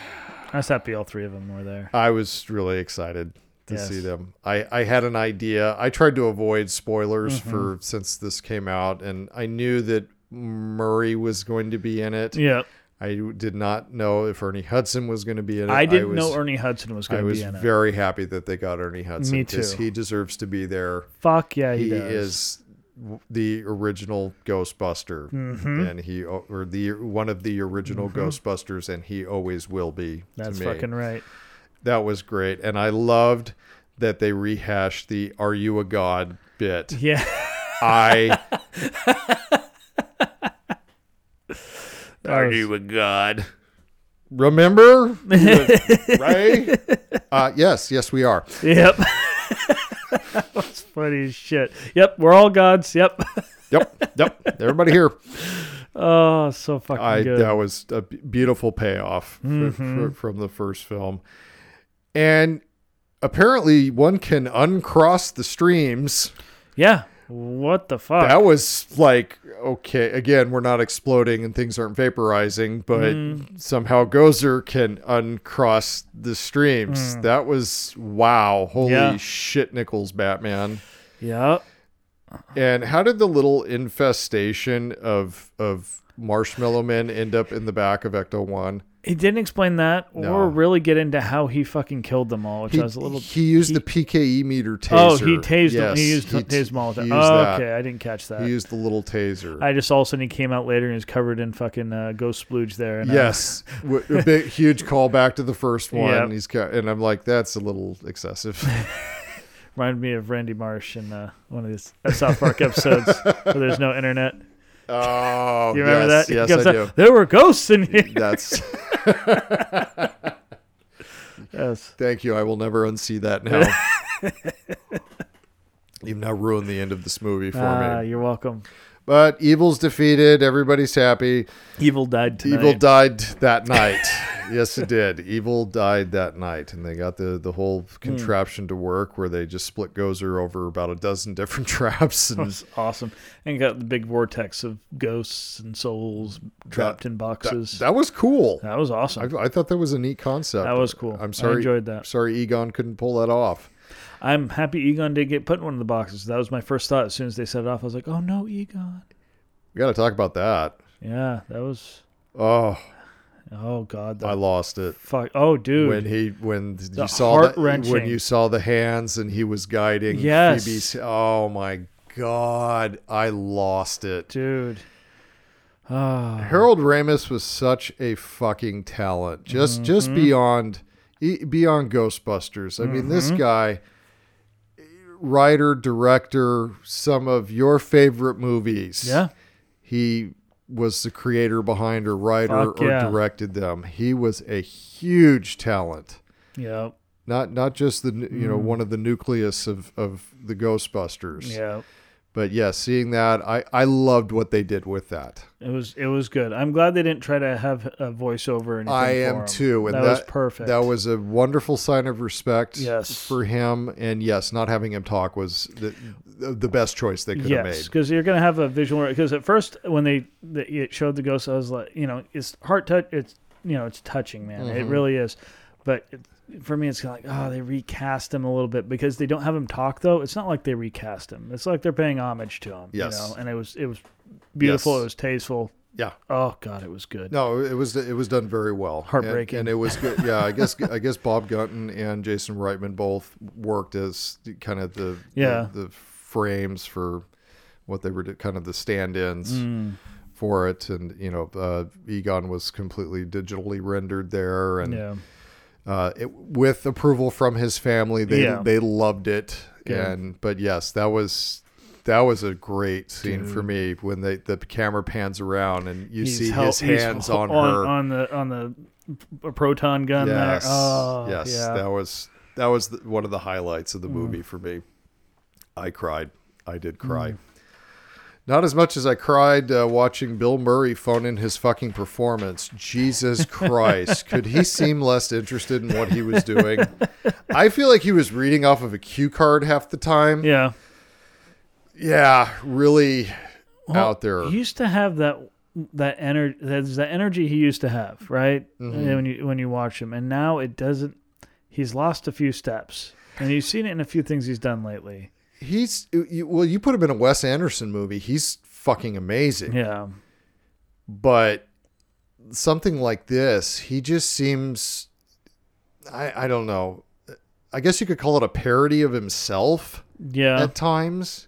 Speaker 4: I was happy all three of them were there.
Speaker 1: I was really excited to
Speaker 4: Yes.
Speaker 1: see them. I, I had an idea. I tried to avoid spoilers
Speaker 4: Mm-hmm.
Speaker 1: for since this came out, and I knew that Murray was going to be in it.
Speaker 4: Yeah,
Speaker 1: I did not know if Ernie Hudson was going to be in it.
Speaker 4: I didn't
Speaker 1: was,
Speaker 4: know Ernie Hudson was
Speaker 1: I
Speaker 4: going to
Speaker 1: was
Speaker 4: be in it.
Speaker 1: very happy that they got Ernie Hudson
Speaker 4: Me
Speaker 1: because
Speaker 4: too.
Speaker 1: he deserves to be there.
Speaker 4: Fuck yeah, he,
Speaker 1: He,
Speaker 4: does.
Speaker 1: is w- the original Ghostbuster,
Speaker 4: Mm-hmm.
Speaker 1: and he o- or the one of the original Ghostbusters, and he always will be. to
Speaker 4: That's
Speaker 1: me.
Speaker 4: fucking right. [laughs]
Speaker 1: That was great. And I loved that they rehashed the Are You a God bit.
Speaker 4: Yeah,
Speaker 1: I
Speaker 4: That was-
Speaker 1: a God. Remember? right? Uh, yes, yes, we are.
Speaker 4: Yep. [laughs] That's funny as shit. Yep, we're all gods. Yep.
Speaker 1: Yep, yep. Everybody here.
Speaker 4: Oh, so fucking
Speaker 1: I
Speaker 4: good.
Speaker 1: that was a b- beautiful payoff fr- fr- from the first film, and apparently one can uncross the streams.
Speaker 4: yeah. What the fuck?
Speaker 1: that was like okay again we're not exploding and things aren't vaporizing but
Speaker 4: Mm.
Speaker 1: somehow gozer can uncross the streams that was wow holy
Speaker 4: Mm. Yeah.
Speaker 1: shit nichols batman
Speaker 4: yep.
Speaker 1: and how did the little infestation of of marshmallow men end up in the back of ecto one
Speaker 4: He didn't explain that
Speaker 1: No.
Speaker 4: or really get into how he fucking killed them all, which I was a little.
Speaker 1: he used the pke meter taser
Speaker 4: oh, he tased them. He used
Speaker 1: he t-
Speaker 4: tased them all. the
Speaker 1: he
Speaker 4: time.
Speaker 1: used
Speaker 4: Oh,
Speaker 1: that.
Speaker 4: okay, I didn't catch that.
Speaker 1: he used the little taser
Speaker 4: I just all of a sudden he came out later and he was covered in fucking uh, ghost splooge there. And I-
Speaker 1: Yes, W- a big, huge callback to the first one.
Speaker 4: Yep.
Speaker 1: He's ca- and I'm like, that's a little
Speaker 4: [laughs]
Speaker 1: excessive.
Speaker 4: reminded me of Randy Marsh in uh, one of these uh, South Park episodes where
Speaker 1: [laughs]
Speaker 4: there's no internet.
Speaker 1: oh,
Speaker 4: You remember
Speaker 1: yes,
Speaker 4: that? He
Speaker 1: Yes,
Speaker 4: goes
Speaker 1: I
Speaker 4: out, There were ghosts in
Speaker 1: [laughs]
Speaker 4: here. [laughs]
Speaker 1: do. That's
Speaker 4: yes.
Speaker 1: thank you. I will never unsee that now.
Speaker 4: [laughs]
Speaker 1: You've now ruined the end of this movie for
Speaker 4: Ah,
Speaker 1: me.
Speaker 4: you're welcome.
Speaker 1: But evil's defeated. Everybody's happy.
Speaker 4: Evil died tonight.
Speaker 1: Evil died that night. yes, it did. Evil died that night, and they got the the whole
Speaker 4: Hmm.
Speaker 1: contraption to work where they just split Gozer over about a dozen different [laughs] traps and
Speaker 4: was awesome. And got the big vortex of ghosts and souls trapped in boxes. That,
Speaker 1: That was cool.
Speaker 4: was awesome.
Speaker 1: I, I thought that was a neat concept.
Speaker 4: That was cool.
Speaker 1: I'm
Speaker 4: I
Speaker 1: sorry.
Speaker 4: enjoyed that.
Speaker 1: Sorry, Egon couldn't pull that off.
Speaker 4: I'm happy Egon did get put in one of the boxes. That was my first thought. As soon as they set it off, I was like, oh no, Egon.
Speaker 1: We got to talk about that.
Speaker 4: Yeah, that was.
Speaker 1: Oh,
Speaker 4: Oh god, that
Speaker 1: I lost it
Speaker 4: fuck. Oh dude.
Speaker 1: when he when you
Speaker 4: The
Speaker 1: saw that, when
Speaker 4: heart-wrenching.
Speaker 1: you saw the hands and he was guiding.
Speaker 4: Yes.
Speaker 1: Phoebe's, oh my God, I lost it.
Speaker 4: dude. Ah,
Speaker 1: Harold Ramis was such a fucking talent. Just
Speaker 4: Mm-hmm.
Speaker 1: just beyond e- beyond Ghostbusters. I mean,
Speaker 4: Mm-hmm.
Speaker 1: this guy writer, director, some of your favorite movies.
Speaker 4: yeah.
Speaker 1: he was the creator behind or writer
Speaker 4: Fuck
Speaker 1: or
Speaker 4: yeah.
Speaker 1: directed them. He was a huge talent.
Speaker 4: Yeah.
Speaker 1: Not not just the you
Speaker 4: Mm.
Speaker 1: know one of the nucleus of of the Ghostbusters.
Speaker 4: Yeah.
Speaker 1: But yeah, seeing that I I loved what they did with that.
Speaker 4: It was it was good. I'm glad they didn't try to have a voiceover. Or anything
Speaker 1: I
Speaker 4: for
Speaker 1: am
Speaker 4: him.
Speaker 1: too and
Speaker 4: that,
Speaker 1: that,
Speaker 4: was perfect.
Speaker 1: That was a wonderful sign of respect
Speaker 4: Yes.
Speaker 1: for him and yes, not having him talk was the the best choice they could have
Speaker 4: yes
Speaker 1: made.
Speaker 4: because you're gonna have a visual because at first when they the, it showed the
Speaker 1: Mm-hmm.
Speaker 4: ghost, I was like, you know, it's heart touch. It's you know, it's touching, man. It really is. But it, for me, it's like, oh, they recast him a little bit because they don't have him talk though. It's not like they recast him. It's like they're paying homage to him.
Speaker 5: Yes.
Speaker 4: You know? And it was it was beautiful.
Speaker 5: Yes.
Speaker 4: It was tasteful.
Speaker 5: Yeah.
Speaker 4: Oh God, it was good.
Speaker 1: No, it was it was done very well. And-
Speaker 4: Heartbreaking.
Speaker 1: and, it was good. Yeah, I guess I guess Bob Gunton and Jason Reitman both worked as the- kind of the
Speaker 4: Yeah.
Speaker 1: the, the frames for what they were do- kind of the stand-ins
Speaker 4: Mm.
Speaker 1: for it, and you know, uh, Egon was completely digitally rendered there, and
Speaker 4: Yeah.
Speaker 1: uh, it, with approval from his family, they
Speaker 4: Yeah.
Speaker 1: they loved it.
Speaker 4: Good.
Speaker 1: And but yes, that was that was a great scene for me when they the camera pans around and you
Speaker 4: He's
Speaker 1: see
Speaker 4: hel-
Speaker 1: his
Speaker 4: he's
Speaker 1: hands
Speaker 4: ho-
Speaker 1: on,
Speaker 4: on
Speaker 1: her.
Speaker 4: on the on the p- proton gun
Speaker 1: yes,
Speaker 4: there. Oh,
Speaker 1: yes,
Speaker 4: yeah. Mm.
Speaker 1: that was that was the, one of the highlights of the movie for me. I cried. I did cry. Not as much as I cried uh, watching Bill Murray phone in his fucking performance.
Speaker 4: [laughs]
Speaker 1: Jesus Christ. Could he seem less interested in what he was doing? I feel like he was reading off of a cue card half the time. Yeah,
Speaker 4: yeah.
Speaker 1: really
Speaker 4: Well,
Speaker 1: out there.
Speaker 4: He used to have that that energy. That's the energy he used to have, right?
Speaker 1: Mm-hmm.
Speaker 4: And When you when you watch him, and now it doesn't. He's lost a few steps, and you've seen it in a few things he's done lately.
Speaker 1: He's, you, well, you put him in a Wes Anderson movie. He's fucking amazing.
Speaker 4: Yeah,
Speaker 1: but something like this, he just seems I I don't know. I guess you could call it a parody of himself
Speaker 4: yeah. Hmm.
Speaker 1: at times.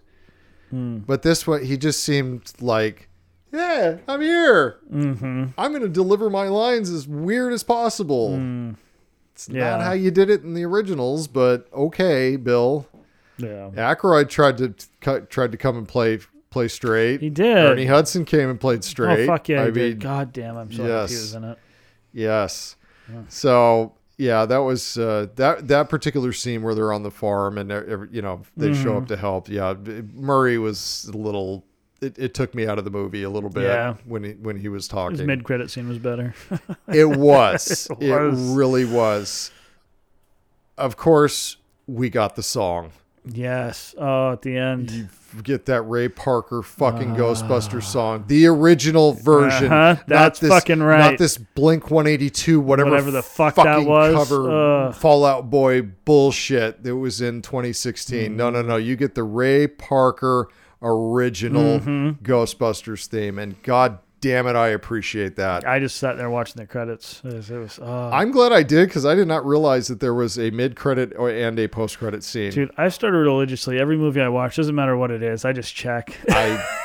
Speaker 1: But this one he just seemed like yeah, I'm here.
Speaker 4: mm-hmm.
Speaker 1: I'm going to deliver my lines as weird as possible. It's
Speaker 4: Hmm. Yeah.
Speaker 1: not how you did it in the originals, but okay, Bill.
Speaker 4: Yeah.
Speaker 1: Aykroyd tried to cut, tried to come and play play straight.
Speaker 4: He did.
Speaker 1: Ernie Hudson came and played straight.
Speaker 4: Oh fuck yeah!
Speaker 1: I
Speaker 4: he did.
Speaker 1: mean,
Speaker 4: God damn, I'm so
Speaker 1: yes.
Speaker 4: confused in it.
Speaker 1: Yes. So yeah, that was uh, that that particular scene where they're on the farm and they're- every- you know they
Speaker 4: Mm-hmm.
Speaker 1: show up to help. Yeah, Murray was a little. It, it took me out of the movie a little bit
Speaker 4: Yeah.
Speaker 1: when he when he was
Speaker 4: His
Speaker 1: talking.
Speaker 4: mid credit scene was better.
Speaker 1: It was.
Speaker 4: [laughs] It
Speaker 1: it
Speaker 4: was.
Speaker 1: really was. Of course, we got the song.
Speaker 4: yes. Oh, at the end.
Speaker 1: Get that Ray Parker fucking Ghostbuster song, the original version.
Speaker 4: Ah. Uh-huh,
Speaker 1: not
Speaker 4: that's
Speaker 1: this-
Speaker 4: fucking right.
Speaker 1: Not this Blink 182, whatever,
Speaker 4: Whatever the fuck that
Speaker 1: fucking
Speaker 4: was,
Speaker 1: cover
Speaker 4: ugh.
Speaker 1: Fallout Boy bullshit that was in 2016. No,
Speaker 4: Mm-hmm.
Speaker 1: no, no. You get the Ray Parker original
Speaker 4: Mm-hmm.
Speaker 1: Ghostbusters theme, and god damn it, I appreciate that.
Speaker 4: I just sat there watching the credits. It was. It was oh.
Speaker 1: I'm glad I did because I did not realize that there was a mid-credit or- and a post-credit scene.
Speaker 4: Dude, I started religiously every movie I watch. Doesn't matter what it is, I
Speaker 1: [laughs]
Speaker 4: just check.
Speaker 1: I,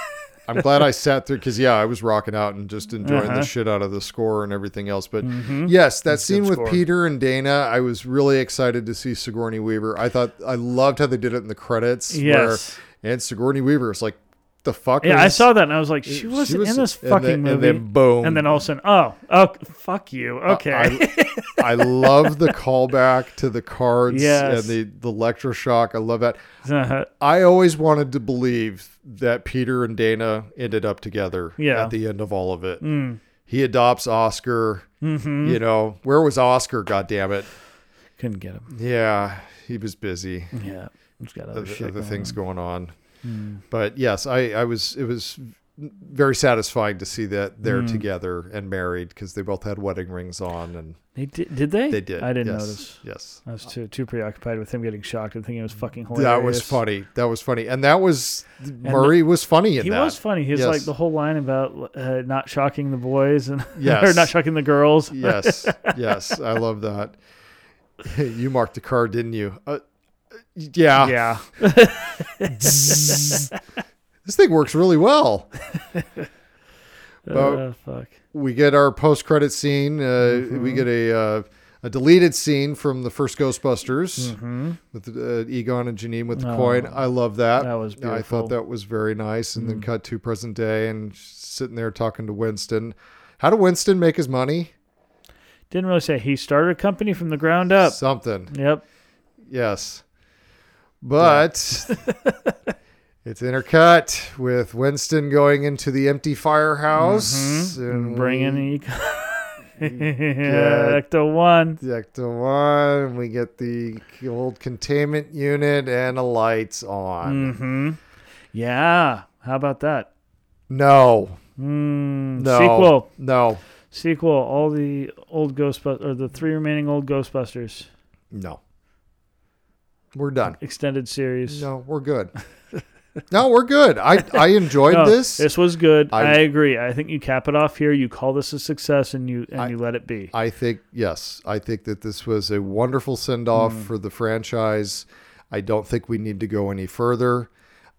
Speaker 1: I'm glad I sat through because yeah, I was rocking out and just enjoying
Speaker 4: Uh-huh. Mm-hmm.
Speaker 1: the shit out of the score and everything else. But yes, that scene with
Speaker 4: score.
Speaker 1: Peter and Dana, I was really excited to see Sigourney Weaver. I thought I loved how they did it in the credits.
Speaker 4: Yes.
Speaker 1: where, and Sigourney Weaver is like, the fuck.
Speaker 4: Yeah, I
Speaker 1: is-
Speaker 4: saw that and I was like, she
Speaker 1: she
Speaker 4: wasn't
Speaker 1: was-
Speaker 4: in this
Speaker 1: and
Speaker 4: fucking
Speaker 1: then-
Speaker 4: movie.
Speaker 1: and then boom. Uh,
Speaker 4: And then all of a sudden, oh, oh, fuck you. Okay.
Speaker 1: I, I love the callback to the cards
Speaker 4: [laughs] Yes.
Speaker 1: and the the electroshock. I love that.
Speaker 4: [laughs] Uh-huh.
Speaker 1: I always wanted to believe that Peter and Dana ended up together
Speaker 4: Yeah.
Speaker 1: at the end of all of it.
Speaker 4: Mm,
Speaker 1: He adopts Oscar.
Speaker 4: mm-hmm.
Speaker 1: You know, where was Oscar? God damn it.
Speaker 4: Couldn't get him.
Speaker 1: Yeah, he was busy.
Speaker 4: Yeah, Mm. he's got
Speaker 1: Other,
Speaker 4: other Oh, shit.
Speaker 1: other
Speaker 4: going
Speaker 1: things going on. But yes, I, I was, it was very satisfying to see that they're
Speaker 4: Mm.
Speaker 1: together and married because they both had wedding rings on and
Speaker 4: on. They did, did they?
Speaker 1: they did.
Speaker 4: I didn't
Speaker 1: Yes.
Speaker 4: notice.
Speaker 1: Yes.
Speaker 4: I was too too preoccupied with him getting shocked and thinking it was fucking hilarious.
Speaker 1: That was funny. That was funny. And that was, Murray was funny in
Speaker 4: He
Speaker 1: that.
Speaker 4: was funny. He's
Speaker 1: Yes.
Speaker 4: like the whole line about uh, not shocking the boys and [laughs] or
Speaker 1: Yes.
Speaker 4: not shocking the girls. [laughs]
Speaker 1: yes, yes, I love that. [laughs] you marked the car, didn't you? Uh, yeah.
Speaker 4: Yeah.
Speaker 1: [laughs] This thing works really well. Well-
Speaker 4: Uh, fuck.
Speaker 1: We get our post-credit scene. Uh,
Speaker 4: Mm-hmm.
Speaker 1: We get a uh, a deleted scene from the first Ghostbusters with uh, Egon and Janine with the
Speaker 4: Hmm. Oh,
Speaker 1: coin. I love that.
Speaker 4: that was
Speaker 1: I
Speaker 4: beautiful. Hmm.
Speaker 1: thought that was very nice. And then cut to present day and sitting there talking to Winston. How did Winston make his money?
Speaker 4: Didn't really say he started a company from the ground up.
Speaker 1: Something.
Speaker 4: Yep.
Speaker 1: Yes. But it's intercut with Winston going into the empty firehouse
Speaker 4: Mm-hmm.
Speaker 1: and
Speaker 4: Bring in the
Speaker 1: get-
Speaker 4: [laughs] Ecto One.
Speaker 1: Ecto One. We get the old containment unit and the lights on.
Speaker 4: Mm-hmm. Yeah. How about that?
Speaker 1: No,
Speaker 4: Mm,
Speaker 1: no,
Speaker 4: Sequel.
Speaker 1: no.
Speaker 4: Sequel. All the old Ghostbusters, or the three remaining old Ghostbusters.
Speaker 1: No. We're done.
Speaker 4: extended series.
Speaker 1: No, we're
Speaker 4: [laughs]
Speaker 1: good. no, we're good. I I enjoyed
Speaker 4: No,
Speaker 1: this.
Speaker 4: was good.
Speaker 1: I-
Speaker 4: I, agree. I think you cap it off here. You call this a success, and you and you let it be.
Speaker 1: I think yes, I think that this was a wonderful send off
Speaker 4: Mm.
Speaker 1: for the franchise. I don't think we need to go any further.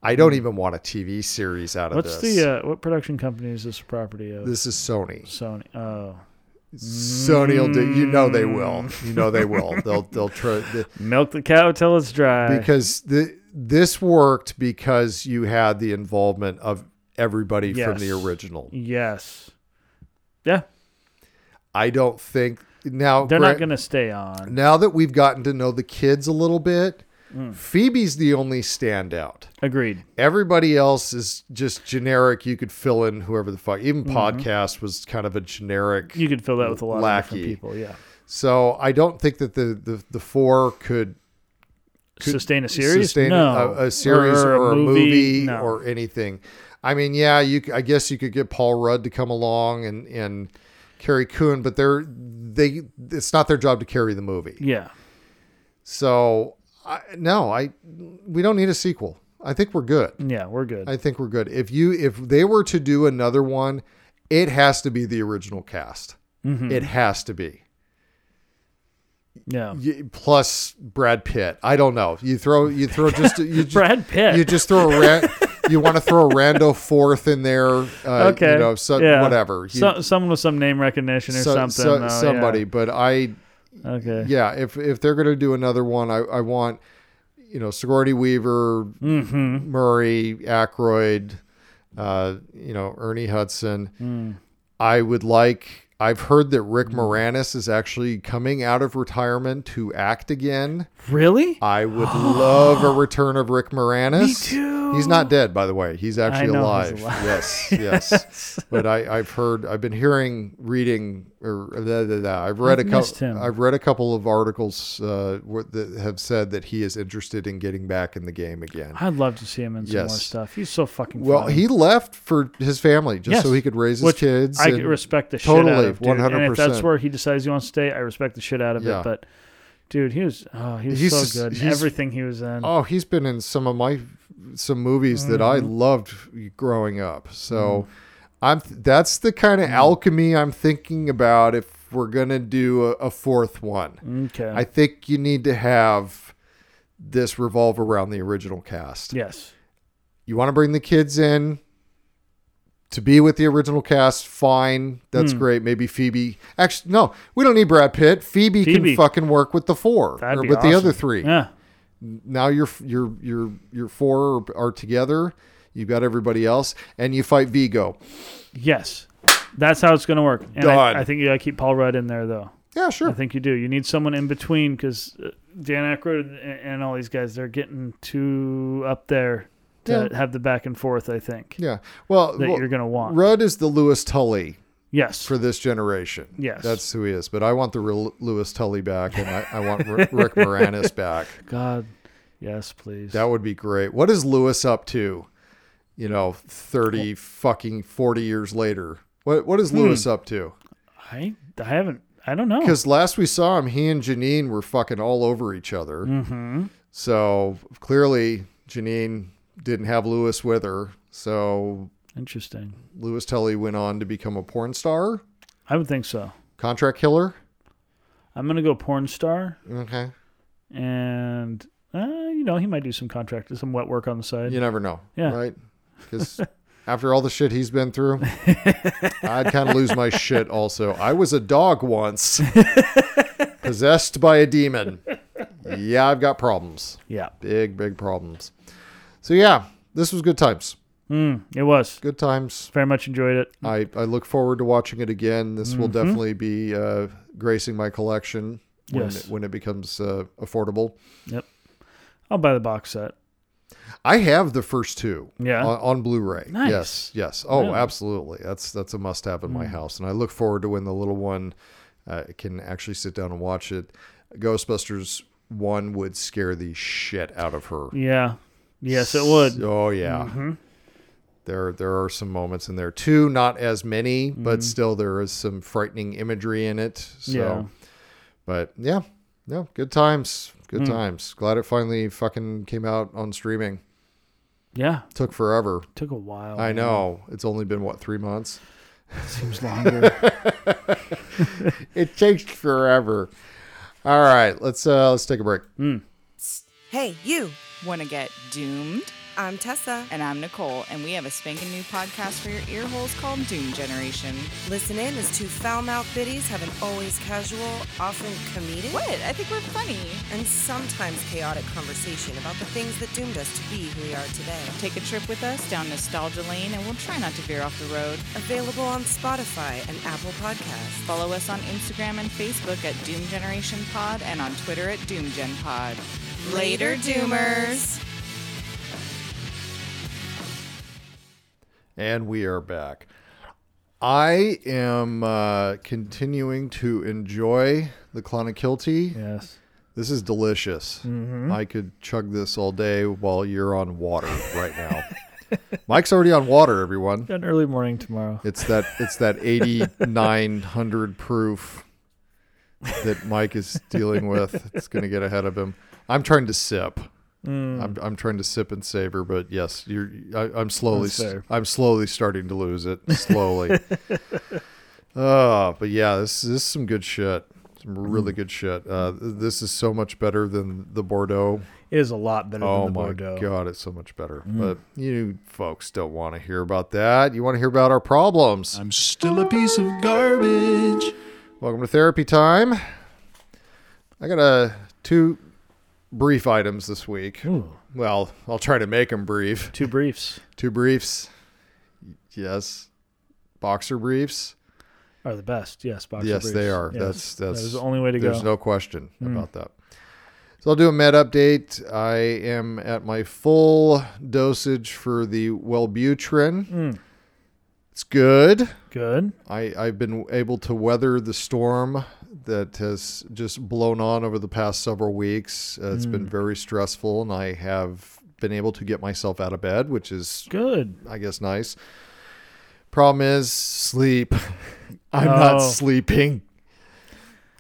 Speaker 1: I don't even want a TV series out of
Speaker 4: Mm. What's
Speaker 1: this.
Speaker 4: the uh, what production company is this property of?
Speaker 1: this is Sony.
Speaker 4: Sony. Oh,
Speaker 1: Sony will do. You know they will.
Speaker 4: Mm.
Speaker 1: You know they will.
Speaker 4: [laughs]
Speaker 1: They'll they'll try the,
Speaker 4: milk the cow till it's dry.
Speaker 1: because the this worked because you had the involvement of everybody from the
Speaker 4: Yes.
Speaker 1: original.
Speaker 4: yes. Yeah,
Speaker 1: I don't think now
Speaker 4: they're
Speaker 1: gra-
Speaker 4: not going to stay on.
Speaker 1: now that we've gotten to know the kids a little bit.
Speaker 4: Mm.
Speaker 1: Phoebe's the only standout.
Speaker 4: Agreed.
Speaker 1: Everybody else is just generic. You could fill in whoever the fuck. Even podcast was kind of a generic.
Speaker 4: You could fill that with a lot
Speaker 1: Lackey.
Speaker 4: of different people. Yeah,
Speaker 1: so I don't think that the the, the four could
Speaker 4: sustain a series.
Speaker 1: sustain
Speaker 4: no,
Speaker 1: a, a series or, a movie,
Speaker 4: No.
Speaker 1: or anything. I mean, yeah, you. c- I guess you could get Paul Rudd to come along and and carry Coon, but they're they. It's not their job to carry the movie.
Speaker 4: yeah.
Speaker 1: So I, no, I we don't need a sequel. I think we're good.
Speaker 4: Yeah, we're good.
Speaker 1: I think we're good. If you if they were to do another one, it has to be the original cast.
Speaker 4: Mm-hmm.
Speaker 1: It has to be.
Speaker 4: yeah.
Speaker 1: Y- Plus Brad Pitt. I don't know. You throw you throw just you just,
Speaker 4: Brad Pitt.
Speaker 1: You just throw a ran- you want to throw a rando fourth in there. Uh,
Speaker 4: okay.
Speaker 1: You know, so,
Speaker 4: yeah.
Speaker 1: whatever. You-
Speaker 4: so, someone with some name recognition or
Speaker 1: so-
Speaker 4: something.
Speaker 1: so-
Speaker 4: though, yeah.
Speaker 1: somebody. But I
Speaker 4: Okay.
Speaker 1: yeah. If if they're gonna do another one, I I want you know sorority Weaver, Murray, Aykroyd, uh, you know Ernie Hudson. I would like. I've heard that Rick Moranis is actually coming out of retirement to act again.
Speaker 4: Really?
Speaker 1: I
Speaker 4: [gasps]
Speaker 1: would love a return of Rick Moranis.
Speaker 4: Me too.
Speaker 1: He's not dead, by the way. He's actually
Speaker 4: know
Speaker 1: alive.
Speaker 4: he's alive. [laughs]
Speaker 1: Yes, yes. But I, I've heard, I've been hearing, reading, or blah, blah, blah. I've read
Speaker 4: I've
Speaker 1: a
Speaker 4: missed him.
Speaker 1: couple. I've read a couple of articles uh, where- that have said that he is interested in getting back in the game again.
Speaker 4: I'd love to see him in some more
Speaker 1: Yes.
Speaker 4: stuff. He's so fucking
Speaker 1: Well,
Speaker 4: funny.
Speaker 1: he left for his family just
Speaker 4: Yes.
Speaker 1: so he could raise his
Speaker 4: Which
Speaker 1: kids.
Speaker 4: I
Speaker 1: and-
Speaker 4: respect the shit out
Speaker 1: totally,
Speaker 4: of dude. And if
Speaker 1: 100%.
Speaker 4: that's where he decides he wants to stay, I respect the shit out of
Speaker 1: Yeah.
Speaker 4: it. But dude, he was oh, he was
Speaker 1: He's just-
Speaker 4: so good. in
Speaker 1: he's-
Speaker 4: Everything he was in.
Speaker 1: Oh, he's been in some of my some movies that I
Speaker 4: Mm-hmm.
Speaker 1: loved growing up. So I'm that's the kind of
Speaker 4: Mm-hmm.
Speaker 1: alchemy I'm thinking about if we're gonna do a, a fourth one.
Speaker 4: okay.
Speaker 1: I think you need to have this revolve around the original cast.
Speaker 4: yes.
Speaker 1: You want to bring the kids in to be with the original cast. Fine, that's
Speaker 4: Mm.
Speaker 1: great. Maybe Phoebe. Actually, no, we don't need Brad Pitt. Phoebe,
Speaker 4: Phoebe.
Speaker 1: can fucking work with the 4
Speaker 4: That'd
Speaker 1: or
Speaker 4: be
Speaker 1: with the other
Speaker 4: awesome.
Speaker 1: three
Speaker 4: Yeah.
Speaker 1: now your your your your four are together. You've got everybody else, and you fight Vigo.
Speaker 4: Yes. That's how it's going to work. And
Speaker 1: Done.
Speaker 4: I, I think you got to keep Paul Rudd in there though.
Speaker 1: Yeah,
Speaker 4: I
Speaker 1: sure.
Speaker 4: think you do. You need someone in between because Dan Aykroyd and, and all these guys they're getting too up there to
Speaker 1: Yeah.
Speaker 4: have the back and forth. I think
Speaker 1: Yeah. Well,
Speaker 4: that
Speaker 1: well,
Speaker 4: you're going to want.
Speaker 1: Rudd is the Lewis Tully
Speaker 4: yes.
Speaker 1: for this generation.
Speaker 4: Yes.
Speaker 1: that's who he is. But I want the real Lewis Tully back, and I, I
Speaker 4: [laughs]
Speaker 1: want R- Rick Moranis back.
Speaker 4: God. Yes, please.
Speaker 1: That would be great. What is Lewis up to? You know, thirty fucking forty years later. What what
Speaker 4: Hmm.
Speaker 1: is Lewis up to?
Speaker 4: I I haven't. I don't know.
Speaker 1: Because last we saw him, he and Janine were fucking all over each other.
Speaker 4: Hmm.
Speaker 1: Mm-hmm. So clearly, Janine didn't have Lewis with her. So
Speaker 4: Interesting.
Speaker 1: Lewis Tully went on to become a porn star,
Speaker 4: I would think so.
Speaker 1: contract killer.
Speaker 4: I'm gonna go porn star,
Speaker 1: Okay.
Speaker 4: and uh, you know he might do some contract, some wet work on the side.
Speaker 1: You never know.
Speaker 4: Yeah.
Speaker 1: Right? Because [laughs] after all the shit he's been through, I'd kind of lose my shit also. I was a dog once, possessed by a demon. Yeah, I've got problems.
Speaker 4: Yeah,
Speaker 1: big big problems so yeah this was good times
Speaker 4: mm, it was
Speaker 1: good times
Speaker 4: very much enjoyed it.
Speaker 1: i i look forward to watching it again this
Speaker 4: Mm-hmm.
Speaker 1: will definitely be uh gracing my collection when,
Speaker 4: Yes.
Speaker 1: it, when it becomes uh, affordable
Speaker 4: Yep, I'll buy the box set.
Speaker 1: i have the first two
Speaker 4: Yeah.
Speaker 1: on, on blu-ray
Speaker 4: Nice.
Speaker 1: yes yes oh
Speaker 4: Really? Mm.
Speaker 1: absolutely that's that's a must have in my house and i look forward to when the little one uh, can actually sit down and watch it ghostbusters one would scare the shit out of her
Speaker 4: Yeah, yes, it would. Mm-hmm.
Speaker 1: Oh yeah. There there are some moments in there too, not as many,
Speaker 4: Mm-hmm.
Speaker 1: but still there is some frightening imagery in it. So
Speaker 4: Yeah.
Speaker 1: but yeah. No, good times.
Speaker 4: Mm.
Speaker 1: Good times. Glad it finally fucking came out on streaming.
Speaker 4: Yeah,
Speaker 1: Took forever.
Speaker 4: took a while.
Speaker 1: I
Speaker 4: man.
Speaker 1: know. It's only been what, three months?
Speaker 4: Seems longer.
Speaker 1: [laughs] It takes forever. All right, let's uh let's take a break.
Speaker 6: Hey, you.
Speaker 7: Want to get doomed?
Speaker 6: I'm Tessa.
Speaker 7: And I'm Nicole, and we have a spanking new podcast for your ear holes called Doom Generation.
Speaker 6: Listen in as two foul-mouthed biddies have an always casual, often comedic,
Speaker 7: What? I think we're funny.
Speaker 6: and sometimes chaotic conversation about the things that doomed us to be who we are today.
Speaker 7: Take a trip with us down nostalgia lane, and we'll try not to veer off the road.
Speaker 6: Available on Spotify and Apple Podcasts.
Speaker 7: Follow us on Instagram and Facebook at Doom Generation Pod, and on Twitter at Doom Gen Pod. Later, Doomers.
Speaker 1: And we are back. I am uh continuing to enjoy the Clonakilty.
Speaker 4: yes.
Speaker 1: This is delicious. I could chug this all day while you're on water right now. [laughs] Mike's already on water, everyone.
Speaker 4: Got an early morning tomorrow.
Speaker 1: [laughs] It's that it's that 8900 proof that Mike is dealing with. It's going to get ahead of him. I'm trying to sip. I'm, I'm trying to sip and savor, but yes, you're. I, I'm slowly.
Speaker 4: That's fair.
Speaker 1: I'm slowly starting to lose it. Slowly. uh, but yeah, this, this is some good shit. Some really good shit. Uh, this is so much better than the Bordeaux.
Speaker 4: It is a lot better
Speaker 1: Oh
Speaker 4: than the
Speaker 1: my
Speaker 4: Bordeaux.
Speaker 1: god, it's so much better.
Speaker 8: Mm.
Speaker 1: But you folks don't want to hear about that. You want to hear about our problems.
Speaker 8: I'm still a piece of garbage.
Speaker 1: Welcome to therapy time. I got uh, two brief items this week.
Speaker 4: Ooh,
Speaker 1: Well, I'll try to make them brief.
Speaker 4: two briefs
Speaker 1: Two briefs. Yes. Boxer briefs.
Speaker 4: are the best. Yes, boxer
Speaker 1: yes,
Speaker 4: briefs.
Speaker 1: they are.
Speaker 4: Yes.
Speaker 1: That's
Speaker 4: That
Speaker 1: that's
Speaker 4: is the only way to go.
Speaker 1: There's no question about that. So I'll do a med update. I am at my full dosage for the Wellbutrin. It's good.
Speaker 4: Good.
Speaker 1: I, I've been able to weather the storm that has just blown on over the past several weeks. Uh, It's been very stressful, and I have been able to get myself out of bed, which is,
Speaker 4: Good.
Speaker 1: I guess, nice. Problem is sleep. [laughs] I'm not
Speaker 4: Oh.
Speaker 1: sleeping.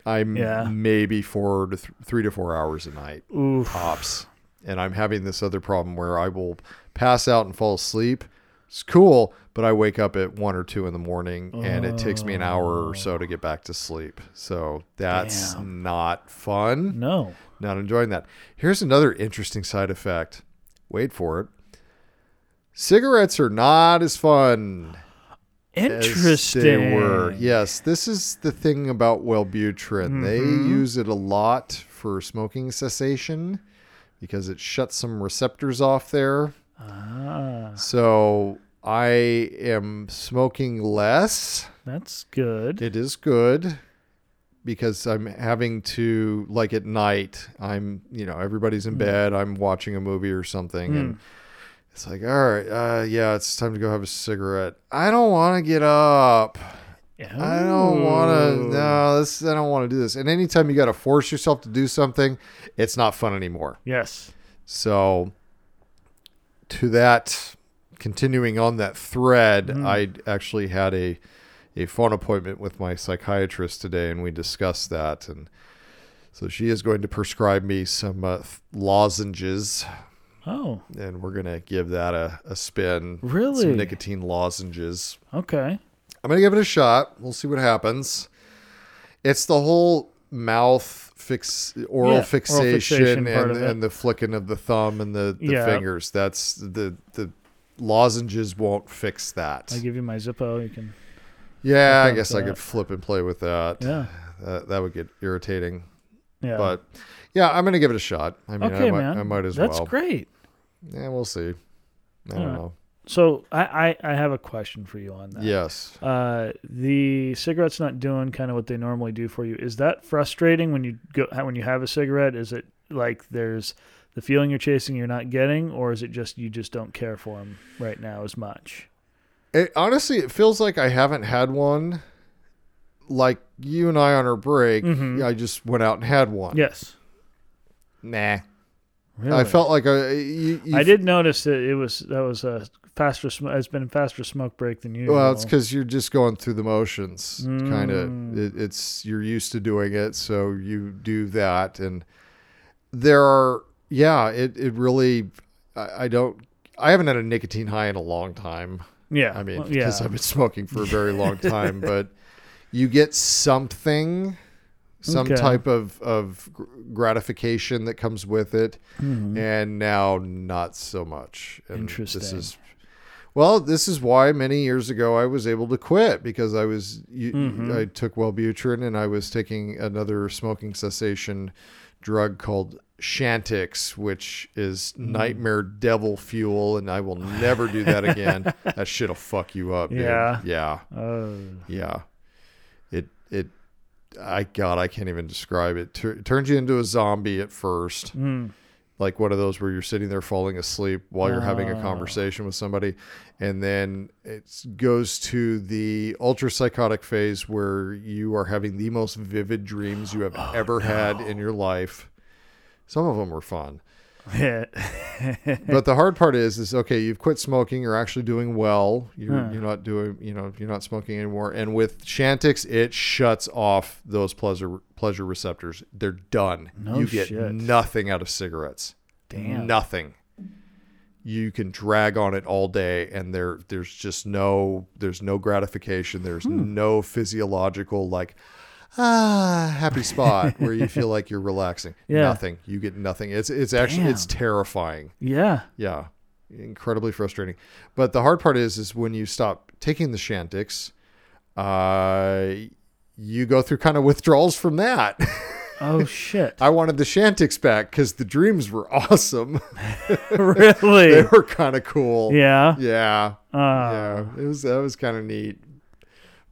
Speaker 1: I'm
Speaker 4: Yeah.
Speaker 1: maybe four to th- three to four hours a night
Speaker 4: Oof.
Speaker 1: tops. And I'm having this other problem where I will pass out and fall asleep. It's cool, but I wake up at one or two in the morning and it takes me an hour or so to get back to sleep. So that's not fun.
Speaker 4: No.
Speaker 1: Not enjoying that. Here's another interesting side effect. Wait for it. Cigarettes are not as fun as
Speaker 4: Interesting.
Speaker 1: they were. Yes, this is the thing about Wellbutrin. They use it a lot for smoking cessation because it shuts some receptors off there.
Speaker 4: Ah,
Speaker 1: So I am smoking less.
Speaker 4: that's good.
Speaker 1: It is good because I'm having to like at night. I'm you know everybody's in bed. I'm watching a movie or something, and it's like all right, uh, yeah, it's time to go have a cigarette. I don't want to get up. I don't want to.
Speaker 4: Ooh.
Speaker 1: No, this I don't want to do this. And anytime you got to force yourself to do something, it's not fun anymore.
Speaker 4: Yes.
Speaker 1: So, to that, continuing on that thread, I actually had a a phone appointment with my psychiatrist today, and we discussed that. And so she is going to prescribe me some uh, th- lozenges,
Speaker 4: Oh,
Speaker 1: and we're gonna give that a, a spin.
Speaker 4: Really?
Speaker 1: some nicotine lozenges.
Speaker 4: okay.
Speaker 1: I'm gonna give it a shot. We'll see what happens. It's the whole mouth fix, oral
Speaker 4: Yeah, oral
Speaker 1: fixation,
Speaker 4: fixation part
Speaker 1: and,
Speaker 4: of it.
Speaker 1: and the flicking of the thumb and the, the
Speaker 4: Yeah.
Speaker 1: fingers. That's the the lozenges won't fix that.
Speaker 4: I give you my Zippo. You can.
Speaker 1: yeah, I
Speaker 4: up
Speaker 1: guess I
Speaker 4: that.
Speaker 1: could flip and play with that.
Speaker 4: Yeah.
Speaker 1: That- that would get irritating.
Speaker 4: Yeah.
Speaker 1: But yeah, I'm gonna give it a shot. I mean,
Speaker 4: okay,
Speaker 1: I, might,
Speaker 4: man.
Speaker 1: I might as
Speaker 4: that's
Speaker 1: well.
Speaker 4: great.
Speaker 1: Yeah, we'll see. I don't
Speaker 4: Alright.
Speaker 1: know.
Speaker 4: So I, I I have a question for you on that.
Speaker 1: Yes.
Speaker 4: Uh, the cigarette's not doing kind of what they normally do for you. Is that frustrating when you go how- when you have a cigarette? Is it like there's the feeling you're chasing you're not getting, or is it just you just don't care for them right now as much?
Speaker 1: It, honestly, it feels like I haven't had one. Like you and I on our break, I just went out and had one.
Speaker 4: Yes.
Speaker 1: Nah.
Speaker 4: Really?
Speaker 1: I felt like I. You, you
Speaker 4: I did notice that it was that was a faster. Sm- it's been a faster smoke break than usual.
Speaker 1: Well, it's because you're just going through the motions, kind of. It, it's you're used to doing it, so you do that, and there are yeah. It it really, I, I don't. I haven't had a nicotine high in a long time.
Speaker 4: yeah.
Speaker 1: I mean,
Speaker 4: well, yeah.
Speaker 1: because I've been smoking for a very
Speaker 4: [laughs]
Speaker 1: long time, but you get something, some
Speaker 4: Okay.
Speaker 1: type of of gr- gratification that comes with it,
Speaker 4: Hmm.
Speaker 1: and now not so much. And This
Speaker 4: Interesting.
Speaker 1: is, well, this is why many years ago I was able to quit because I was you, I took Wellbutrin and I was taking another smoking cessation drug called. Shantix, which is nightmare devil fuel, and I will never do that again. that shit'll fuck you up. dude.
Speaker 4: Yeah.
Speaker 1: yeah. Yeah. It it I god, I can't even describe it. Tur- It turns you into a zombie at first. Like one of those where you're sitting there falling asleep while you're having a conversation with somebody and then it goes to the ultra psychotic phase where you are having the most vivid dreams you have ever had in your life. Some of them were fun
Speaker 4: [laughs] yeah.
Speaker 1: [laughs] but the hard part is is okay you've quit smoking you're actually doing well you're, you're not doing you know you're not smoking anymore and with shantix it shuts off those pleasure pleasure receptors they're done
Speaker 4: No
Speaker 1: you get
Speaker 4: shit.
Speaker 1: nothing out of cigarettes
Speaker 4: Damn.
Speaker 1: nothing you can drag on it all day and there there's just no there's no gratification there's
Speaker 4: Hmm.
Speaker 1: no physiological like ah happy spot where you
Speaker 4: [laughs]
Speaker 1: feel like you're relaxing
Speaker 4: Yeah.
Speaker 1: nothing you get nothing it's it's actually it's
Speaker 4: Damn.
Speaker 1: terrifying
Speaker 4: Yeah.
Speaker 1: yeah, incredibly frustrating. But the hard part is, is when you stop taking the Shantix, uh, you go through kind of withdrawals from that. [laughs]
Speaker 4: Oh shit.
Speaker 1: I [laughs] wanted the Shantix back because the dreams were [laughs] awesome. they
Speaker 4: [laughs] really?
Speaker 1: were kind of cool.
Speaker 4: Yeah.
Speaker 1: yeah,
Speaker 4: Uh,
Speaker 1: yeah. It was that was kind of neat.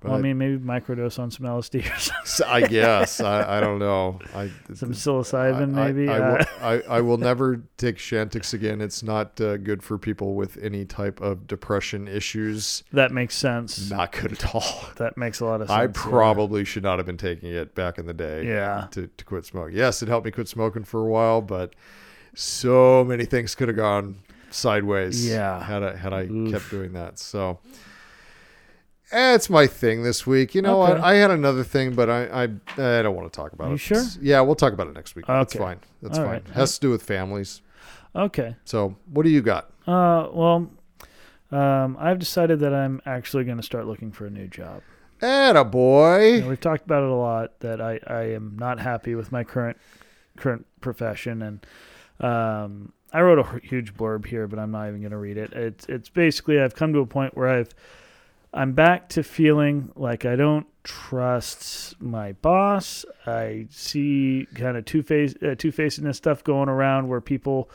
Speaker 1: But
Speaker 4: Well, I mean, maybe microdose on some LSD or [laughs] something.
Speaker 1: I guess I, I don't know. I
Speaker 4: some
Speaker 1: I-
Speaker 4: psilocybin,
Speaker 1: I,
Speaker 4: maybe.
Speaker 1: I,
Speaker 4: uh,
Speaker 1: will, I, I will never take Shantix again. It's not uh, good for people with any type of depression issues.
Speaker 4: that makes sense.
Speaker 1: Not good at all.
Speaker 4: That makes a lot of sense.
Speaker 1: I
Speaker 4: yeah.
Speaker 1: probably should not have been taking it back in the day.
Speaker 4: Yeah.
Speaker 1: To, to quit smoking. Yes, it helped me quit smoking for a while, but so many things could have gone sideways.
Speaker 4: Yeah.
Speaker 1: Had I had I kept doing that. So eh, it's my thing this week. You know
Speaker 4: Okay.
Speaker 1: what? I had another thing, but I I, I don't want to talk about it.
Speaker 4: You sure?
Speaker 1: It's- yeah, we'll talk about it next week. That's
Speaker 4: Okay.
Speaker 1: fine. That's
Speaker 4: All
Speaker 1: fine.
Speaker 4: right.
Speaker 1: It has to do with families.
Speaker 4: Okay.
Speaker 1: So what do you got?
Speaker 4: Uh, well, um, I've decided that I'm actually going to start looking for a new job.
Speaker 1: Atta
Speaker 4: You know,
Speaker 1: boy.
Speaker 4: we've talked about it a lot that I, I am not happy with my current current profession and um, I wrote a huge blurb here but I'm not even going to read it. It's it's basically I've come to a point where I've I'm back to feeling like I don't trust my boss. I see kind of two face uh, two facedness stuff going around where people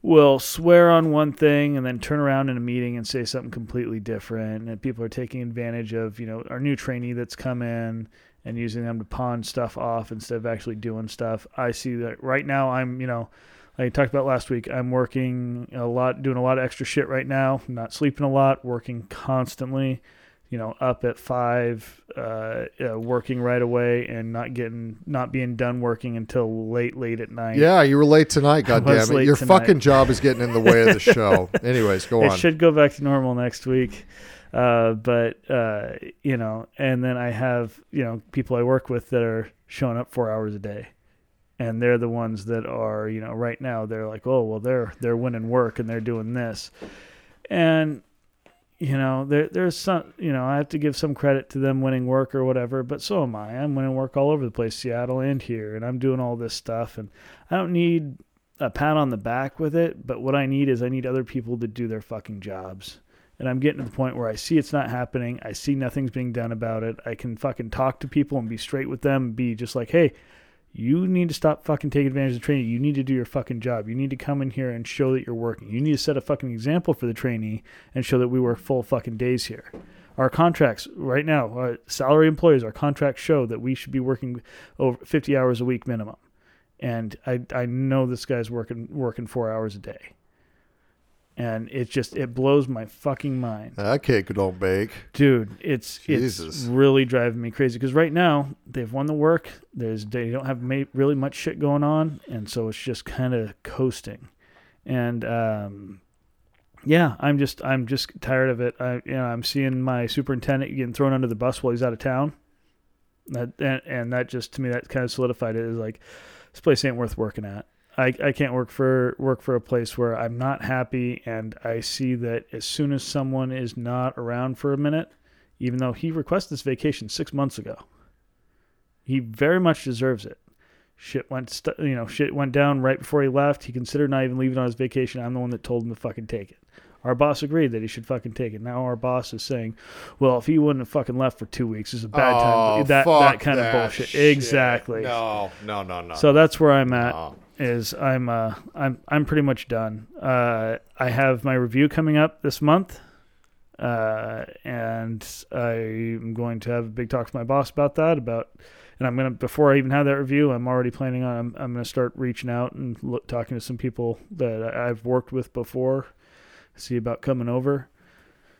Speaker 4: will swear on one thing and then turn around in a meeting and say something completely different. And people are taking advantage of, you know, our new trainee that's come in and using them to pawn stuff off instead of actually doing stuff. I see that right now I'm, you know, like I talked about last week, I'm working a lot, doing a lot of extra shit right now, not sleeping a lot, working constantly. You know, up at five, uh, uh, working right away, and not getting, not being done working until late, late at night.
Speaker 1: Yeah, you were late tonight, God
Speaker 4: was
Speaker 1: damn it!
Speaker 4: late
Speaker 1: Your
Speaker 4: tonight.
Speaker 1: fucking job is getting in the way
Speaker 4: [laughs]
Speaker 1: of the show. Anyways, go
Speaker 4: it
Speaker 1: on.
Speaker 4: should go back to normal next week. Uh, but uh, you know, and then I have you know people I work with that are showing up four hours a day, and they're the ones that are you know right now they're like, oh well, they're they're winning work and they're doing this, and you know there there's some you know I have to give some credit to them winning work or whatever, but so am I. I'm winning work all over the place, Seattle and here, and I'm doing all this stuff, and I don't need a pat on the back with it, but what I need is I need other people to do their fucking jobs. And I'm getting to the point where I see it's not happening. I see nothing's being done about it. I can fucking talk to people and be straight with them, be just like, hey, you need to stop fucking taking advantage of the trainee. You need to do your fucking job. You need to come in here and show that you're working. You need to set a fucking example for the trainee and show that we work full fucking days here. Our contracts right now, uh, salary employees, our contracts show that we should be working over 50 hours a week minimum and I I know this guy's working working four hours a day, and it just it blows my fucking mind,
Speaker 1: that cake don't bake.
Speaker 4: dude. It's
Speaker 1: Jesus.
Speaker 4: it's really driving me crazy because right now they've won the work. There's they don't have ma- really much shit going on, and so it's just kind of coasting, and um, yeah, I'm just I'm just tired of it. I you know I'm seeing my superintendent getting thrown under the bus while he's out of town. That and, and that just to me that kind of solidified it is like this place ain't worth working at. I, I can't work for work for a place where I'm not happy and I see that as soon as someone is not around for a minute, even though he requested this vacation six months ago, he very much deserves it. Shit went st- you know shit went down right before he left. He considered not even leaving on his vacation. I'm the one that told him to fucking take it. Our boss agreed that he should fucking take it. Now our boss is saying, "Well, if he wouldn't have fucking left for two weeks, it's a bad
Speaker 1: Oh,
Speaker 4: time." That that kind of bullshit. Exactly.
Speaker 1: No, no, no, no.
Speaker 4: So that's where I'm at.
Speaker 1: Oh.
Speaker 4: Is I'm uh I'm I'm pretty much done. Uh, I have my review coming up this month, uh, and I'm going to have a big talk to my boss about that. About and I'm gonna before I even have that review, I'm already planning on I'm, I'm gonna start reaching out and look, talking to some people that I- I've worked with before, see about coming over,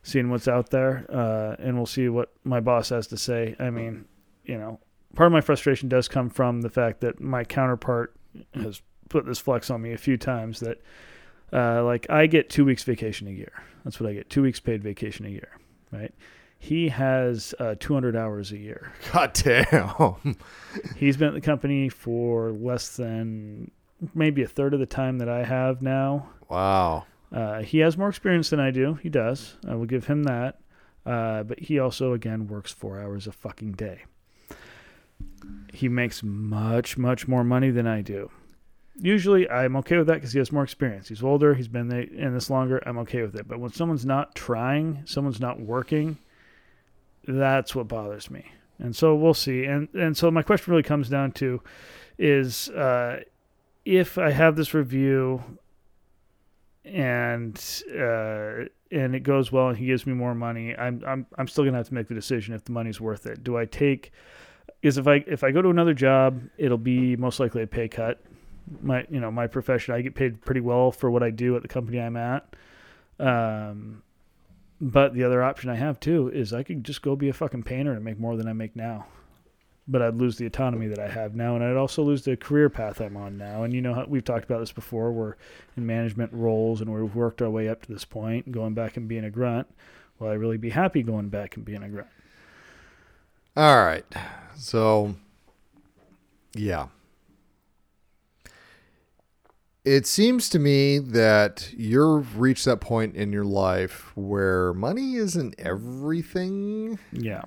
Speaker 4: seeing what's out there, uh, and we'll see what my boss has to say. I mean, you know, part of my frustration does come from the fact that my counterpart has put this flex on me a few times that uh, like I get two weeks vacation a year. That's what I get two weeks paid vacation a year, right? He has uh, 200 hours a year.
Speaker 1: God damn.
Speaker 4: He's been at the company for less than maybe a third of the time that I have now.
Speaker 1: [laughs] wow.
Speaker 4: Uh, he has more experience than I do. He does. I will give him that. Uh, but he also, again, works four hours a fucking day. He makes much, much more money than I do. Usually, I'm okay with that because he has more experience. He's older. He's been there- in this longer. I'm okay with it. But when someone's not trying, someone's not working, that's what bothers me. And so we'll see. And and so my question really comes down to, is uh, if I have this review and uh, and it goes well and he gives me more money, I'm I'm I'm still gonna have to make the decision if the money's worth it. Do I take? Is if I if I go to another job, it'll be most likely a pay cut. My you know my profession, I get paid pretty well for what I do at the company I'm at. Um, but the other option I have too is I could just go be a fucking painter and make more than I make now. But I'd lose the autonomy that I have now, and I'd also lose the career path I'm on now. And you know, how, we've talked about this before. We're in management roles, and we've worked our way up to this point. Going back and being a grunt, will I really be happy going back and being a grunt?
Speaker 1: All right. So, yeah. It seems to me that you've reached that point in your life where money isn't everything.
Speaker 4: Yeah,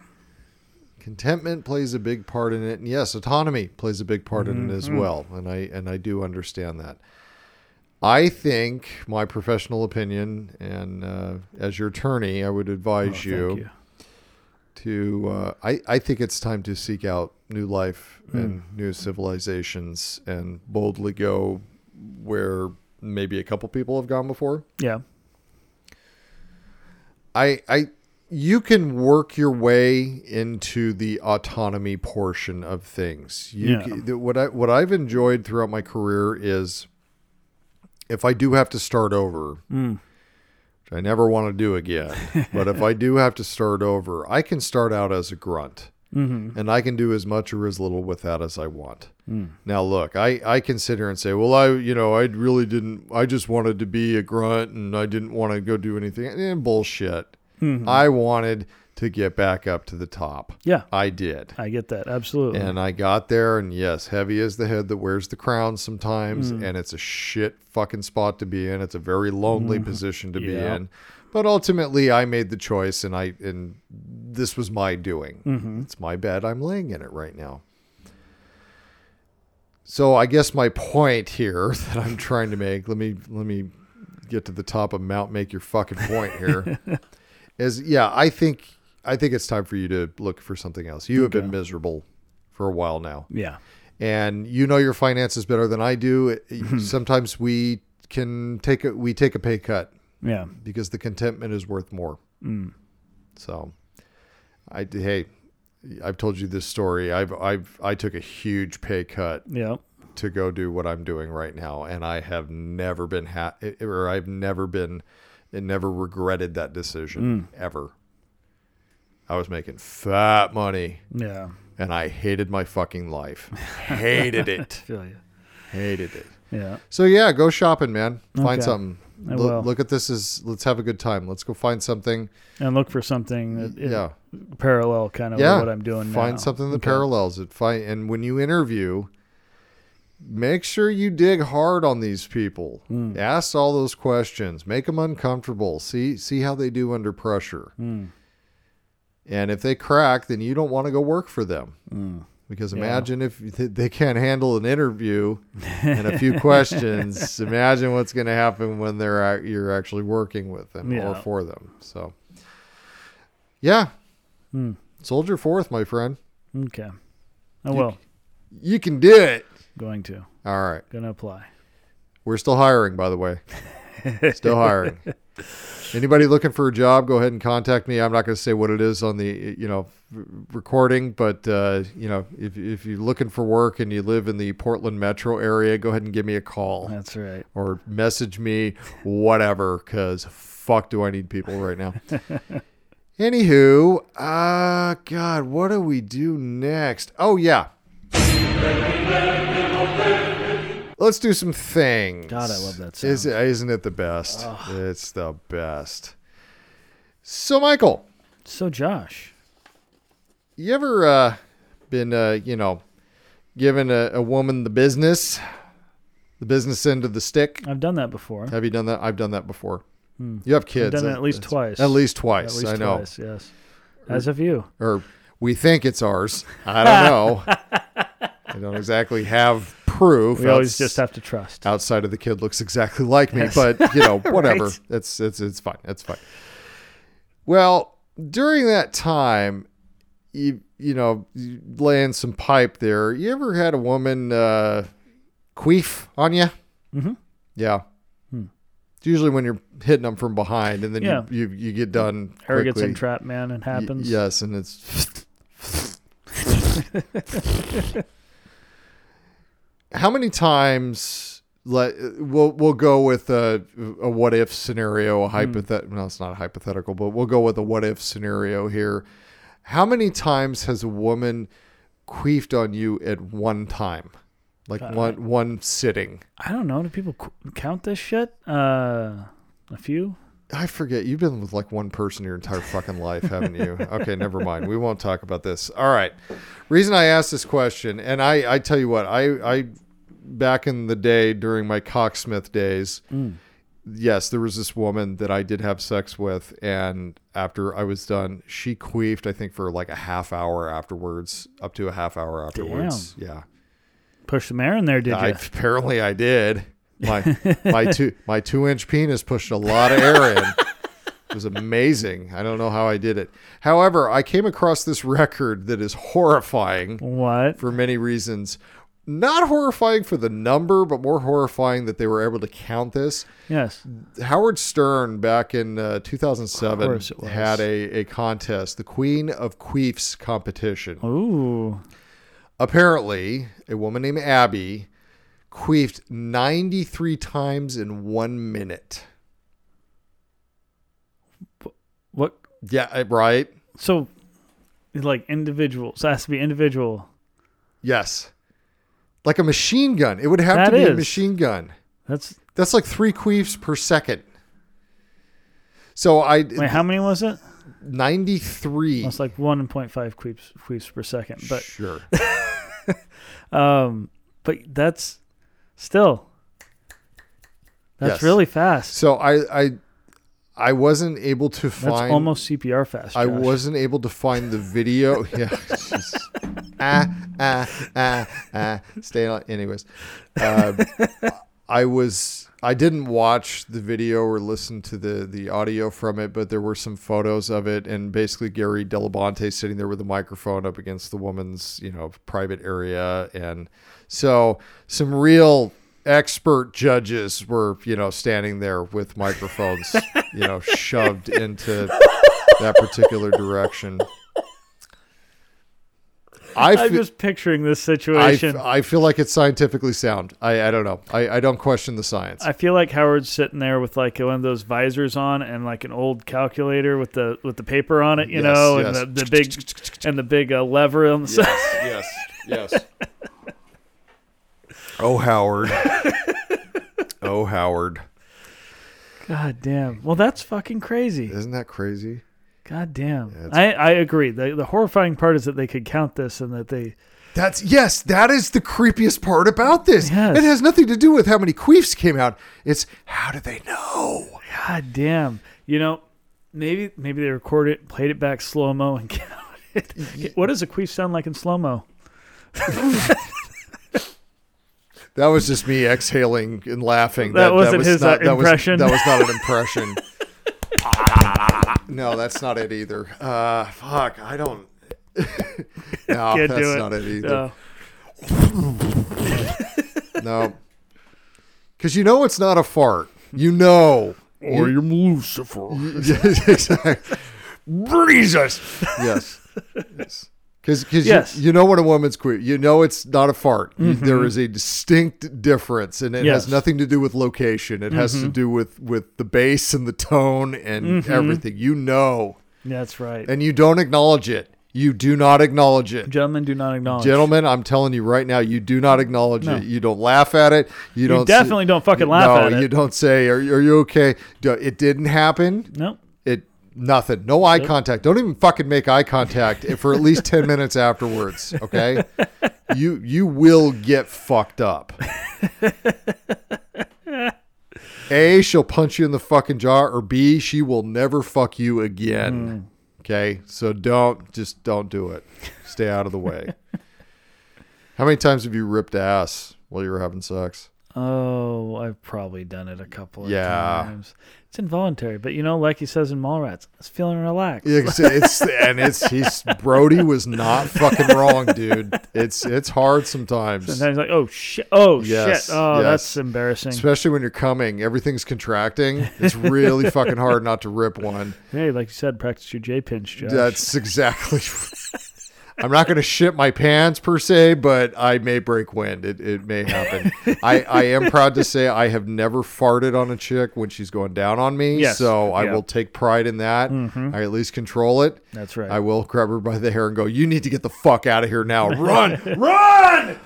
Speaker 1: Contentment plays a big part in it, and yes, autonomy plays a big part in it as well. And I and I do understand that. I think my professional opinion, and uh, as your attorney, I would advise
Speaker 4: Oh, Thank
Speaker 1: you, to uh, I, I think it's time to seek out new life and new civilizations and boldly go where maybe a couple people have gone before
Speaker 4: Yeah,
Speaker 1: i i you can work your way into the autonomy portion of things you
Speaker 4: Yeah.
Speaker 1: c- th- what i what i've enjoyed throughout my career is if i do have to start over which i never want to do again but if i do have to start over i can start out as a grunt and I can do as much or as little with that as I want. Now, look, I, I can sit here and say, well, I, you know, I really didn't, I just wanted to be a grunt and I didn't want to go do anything. And bullshit. I wanted to get back up to the top.
Speaker 4: yeah,
Speaker 1: I did.
Speaker 4: I get that absolutely.
Speaker 1: And uh, I got there, and yes, heavy is the head that wears the crown sometimes, and it's a shit fucking spot to be in. It's a very lonely position to be
Speaker 4: Yeah.
Speaker 1: in. But ultimately, I made the choice, and I and this was my doing. It's my bed. I'm laying in it right now. So I guess my point here [laughs] that I'm trying to make. Let me let me get to the top of Mount. Make your fucking point here. is yeah i think i think it's time for you to look for something else you have been miserable for a while now
Speaker 4: yeah,
Speaker 1: and you know your finances better than i do It- it- sometimes we can take a we take a pay cut
Speaker 4: yeah,
Speaker 1: because the contentment is worth more so i hey i've told you this story i've i've i took a huge pay cut
Speaker 4: yeah.
Speaker 1: to go do what i'm doing right now and i have never been ha- e, or i've never been and never regretted that decision ever. I was making fat money
Speaker 4: Yeah,
Speaker 1: and I hated my fucking life. hated it.
Speaker 4: feel you.
Speaker 1: Hated it.
Speaker 4: Yeah,
Speaker 1: So yeah, go shopping, man. Find
Speaker 4: Okay.
Speaker 1: something.
Speaker 4: I
Speaker 1: Lo-
Speaker 4: will.
Speaker 1: Look at this as let's have a good time. Let's go find something.
Speaker 4: and look for something that is
Speaker 1: yeah.
Speaker 4: parallel kind of
Speaker 1: yeah.
Speaker 4: what I'm doing now.
Speaker 1: Find something that
Speaker 4: Okay.
Speaker 1: parallels it. Find and when you interview, make sure you dig hard on these people.
Speaker 4: Hmm.
Speaker 1: Ask all those questions. Make them uncomfortable. See see how they do under pressure. And if they crack, then you don't want to go work for them. Because imagine if [laughs] th- they can't handle an interview and a few questions. Imagine what's going to happen when they're ac- you're actually working with them or
Speaker 4: Yeah.
Speaker 1: for them. So, yeah, soldier forth, my friend.
Speaker 4: Okay. I will.
Speaker 1: You can do it.
Speaker 4: Going to.
Speaker 1: All right,
Speaker 4: Going to apply.
Speaker 1: we're still hiring, by the way. Still hiring. Anybody looking for a job, go ahead and contact me. I'm not going to say what it is on the you know r- recording, but uh, you know if if you're looking for work and you live in the Portland metro area, go ahead and give me a call.
Speaker 4: That's right.
Speaker 1: or message me, whatever, because fuck do I need people right
Speaker 4: [laughs]
Speaker 1: now. Anywho, uh, God, what do we do next? Oh, yeah. Let's do some things.
Speaker 4: God, I love that
Speaker 1: Is,
Speaker 4: sound.
Speaker 1: isn't it the best? It's the best. So, Michael,
Speaker 4: So, Josh.
Speaker 1: you ever uh, been, uh, you know, giving a, a woman the business, the business end of the stick?
Speaker 4: I've done that before.
Speaker 1: Have you done that? I've done that before. You have kids.
Speaker 4: Hmm. done it at least
Speaker 1: That's-
Speaker 4: twice.
Speaker 1: At least twice.
Speaker 4: At
Speaker 1: I
Speaker 4: least
Speaker 1: know.
Speaker 4: twice, yes. As of you.
Speaker 1: Or we think it's ours. I don't
Speaker 4: [laughs]
Speaker 1: know. I don't exactly have proof.
Speaker 4: We always
Speaker 1: Outs-
Speaker 4: just have to trust.
Speaker 1: outside of the kid looks exactly like me, but you know, whatever.
Speaker 4: [laughs] Right.
Speaker 1: It's it's it's fine. It's fine. Well, during that time, you you know, you laying some pipe there. You ever had a woman uh, queef on you? Mm-hmm. Yeah. It's usually when you're hitting them from behind, and then
Speaker 4: Hmm. Yeah.
Speaker 1: you, you you get done.
Speaker 4: Arrogance
Speaker 1: quickly.
Speaker 4: and trap, man. It
Speaker 1: Y-
Speaker 4: happens.
Speaker 1: yes, and it's. How many times? Let we'll we'll go with a, a what if scenario, a hypothet. No, it's not hypothetical, but we'll go with a what if scenario here. How many times has a woman queefed on you at one time, like one one sitting?
Speaker 4: I don't know. Do people qu- count this shit? Uh, a few?
Speaker 1: I forget. You've been with like one person your entire fucking life, haven't you? Okay, never mind. We won't talk about this. All right. Reason I asked this question, and I, I tell you what, I, I back in the day during my cocksmith days, yes, there was this woman that I did have sex with, and after I was done, she queefed. I think for like a half hour afterwards, up to a half hour afterwards. Yeah.
Speaker 4: Push the mare in there, did you?
Speaker 1: I, apparently, I did. My
Speaker 4: [laughs]
Speaker 1: my two my two inch penis pushed a lot of air in. It was amazing. I don't know how I did it. However, I came across this record that is horrifying
Speaker 4: What?
Speaker 1: for many reasons. Not horrifying for the number, but more horrifying that they were able to count this.
Speaker 4: Yes.
Speaker 1: Howard Stern back in uh,
Speaker 4: Of course it
Speaker 1: 2007
Speaker 4: was.
Speaker 1: had a, a contest, the Queen of Queefs competition.
Speaker 4: Ooh.
Speaker 1: Apparently, a woman named Abby queefed 93 times in one minute.
Speaker 4: What?
Speaker 1: Yeah, eh, right?
Speaker 4: So, like individual. So it has to be individual.
Speaker 1: Yes. Like a machine gun. It would have
Speaker 4: That
Speaker 1: to be a
Speaker 4: is.
Speaker 1: machine gun.
Speaker 4: That's
Speaker 1: That's like three queefs per second. So I
Speaker 4: wait. How many was it?
Speaker 1: 93.
Speaker 4: It's like one point five queeps queeps per second. But
Speaker 1: sure.
Speaker 4: um, but that's still that's
Speaker 1: Yes.
Speaker 4: really fast.
Speaker 1: So I I I wasn't able to
Speaker 4: That's
Speaker 1: find
Speaker 4: almost CPR fast.
Speaker 1: I
Speaker 4: Josh.
Speaker 1: wasn't able to find the video. [laughs] yeah. jeez. ah, ah, ah, ah. Stay on. Anyways, Um I was. I didn't watch the video or listen to the the audio from it, but there were some photos of it, and basically Gary Delabonte sitting there with a microphone up against the woman's you know private area, and so some real expert judges were you know standing there with microphones you
Speaker 4: [laughs]
Speaker 1: know shoved into that particular direction. I
Speaker 4: [laughs] I'm
Speaker 1: fe-
Speaker 4: just picturing this
Speaker 1: I,
Speaker 4: situation.
Speaker 1: f-
Speaker 4: I
Speaker 1: I feel like it's scientifically sound. I, I don't know. I, I don't question the science.
Speaker 4: feel like Howard's sitting there with like one of those visors on and like an old calculator with the with the paper on it, you
Speaker 1: Yes,
Speaker 4: know,
Speaker 1: yes.
Speaker 4: and the, the big and the big uh, lever on the side.
Speaker 1: yes, yes.
Speaker 4: [laughs]
Speaker 1: Oh, Howard. oh, Howard.
Speaker 4: [laughs] God damn. Well, that's fucking crazy.
Speaker 5: Isn't that crazy?
Speaker 4: God damn.
Speaker 5: it's-
Speaker 4: I, I agree. The, the horrifying part is that they could count this and that they.
Speaker 1: That's yes, that is the creepiest part about this.
Speaker 4: Yes.
Speaker 1: It has nothing to do with how many queefs came out. It's how do they know?
Speaker 4: God damn. You know, maybe maybe they recorded it, played it back slow mo, and [laughs] counted. What does a queef sound like in slow mo?
Speaker 1: That was just me exhaling and laughing.
Speaker 4: That wasn't his, uh, impression.
Speaker 1: That was, that was not an impression. [laughs] no, that's not it either. Uh, fuck, I don't. [laughs] no,
Speaker 4: Can't
Speaker 1: Oh, that's
Speaker 4: do it. Oh,
Speaker 1: not it either.
Speaker 4: No.
Speaker 1: No. Because you know it's not a fart. You [laughs] know. Or you, am Lucifer. [laughs] exactly. Jesus. Yes. Yes. Because
Speaker 4: Yes.
Speaker 1: you, you know when a woman's queer, you know it's not a fart. You- there is a distinct difference, and it
Speaker 4: Yes.
Speaker 1: has nothing to do with location. It has to do with with the bass and the tone and everything. You know,
Speaker 4: That's right.
Speaker 1: and you don't acknowledge it. You do not acknowledge it.
Speaker 4: Gentlemen, do not acknowledge.
Speaker 1: Gentlemen, I'm telling you right now, you do not acknowledge
Speaker 4: No.
Speaker 1: it. You don't laugh at it. You, don't say-
Speaker 4: definitely don't fucking laugh
Speaker 1: no,
Speaker 4: at it.
Speaker 1: you don't say, "Are are you okay?" Do- It didn't happen.
Speaker 4: Nope.
Speaker 1: It nothing. No eye contact. Don't even fucking make eye contact for at least ten minutes afterwards. Okay, you you will get fucked up. A, she'll punch you in the fucking jaw, or B, she will never fuck you again. Okay, so don't just don't do it. Stay out of the way. How many times have you ripped ass while you were having sex?
Speaker 4: Oh, I've probably done it a couple of
Speaker 1: Yeah.
Speaker 4: times. It's involuntary, but you know, like he says in Mallrats, it's feeling relaxed.
Speaker 1: Yeah, 'cause it's and it's he's Brody was not fucking wrong, dude. It's it's hard sometimes,
Speaker 4: Sometimes like, oh shit, oh
Speaker 1: Yes,
Speaker 4: shit, oh
Speaker 1: yes.
Speaker 4: that's embarrassing.
Speaker 1: especially when you're coming. Everything's contracting. It's
Speaker 4: [laughs]
Speaker 1: really fucking hard not to rip one.
Speaker 4: hey, like you said, practice your J pinch, Josh.
Speaker 1: That's exactly. [laughs] I'm not going to shit my pants per se, but I may break wind. It, it may
Speaker 4: [laughs]
Speaker 1: happen. I, I am proud to say I have never farted on a chick when she's going down on me.
Speaker 4: Yes,
Speaker 1: So I
Speaker 4: yeah. Mm-hmm.
Speaker 1: will take pride in that. I at least control it.
Speaker 4: That's right.
Speaker 1: I will grab her by the hair and go, You need to get the fuck out of here
Speaker 4: [laughs]
Speaker 1: now. Run, run.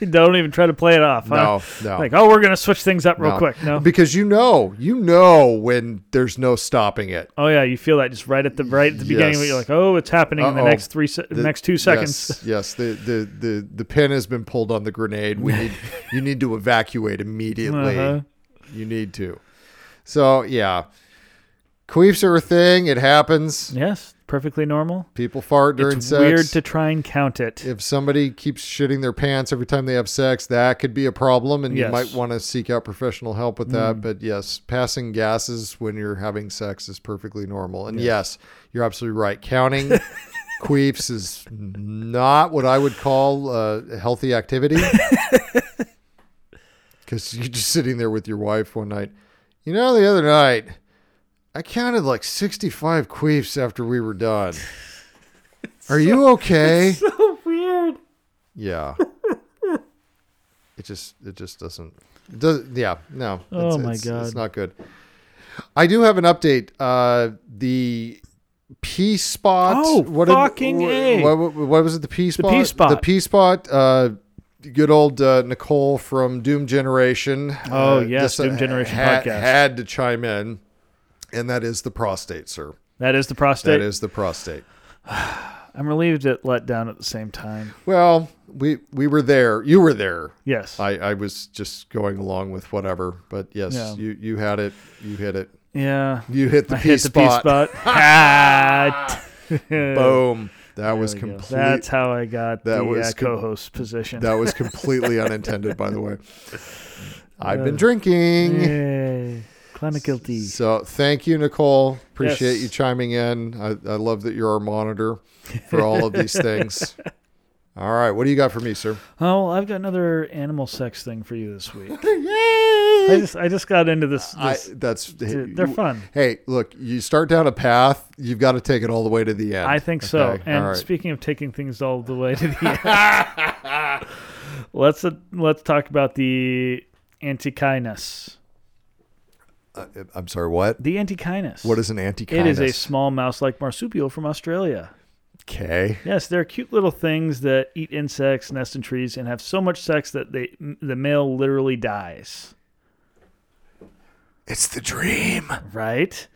Speaker 4: Don't even try to play it off. huh?
Speaker 1: No, no.
Speaker 4: Like, oh, we're gonna switch things up real
Speaker 1: No.
Speaker 4: quick. No.
Speaker 1: Because you know, you know when there's no stopping it.
Speaker 4: oh yeah, you feel that just right at the right at the beginning.
Speaker 1: Yes.
Speaker 4: You're like, oh, it's happening in the
Speaker 1: Uh-oh.
Speaker 4: next three, se-
Speaker 1: The-
Speaker 4: next two seconds.
Speaker 1: Yes, yes. The, the the the pin has been pulled on the grenade. We
Speaker 4: [laughs]
Speaker 1: need you need to evacuate immediately.
Speaker 4: Uh-huh.
Speaker 1: You need to. So yeah, queefs are a thing. It happens.
Speaker 4: Yes, perfectly normal.
Speaker 1: People fart during
Speaker 4: it's
Speaker 1: sex.
Speaker 4: weird to try and count it.
Speaker 1: if somebody keeps shitting their pants every time they have sex, that could be a problem, and
Speaker 4: Yes. Mm.
Speaker 1: you might want to seek out professional help with that. But yes, passing gases when you're having sex is perfectly normal. And yes, you're absolutely right.
Speaker 4: [laughs]
Speaker 1: Counting queefs is not what I would call uh, a healthy
Speaker 4: [laughs]
Speaker 1: activity. Because you're just sitting there with your wife one night. You know, the other night, I counted like 65 queefs after we were
Speaker 4: [laughs]
Speaker 1: done. Are you okay?
Speaker 4: weird. [laughs]
Speaker 1: Yeah. it just it just doesn't it does yeah, no. It's,
Speaker 4: Oh my
Speaker 1: it's-
Speaker 4: God.
Speaker 1: It's not good. I do have an update. Uh the P spot.
Speaker 4: Oh,
Speaker 1: did-
Speaker 4: fucking A.
Speaker 1: what, what, what was it? The P spot.
Speaker 4: P-spot.
Speaker 1: The P spot. Uh, good old uh, Nicole from Doom Generation.
Speaker 4: Oh,
Speaker 1: uh,
Speaker 4: yes,
Speaker 1: just, uh,
Speaker 4: Doom Generation
Speaker 1: had,
Speaker 4: podcast.
Speaker 1: had to chime in, and that is the prostate, sir.
Speaker 4: That is the
Speaker 1: That
Speaker 4: prostate.
Speaker 1: is the prostate.
Speaker 4: I'm relieved it let down at the same time.
Speaker 1: Well, we we were there. You were there.
Speaker 4: Yes.
Speaker 1: I, I was just going along with whatever, but yes,
Speaker 4: Yeah.
Speaker 1: you, you had it. You hit it. [laughs]
Speaker 4: yeah.
Speaker 1: You hit the
Speaker 4: I
Speaker 1: P
Speaker 4: hit the P
Speaker 1: spot. [laughs]
Speaker 4: spot. Ah,
Speaker 1: Boom. That was
Speaker 4: There we go.
Speaker 1: complete.
Speaker 4: That's how I got
Speaker 1: That
Speaker 4: the
Speaker 1: was
Speaker 4: uh,
Speaker 1: com-
Speaker 4: co-host position.
Speaker 1: That was completely unintended, by the
Speaker 4: [laughs]
Speaker 1: way. I've been drinking.
Speaker 4: Yay. Climate guilty.
Speaker 1: So thank you, Nicole. Appreciate
Speaker 4: Yes.
Speaker 1: you chiming in. I, I love that you're our monitor for all of these
Speaker 4: [laughs]
Speaker 1: things. All right, what do you got for me, sir?
Speaker 4: Oh, well, I've got another animal sex thing for you this week. I just I just got into this.
Speaker 1: I,
Speaker 4: this
Speaker 1: that's
Speaker 4: they're fun.
Speaker 1: Hey, look, you start down a path, you've got to take it all the way to the end.
Speaker 4: I think so.
Speaker 1: Okay,
Speaker 4: And
Speaker 1: all right.
Speaker 4: speaking of taking things all the way to the end,
Speaker 1: [laughs]
Speaker 4: [laughs] let's uh, let's talk about the antikinus.
Speaker 1: Uh, I'm sorry, what?
Speaker 4: The antikinus.
Speaker 1: What is an anti
Speaker 4: It is a small mouse-like marsupial from Australia.
Speaker 1: okay.
Speaker 4: Yes, they're cute little things that eat insects, nest in trees, and have so much sex that they the male literally dies.
Speaker 1: It's the dream.
Speaker 4: right?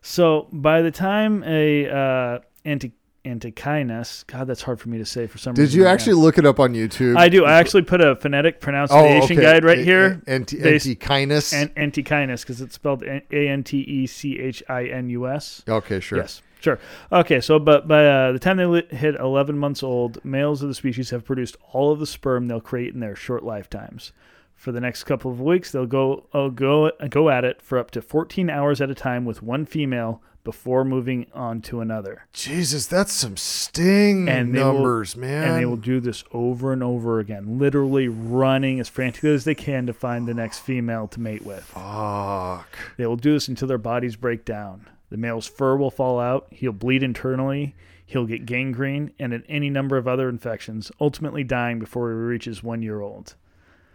Speaker 4: So by the time a uh, anti Antikinus, God, that's hard for me to say for some
Speaker 1: Did
Speaker 4: reason.
Speaker 1: you
Speaker 4: right
Speaker 1: actually
Speaker 4: now.
Speaker 1: look it up on YouTube? Oh,
Speaker 4: I do. I actually put a phonetic pronunciation guide right here.
Speaker 1: Anti,
Speaker 4: based-
Speaker 1: anti kindness.
Speaker 4: and Antikinus because it's spelled A N T E C H I N U S.
Speaker 1: okay, sure.
Speaker 4: Yes. Sure. Okay. So, but by uh, the time they li- hit 11 months old, males of the species have produced all of the sperm they'll create in their short lifetimes. For the next couple of weeks, they'll go oh, go go at it for up to 14 hours at a time with one female before moving on to another.
Speaker 1: Jesus, that's some sting
Speaker 4: And they will-
Speaker 1: Mm, numbers, man.
Speaker 4: And they will do this over and over again, literally running as frantically as they can to find the next female to mate with.
Speaker 1: Fuck.
Speaker 4: They will do this until their bodies break down. The male's fur will fall out, he'll bleed internally, he'll get gangrene, and in any number of other infections, ultimately dying before he reaches one year old.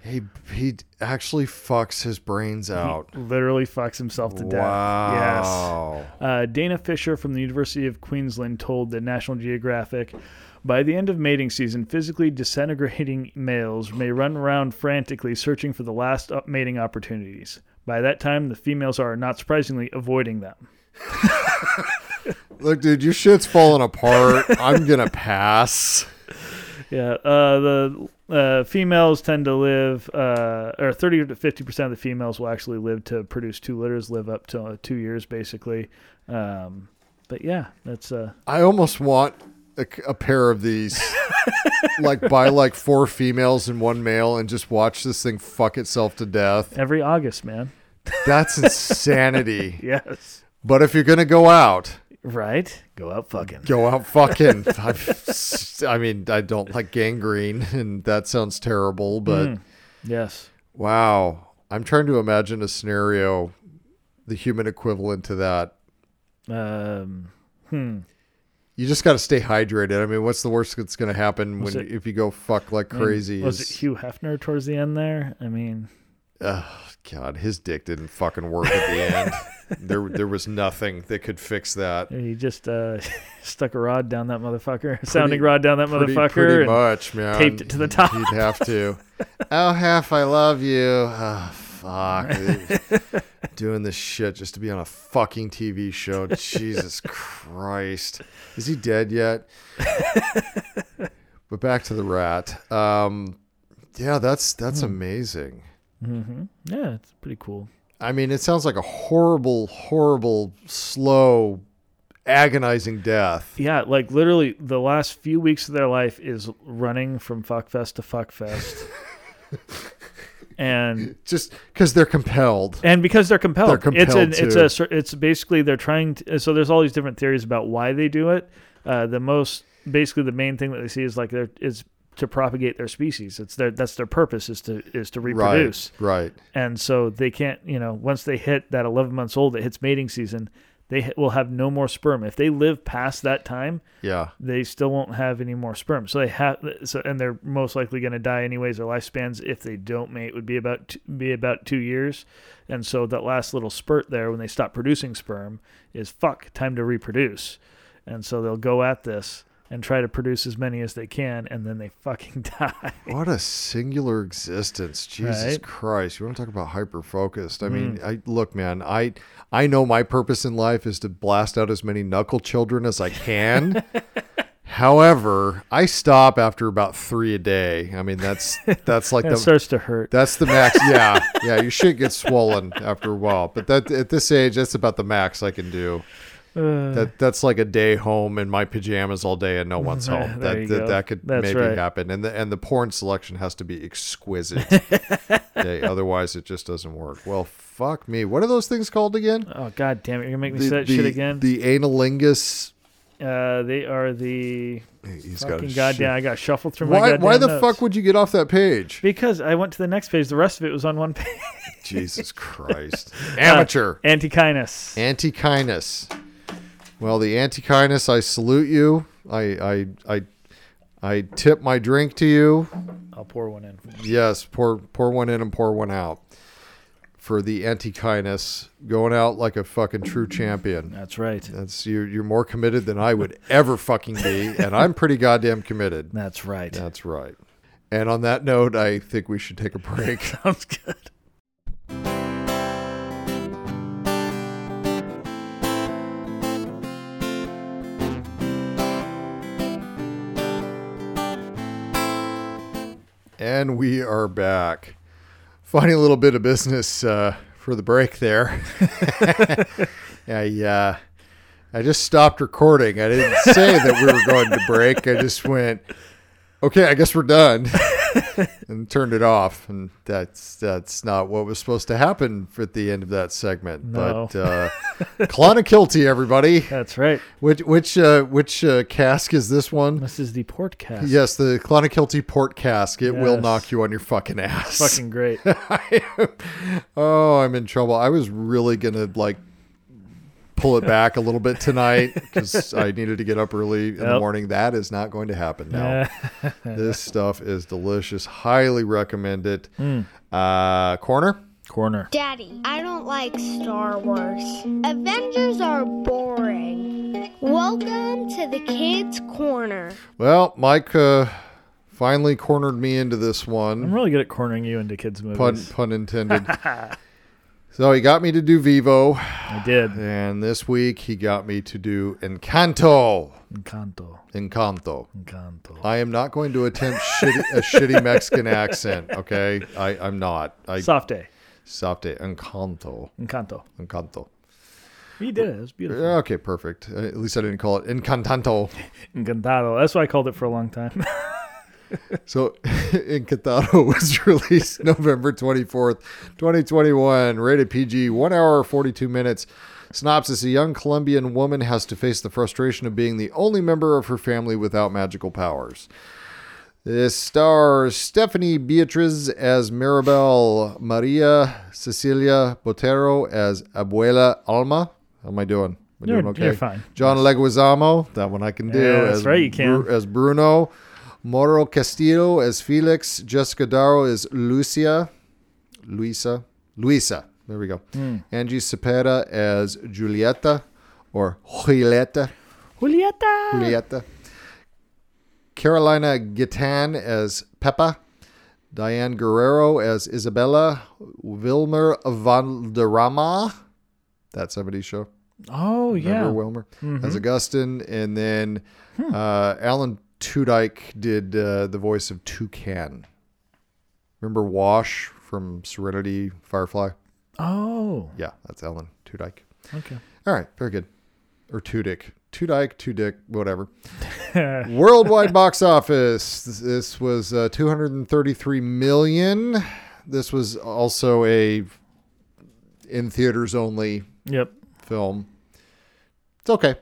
Speaker 1: He he actually fucks his brains out.
Speaker 4: Literally fucks himself to death. Yes.
Speaker 1: Wow.
Speaker 4: Uh, Dana Fisher from the University of Queensland told the National Geographic By the end of mating season, physically disintegrating [laughs] males may run around frantically searching for the last up- mating opportunities. By that time, the females are, not surprisingly, avoiding them.
Speaker 1: Look, dude, your shit's falling
Speaker 4: [laughs]
Speaker 1: apart. I'm gonna pass.
Speaker 4: Yeah, uh, the uh, females tend to live, uh, or thirty to fifty percent of the females will actually live to produce two litters, live up to uh, two years basically. Um, but yeah, that's uh,
Speaker 1: I almost want a, a pair of
Speaker 4: [laughs]
Speaker 1: these. like buy like four females and one male and just watch this thing fuck itself to death.
Speaker 4: every August, man.
Speaker 1: [laughs]
Speaker 4: [laughs]
Speaker 1: That's insanity.
Speaker 4: Yes,
Speaker 1: But if you're gonna go out,
Speaker 4: right. Go out fucking.
Speaker 1: go out fucking. I, I mean, I don't like gangrene, and that sounds terrible, but
Speaker 4: Hmm. Yes.
Speaker 1: wow. I'm trying to imagine a scenario, the human equivalent to that.
Speaker 4: Um,
Speaker 1: You just got to stay hydrated. I mean, what's the worst that's going to happen when
Speaker 4: it-
Speaker 1: if you go fuck like
Speaker 4: I mean,
Speaker 1: crazy?
Speaker 4: Was it
Speaker 1: is-
Speaker 4: Hugh Hefner towards the end there? I mean,
Speaker 1: God, his dick didn't fucking work at the
Speaker 4: [laughs]
Speaker 1: end. There, there was nothing that could fix that.
Speaker 4: he just uh, [laughs] stuck a rod down that motherfucker, sounding
Speaker 1: Pretty-
Speaker 4: rod down that
Speaker 1: Pretty-
Speaker 4: motherfucker.
Speaker 1: pretty
Speaker 4: and-
Speaker 1: much, man.
Speaker 4: taped it to the top.
Speaker 1: He'd have to. oh, half, I love you. Oh, fuck. [laughs] Doing this shit just to be on a fucking TV show. Jesus Christ. Is he dead yet? but back to the rat. Um, yeah, that's that's amazing.
Speaker 4: Mm-hmm. yeah, it's pretty cool.
Speaker 1: I mean, it sounds like a horrible, horrible, slow, agonizing death.
Speaker 4: Yeah, like literally the last few weeks of their life is running from fuckfest
Speaker 1: [laughs]
Speaker 4: to fuckfest. and
Speaker 1: Just because they're compelled.
Speaker 4: and because they're compelled,
Speaker 1: They're compelled
Speaker 4: it's an,
Speaker 1: to.
Speaker 4: it's a it's basically they're trying to so there's all these different theories about why they do it. Uh, the most basically the main thing that they see is like they're is to propagate their species. It's their that's their purpose is to is to reproduce.
Speaker 1: Right. Right.
Speaker 4: And so they can't, you know, once they hit that 11 months old that hits mating season, they h- will have no more sperm. If they live past that time,
Speaker 1: Yeah.
Speaker 4: they still won't have any more sperm. So they have so and they're most likely going to die anyways. Their lifespans, if they don't mate, would be about t- be about two years. And so that last little spurt there, when they stop producing sperm, is fuck time to reproduce. And so they'll go at this and try to produce as many as they can, and then they fucking [laughs] die.
Speaker 1: What a singular existence, Jesus
Speaker 4: Right? Mm.
Speaker 1: Christ! You want to talk about hyper focused? I mean, I look, man. I I know my purpose in life is to blast out as many knuckle children as I can.
Speaker 4: [laughs]
Speaker 1: However, I stop after about three a day. I mean, that's that's like
Speaker 4: [laughs] That
Speaker 1: the
Speaker 4: starts to hurt.
Speaker 1: that's the max. Yeah, yeah. Your shit gets swollen after a while, but that at this age, that's about the max I can do. that that's like a day home in my pajamas all day and no
Speaker 4: [laughs]
Speaker 1: one's home.
Speaker 4: There
Speaker 1: That
Speaker 4: you
Speaker 1: that,
Speaker 4: go.
Speaker 1: that could
Speaker 4: That's
Speaker 1: maybe
Speaker 4: right.
Speaker 1: happen. And the and the porn selection has to be
Speaker 4: [laughs]
Speaker 1: exquisite. okay, otherwise it just doesn't work. Well, fuck me. What are those things called again?
Speaker 4: Oh god damn it! You're gonna make me say that shit again.
Speaker 1: The analingus.
Speaker 4: uh, they are the
Speaker 1: He's got
Speaker 4: fucking
Speaker 1: a
Speaker 4: goddamn.
Speaker 1: shit-
Speaker 4: I got shuffled through my
Speaker 1: Why
Speaker 4: goddamn
Speaker 1: why the
Speaker 4: notes.
Speaker 1: fuck would you get off that page?
Speaker 4: [laughs] Because I went to the next page. The rest of it was on one page.
Speaker 1: Jesus Christ.
Speaker 4: [laughs] Uh,
Speaker 1: Amateur.
Speaker 4: eh. Antikinus.
Speaker 1: Antikinus. Well, the Antikinus, I salute you. I I I I tip my drink to you.
Speaker 4: I'll pour one in.
Speaker 1: Yes, pour pour one in and pour one out for the anti-kindness going out like a fucking true champion.
Speaker 4: That's right.
Speaker 1: That's you. You're more committed than I would ever fucking be, and I'm pretty goddamn committed.
Speaker 4: That's right. [laughs]
Speaker 1: That's right. And on that note, I think we should take a break.
Speaker 4: Sounds good.
Speaker 1: And we are back. Funny little bit of business uh, for the break there. [laughs] I uh, I just stopped recording. I didn't say that we were going to break. I just went, okay, I guess we're done, and turned it off. And that's that's not what was supposed to happen at the end of that segment.
Speaker 4: No.
Speaker 1: But uh, Clonakilty, everybody.
Speaker 4: That's right.
Speaker 1: Which which uh, which uh, cask is this one?
Speaker 4: This is the port cast.
Speaker 1: Yes, the Clonakilty port cask. It will
Speaker 4: Yes.
Speaker 1: knock you on your fucking ass.
Speaker 4: Fucking great.
Speaker 1: [laughs] oh, I'm in trouble. I was really gonna like pull it back a little bit
Speaker 4: [laughs]
Speaker 1: tonight because I needed to get up early in the
Speaker 4: Yep.
Speaker 1: morning. That is not going to happen now. [laughs] this stuff is delicious. Highly recommend it.
Speaker 4: Hmm.
Speaker 1: Uh, corner.
Speaker 4: Corner.
Speaker 9: Daddy, I don't like Star Wars. Avengers are boring. Welcome to the Kids Corner.
Speaker 1: Well, Mike uh, finally cornered me into this
Speaker 4: I'm
Speaker 1: one.
Speaker 4: really good at cornering you into kids' movies.
Speaker 1: Pun pun
Speaker 4: [laughs]
Speaker 1: intended. so he got me to do Vivo,
Speaker 4: I did.
Speaker 1: and this week he got me to do Encanto.
Speaker 4: Encanto.
Speaker 1: Encanto.
Speaker 4: Encanto.
Speaker 1: I am not going to attempt shitty, a shitty Mexican accent. Okay, I, I'm not. I
Speaker 4: Softe.
Speaker 1: softe encanto,
Speaker 4: Encanto.
Speaker 1: encanto.
Speaker 4: He did it. It was beautiful.
Speaker 1: Yeah, Okay, perfect. Uh, At least I didn't call it encantanto.
Speaker 4: Encantado. That's what I called it for a long time. [laughs]
Speaker 1: So, [laughs] Encantado was
Speaker 4: [laughs]
Speaker 1: released November 24th, 2021, rated PG, 1 hour 42 minutes. Synopsis A young Colombian woman has to face the frustration of being the only member of her family without magical powers. This stars Stephanie Beatriz as Mirabel, Maria Cecilia Botero as Abuela Alma. How am I doing? Am I
Speaker 4: You're-
Speaker 1: doing okay?
Speaker 4: you're fine.
Speaker 1: John Leguizamo, that one I can do.
Speaker 4: Yeah, that's
Speaker 1: as
Speaker 4: right, you can.
Speaker 1: Bru- as Bruno, Moro Castillo as Felix, Jessica Darrow as Lucia, Luisa, Luisa. There we go.
Speaker 4: Hmm.
Speaker 1: Angie Cepeda as Julieta, or Julieta,
Speaker 4: Julieta.
Speaker 1: Julieta. Carolina Gitan as Peppa. Diane Guerrero as Isabella. Wilmer Valderrama. That 70s show.
Speaker 4: Oh,
Speaker 1: Remember
Speaker 4: yeah.
Speaker 1: Wilmer as Augustine, and then uh, Alan Tudyk did uh, the voice of Toucan. Remember Wash from Serenity, Firefly?
Speaker 4: Oh,
Speaker 1: Yeah, that's Alan Tudyk.
Speaker 4: okay.
Speaker 1: All right, very good. Or Tudyk, Tudyk, Tudyk, whatever. Worldwide box office. This, this was uh, 233 million. This was also a in theaters only
Speaker 4: Yep.
Speaker 1: film. It's okay.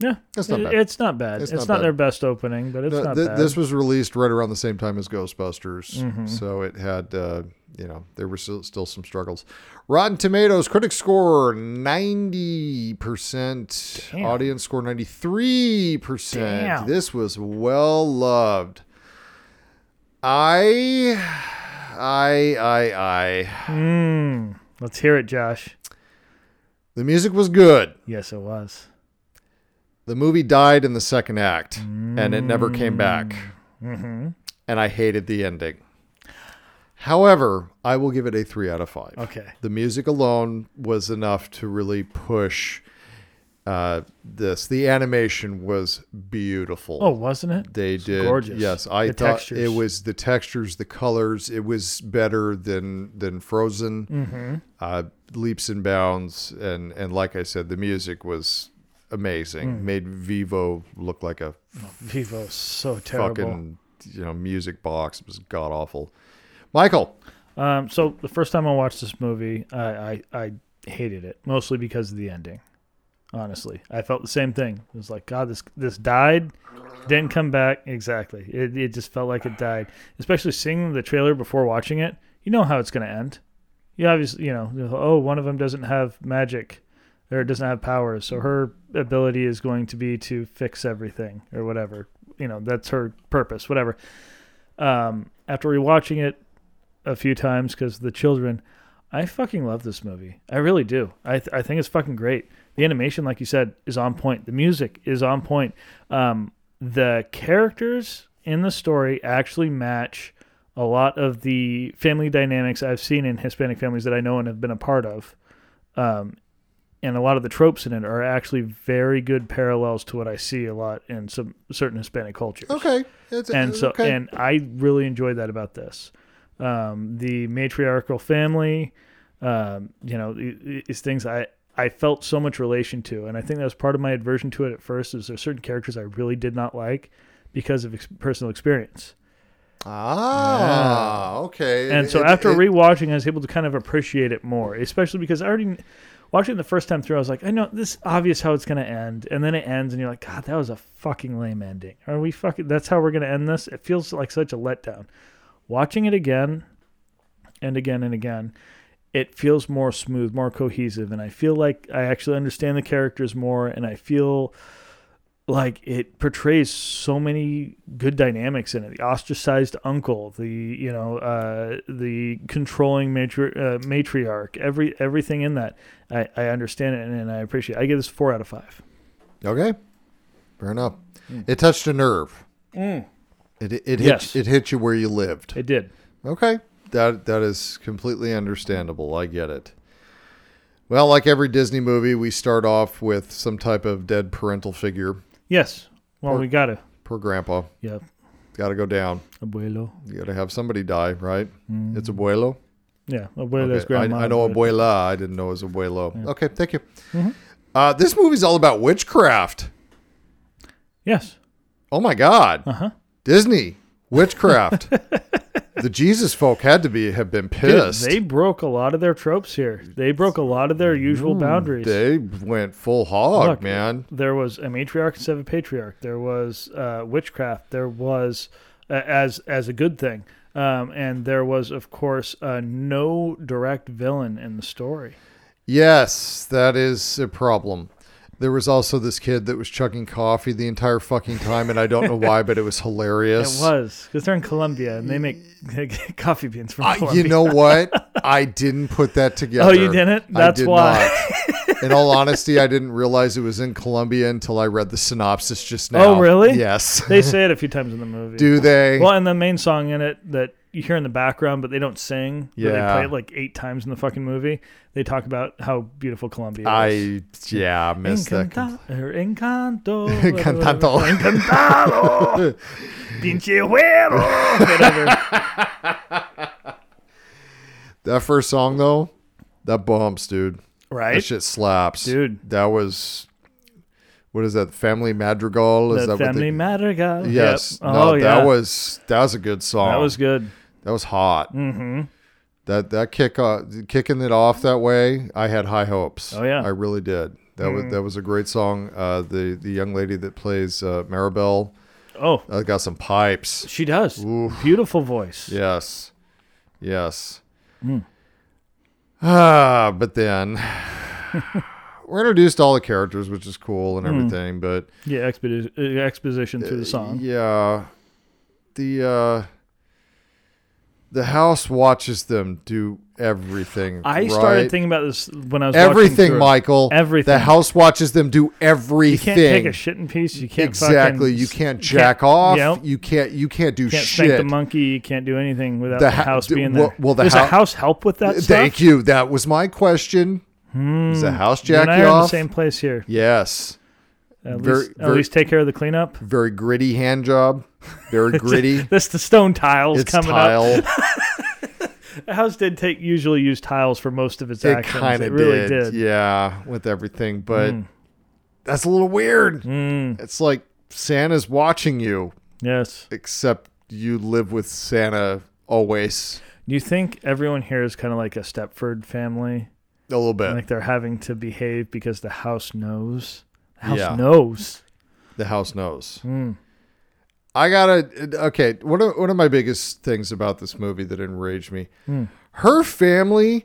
Speaker 4: Yeah.
Speaker 1: It's not
Speaker 4: It-
Speaker 1: bad.
Speaker 4: It's not bad. It's, not,
Speaker 1: not bad.
Speaker 4: their best opening, but it's
Speaker 1: No,
Speaker 4: not
Speaker 1: thi-
Speaker 4: bad. Mm-hmm.
Speaker 1: This was released right around the same time as Ghostbusters, so it had uh, you know there were still, still some struggles. Rotten Tomatoes critic score ninety percent,
Speaker 4: Damn.
Speaker 1: audience score ninety three percent.
Speaker 4: Damn.
Speaker 1: This was well loved. I, I, I, I.
Speaker 4: Mm. Let's hear it, Josh.
Speaker 1: The music was good.
Speaker 4: Yes, it was.
Speaker 1: The movie died in the second act, and it never came back.
Speaker 4: Mm-hmm.
Speaker 1: And I hated the ending. However, I will give it a three out of five.
Speaker 4: Okay.
Speaker 1: The music alone was enough to really push uh, this. The animation was beautiful.
Speaker 4: Oh, wasn't it?
Speaker 1: They did.
Speaker 4: gorgeous.
Speaker 1: Yes, I
Speaker 4: The
Speaker 1: thought
Speaker 4: textures.
Speaker 1: it was the textures, the colors. It was better than than Frozen.
Speaker 4: Mm-hmm.
Speaker 1: Uh, leaps and bounds, and and like I said, the music was
Speaker 4: Mm.
Speaker 1: amazing. Made Vivo look like a
Speaker 4: Vivo's so terrible.
Speaker 1: fucking you know music box. It was god awful. Michael,
Speaker 4: Um, so the first time I watched this movie, I, I I hated it mostly because of the ending. Honestly, I felt the same thing. It was like God, this this died, didn't come back. Exactly, it it just felt like it died. Especially seeing the trailer before watching it, you know how it's going to end. You obviously, you know, you know, oh, one of them doesn't have magic, or doesn't have powers, so her ability is going to be to fix everything or whatever. You know, that's her purpose, whatever. Um, after rewatching it, a few times because the children. I fucking love this movie. I really do. I, th- I think it's fucking great. The animation, like you said, is on point. The music is on point. Um, the characters in the story actually match a lot of the family dynamics I've seen in Hispanic families that I know and have been a part of. Um, and a lot of the tropes in it are actually very good parallels to what I see a lot in some certain Hispanic cultures.
Speaker 1: Okay. It's,
Speaker 4: And so,
Speaker 1: okay.
Speaker 4: and I really enjoyed that about this. Um, the matriarchal family, um, you know, i- i- is things I I felt so much relation to, and I think that was part of my aversion to it at first. Is there's certain characters I really did not like because of ex- personal experience.
Speaker 1: ah, okay.
Speaker 4: And
Speaker 1: It-
Speaker 4: so
Speaker 1: it-
Speaker 4: after
Speaker 1: it-
Speaker 4: rewatching, I was able to kind of appreciate it more, especially because I already watching it the first time through, I was like, I know this is obvious how it's going to end, and then it ends, and you're like, God, that was a fucking lame ending. Are we fucking? That's how we're going to end this? It feels like such a letdown. Watching it again, and again and again, it feels more smooth, more cohesive, and I feel like I actually understand the characters more, and I feel like it portrays so many good dynamics in it. The ostracized uncle, the you know, uh, the controlling matri- uh, matriarch, every everything in that, I, I understand it and, and I appreciate. it. I give this four out of five.
Speaker 1: okay, fair enough. It touched a nerve. It it, it hit
Speaker 4: Mm. Yes.
Speaker 1: it hit you where you lived.
Speaker 4: It did.
Speaker 1: Okay. That that is completely understandable. I get it. Well, like every Disney movie, we start off with some type of dead parental figure
Speaker 4: Yes. Well, we gotta.
Speaker 1: per grandpa.
Speaker 4: Yep.
Speaker 1: Got to go down.
Speaker 4: Abuelo.
Speaker 1: You got to have somebody die, right?
Speaker 4: Mm-hmm.
Speaker 1: It's abuelo.
Speaker 4: Yeah. Abuelo's
Speaker 1: Okay, I,
Speaker 4: grandma.
Speaker 1: I know
Speaker 4: but-
Speaker 1: abuela. I didn't know it was abuelo. Okay, thank you.
Speaker 4: Mm-hmm.
Speaker 1: Uh, this movie's all about witchcraft.
Speaker 4: Yes.
Speaker 1: Oh my God.
Speaker 4: Uh-huh.
Speaker 1: Disney
Speaker 4: [laughs]
Speaker 1: witchcraft. the Jesus folk had to be have been
Speaker 4: Dude,
Speaker 1: pissed.
Speaker 4: they broke a lot of their tropes here. They broke a lot of their usual boundaries.
Speaker 1: They went full hog,
Speaker 4: Look,
Speaker 1: man.
Speaker 4: There was a matriarch instead of a patriarch. There was uh, witchcraft. There was uh, as as a good thing, um, and there was of course uh, no direct villain in the story.
Speaker 1: Yes, that is a problem. There was also this kid that was chugging coffee the entire fucking time, and I don't know why, but it was hilarious.
Speaker 4: [laughs] It was because they're in Colombia and they make [laughs] coffee beans from
Speaker 1: I-
Speaker 4: Colombia.
Speaker 1: you know what? I didn't put that together.
Speaker 4: Oh, you didn't? That's
Speaker 1: I did
Speaker 4: why. [laughs]
Speaker 1: Not. In all honesty, I didn't realize it was in Colombia until I read the synopsis just now.
Speaker 4: Oh, really?
Speaker 1: Yes.
Speaker 4: [laughs] [laughs] they say it a few times in the
Speaker 1: [laughs]
Speaker 4: movie.
Speaker 1: Do
Speaker 4: [laughs]
Speaker 1: they?
Speaker 4: Well, and the main song in it that you hear in the background, but they don't sing. but
Speaker 1: Yeah.
Speaker 4: they play it like eight times in the fucking movie. They talk about how beautiful Colombia is.
Speaker 1: I yeah, I missed that.
Speaker 4: Encanta- or
Speaker 1: [laughs]
Speaker 4: Encanto.
Speaker 1: Encantado.
Speaker 4: [laughs] Encantado. Pinche huevo. [laughs] Whatever.
Speaker 1: That first song though, that bumps, dude. That
Speaker 4: Right?
Speaker 1: shit slaps,
Speaker 4: Dude.
Speaker 1: That was what is that? Family Madrigal? Is
Speaker 4: the
Speaker 1: that what
Speaker 4: family
Speaker 1: they-
Speaker 4: madrigal.
Speaker 1: Yes.
Speaker 4: Yep.
Speaker 1: No,
Speaker 4: oh, yeah.
Speaker 1: that was that was a good song.
Speaker 4: That was good.
Speaker 1: that was hot. Mm-hmm. That that kick uh, kicking it off that way, I had high hopes.
Speaker 4: Oh, yeah. Mm-hmm.
Speaker 1: I really did. That was that was a great song. Uh, the the young lady that plays uh, Maribel
Speaker 4: Oh,
Speaker 1: uh, got some pipes.
Speaker 4: she does. Beautiful voice.
Speaker 1: Yes, yes.
Speaker 4: Mm.
Speaker 1: Ah, but then [sighs] we're introduced to all the characters, which is cool
Speaker 4: Mm.
Speaker 1: and everything. But
Speaker 4: Yeah, expedi- uh, exposition through the song.
Speaker 1: Yeah. The uh the house watches them do everything.
Speaker 4: I
Speaker 1: right?
Speaker 4: started thinking about this when I was watching
Speaker 1: everything,
Speaker 4: through it.
Speaker 1: Michael.
Speaker 4: Everything.
Speaker 1: The house watches them do everything.
Speaker 4: You can't take a shit in peace. You can't
Speaker 1: exactly.
Speaker 4: fucking-
Speaker 1: you can't jack off.
Speaker 4: Yep.
Speaker 1: You can't. You can't do
Speaker 4: can't
Speaker 1: shit.
Speaker 4: spank the monkey. You can't do anything without
Speaker 1: The
Speaker 4: the,
Speaker 1: ha-
Speaker 4: house
Speaker 1: d-
Speaker 4: being
Speaker 1: well-
Speaker 4: there.
Speaker 1: well, the
Speaker 4: Does
Speaker 1: hou-
Speaker 4: the house help with that?
Speaker 1: Thank
Speaker 4: stuff? Hmm.
Speaker 1: you. That was my question. Is the house
Speaker 4: You and
Speaker 1: jack
Speaker 4: I
Speaker 1: you
Speaker 4: are in the
Speaker 1: off?
Speaker 4: same place here.
Speaker 1: Yes.
Speaker 4: At,
Speaker 1: Very-
Speaker 4: least,
Speaker 1: very-
Speaker 4: at least take care of the cleanup.
Speaker 1: Very gritty hand job. Very gritty.
Speaker 4: This [laughs] the stone tiles
Speaker 1: it's
Speaker 4: coming up.
Speaker 1: tile.
Speaker 4: The house did take usually use tiles for most of
Speaker 1: [laughs]
Speaker 4: its
Speaker 1: it
Speaker 4: actions.
Speaker 1: kind
Speaker 4: it
Speaker 1: of
Speaker 4: really
Speaker 1: did,
Speaker 4: did. Hmm.
Speaker 1: yeah, with everything. But that's a little weird. It's like Santa's watching you,
Speaker 4: Yes.
Speaker 1: except you live with Santa always
Speaker 4: Do you think everyone here is kind of like a Stepford family?
Speaker 1: a little bit.
Speaker 4: Like they're having to behave because the house knows. The house
Speaker 1: Yeah.
Speaker 4: knows.
Speaker 1: the house knows.
Speaker 4: Hmm.
Speaker 1: I gotta okay. One of one of my biggest things about this movie that enraged me,
Speaker 4: Hmm.
Speaker 1: her family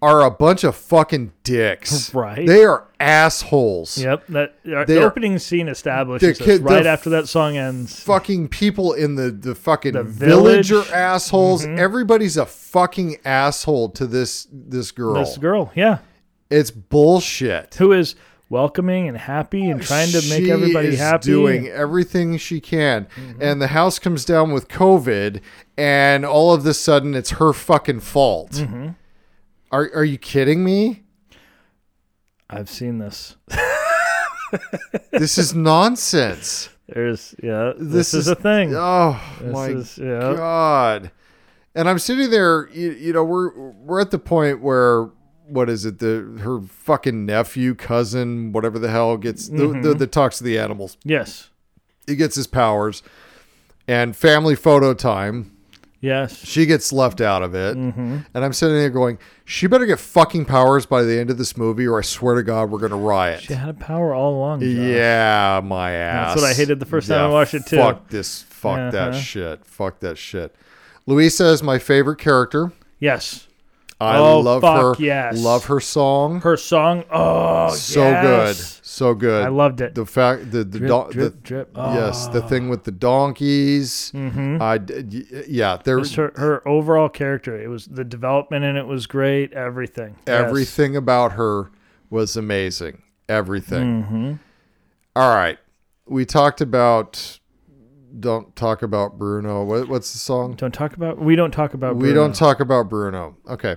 Speaker 1: are a bunch of fucking dicks.
Speaker 4: [laughs] Right.
Speaker 1: They are assholes.
Speaker 4: Yep. That the
Speaker 1: They're-
Speaker 4: opening scene establishes
Speaker 1: the
Speaker 4: this
Speaker 1: kid- the
Speaker 4: right
Speaker 1: f-
Speaker 4: after that song ends.
Speaker 1: fucking people in the the fucking
Speaker 4: The
Speaker 1: village are
Speaker 4: village. Mm-hmm.
Speaker 1: assholes. Everybody's a fucking asshole to this this girl.
Speaker 4: This girl, yeah,
Speaker 1: It's bullshit.
Speaker 4: who is welcoming and happy and trying to make
Speaker 1: She
Speaker 4: everybody
Speaker 1: is
Speaker 4: happy. Mm-hmm.
Speaker 1: Doing everything she can, and the house comes down with COVID, and all of a sudden it's
Speaker 4: Mm-hmm.
Speaker 1: her fucking fault. Are are you kidding me?
Speaker 4: I've seen this.
Speaker 1: This
Speaker 4: [laughs]
Speaker 1: is nonsense.
Speaker 4: There's yeah. This, is, a thing.
Speaker 1: Oh
Speaker 4: This
Speaker 1: my
Speaker 4: is- yeah.
Speaker 1: god! And I'm sitting there. You, you know, we're we're at the point where what is it? The her fucking nephew, cousin, whatever the hell gets the, the
Speaker 4: Mm-hmm.
Speaker 1: the talks to the animals.
Speaker 4: yes.
Speaker 1: He gets his powers, and family photo time.
Speaker 4: Yes.
Speaker 1: She gets left out of it,
Speaker 4: Mm-hmm.
Speaker 1: and I'm sitting there going, "She better get fucking powers by the end of this movie, or I swear to God, we're gonna riot."
Speaker 4: She had power all along. Josh.
Speaker 1: Yeah, my ass.
Speaker 4: That's what I hated the first time I watched it, too.
Speaker 1: Fuck this. Fuck that
Speaker 4: Uh-huh.
Speaker 1: shit. Fuck that shit. Louisa is my favorite character.
Speaker 4: Yes.
Speaker 1: I
Speaker 4: Oh,
Speaker 1: love
Speaker 4: fuck
Speaker 1: her.
Speaker 4: yes.
Speaker 1: Love her song.
Speaker 4: Her song. Oh,
Speaker 1: so
Speaker 4: yes.
Speaker 1: good. So good.
Speaker 4: I loved it.
Speaker 1: The fact the the,
Speaker 4: Drip,
Speaker 1: don-
Speaker 4: drip,
Speaker 1: the-
Speaker 4: drip. Ah.
Speaker 1: Yes, the thing with the donkeys. Mm-hmm. I d- y- yeah, there
Speaker 4: Just her, her overall character. It was the development in it was great. Everything. Yes.
Speaker 1: everything about her was amazing. Everything.
Speaker 4: Mm-hmm.
Speaker 1: All right. We talked about don't talk about Bruno. What, what's the song?
Speaker 4: Don't talk about. We don't talk about.
Speaker 1: We
Speaker 4: Bruno.
Speaker 1: don't talk about Bruno. Okay.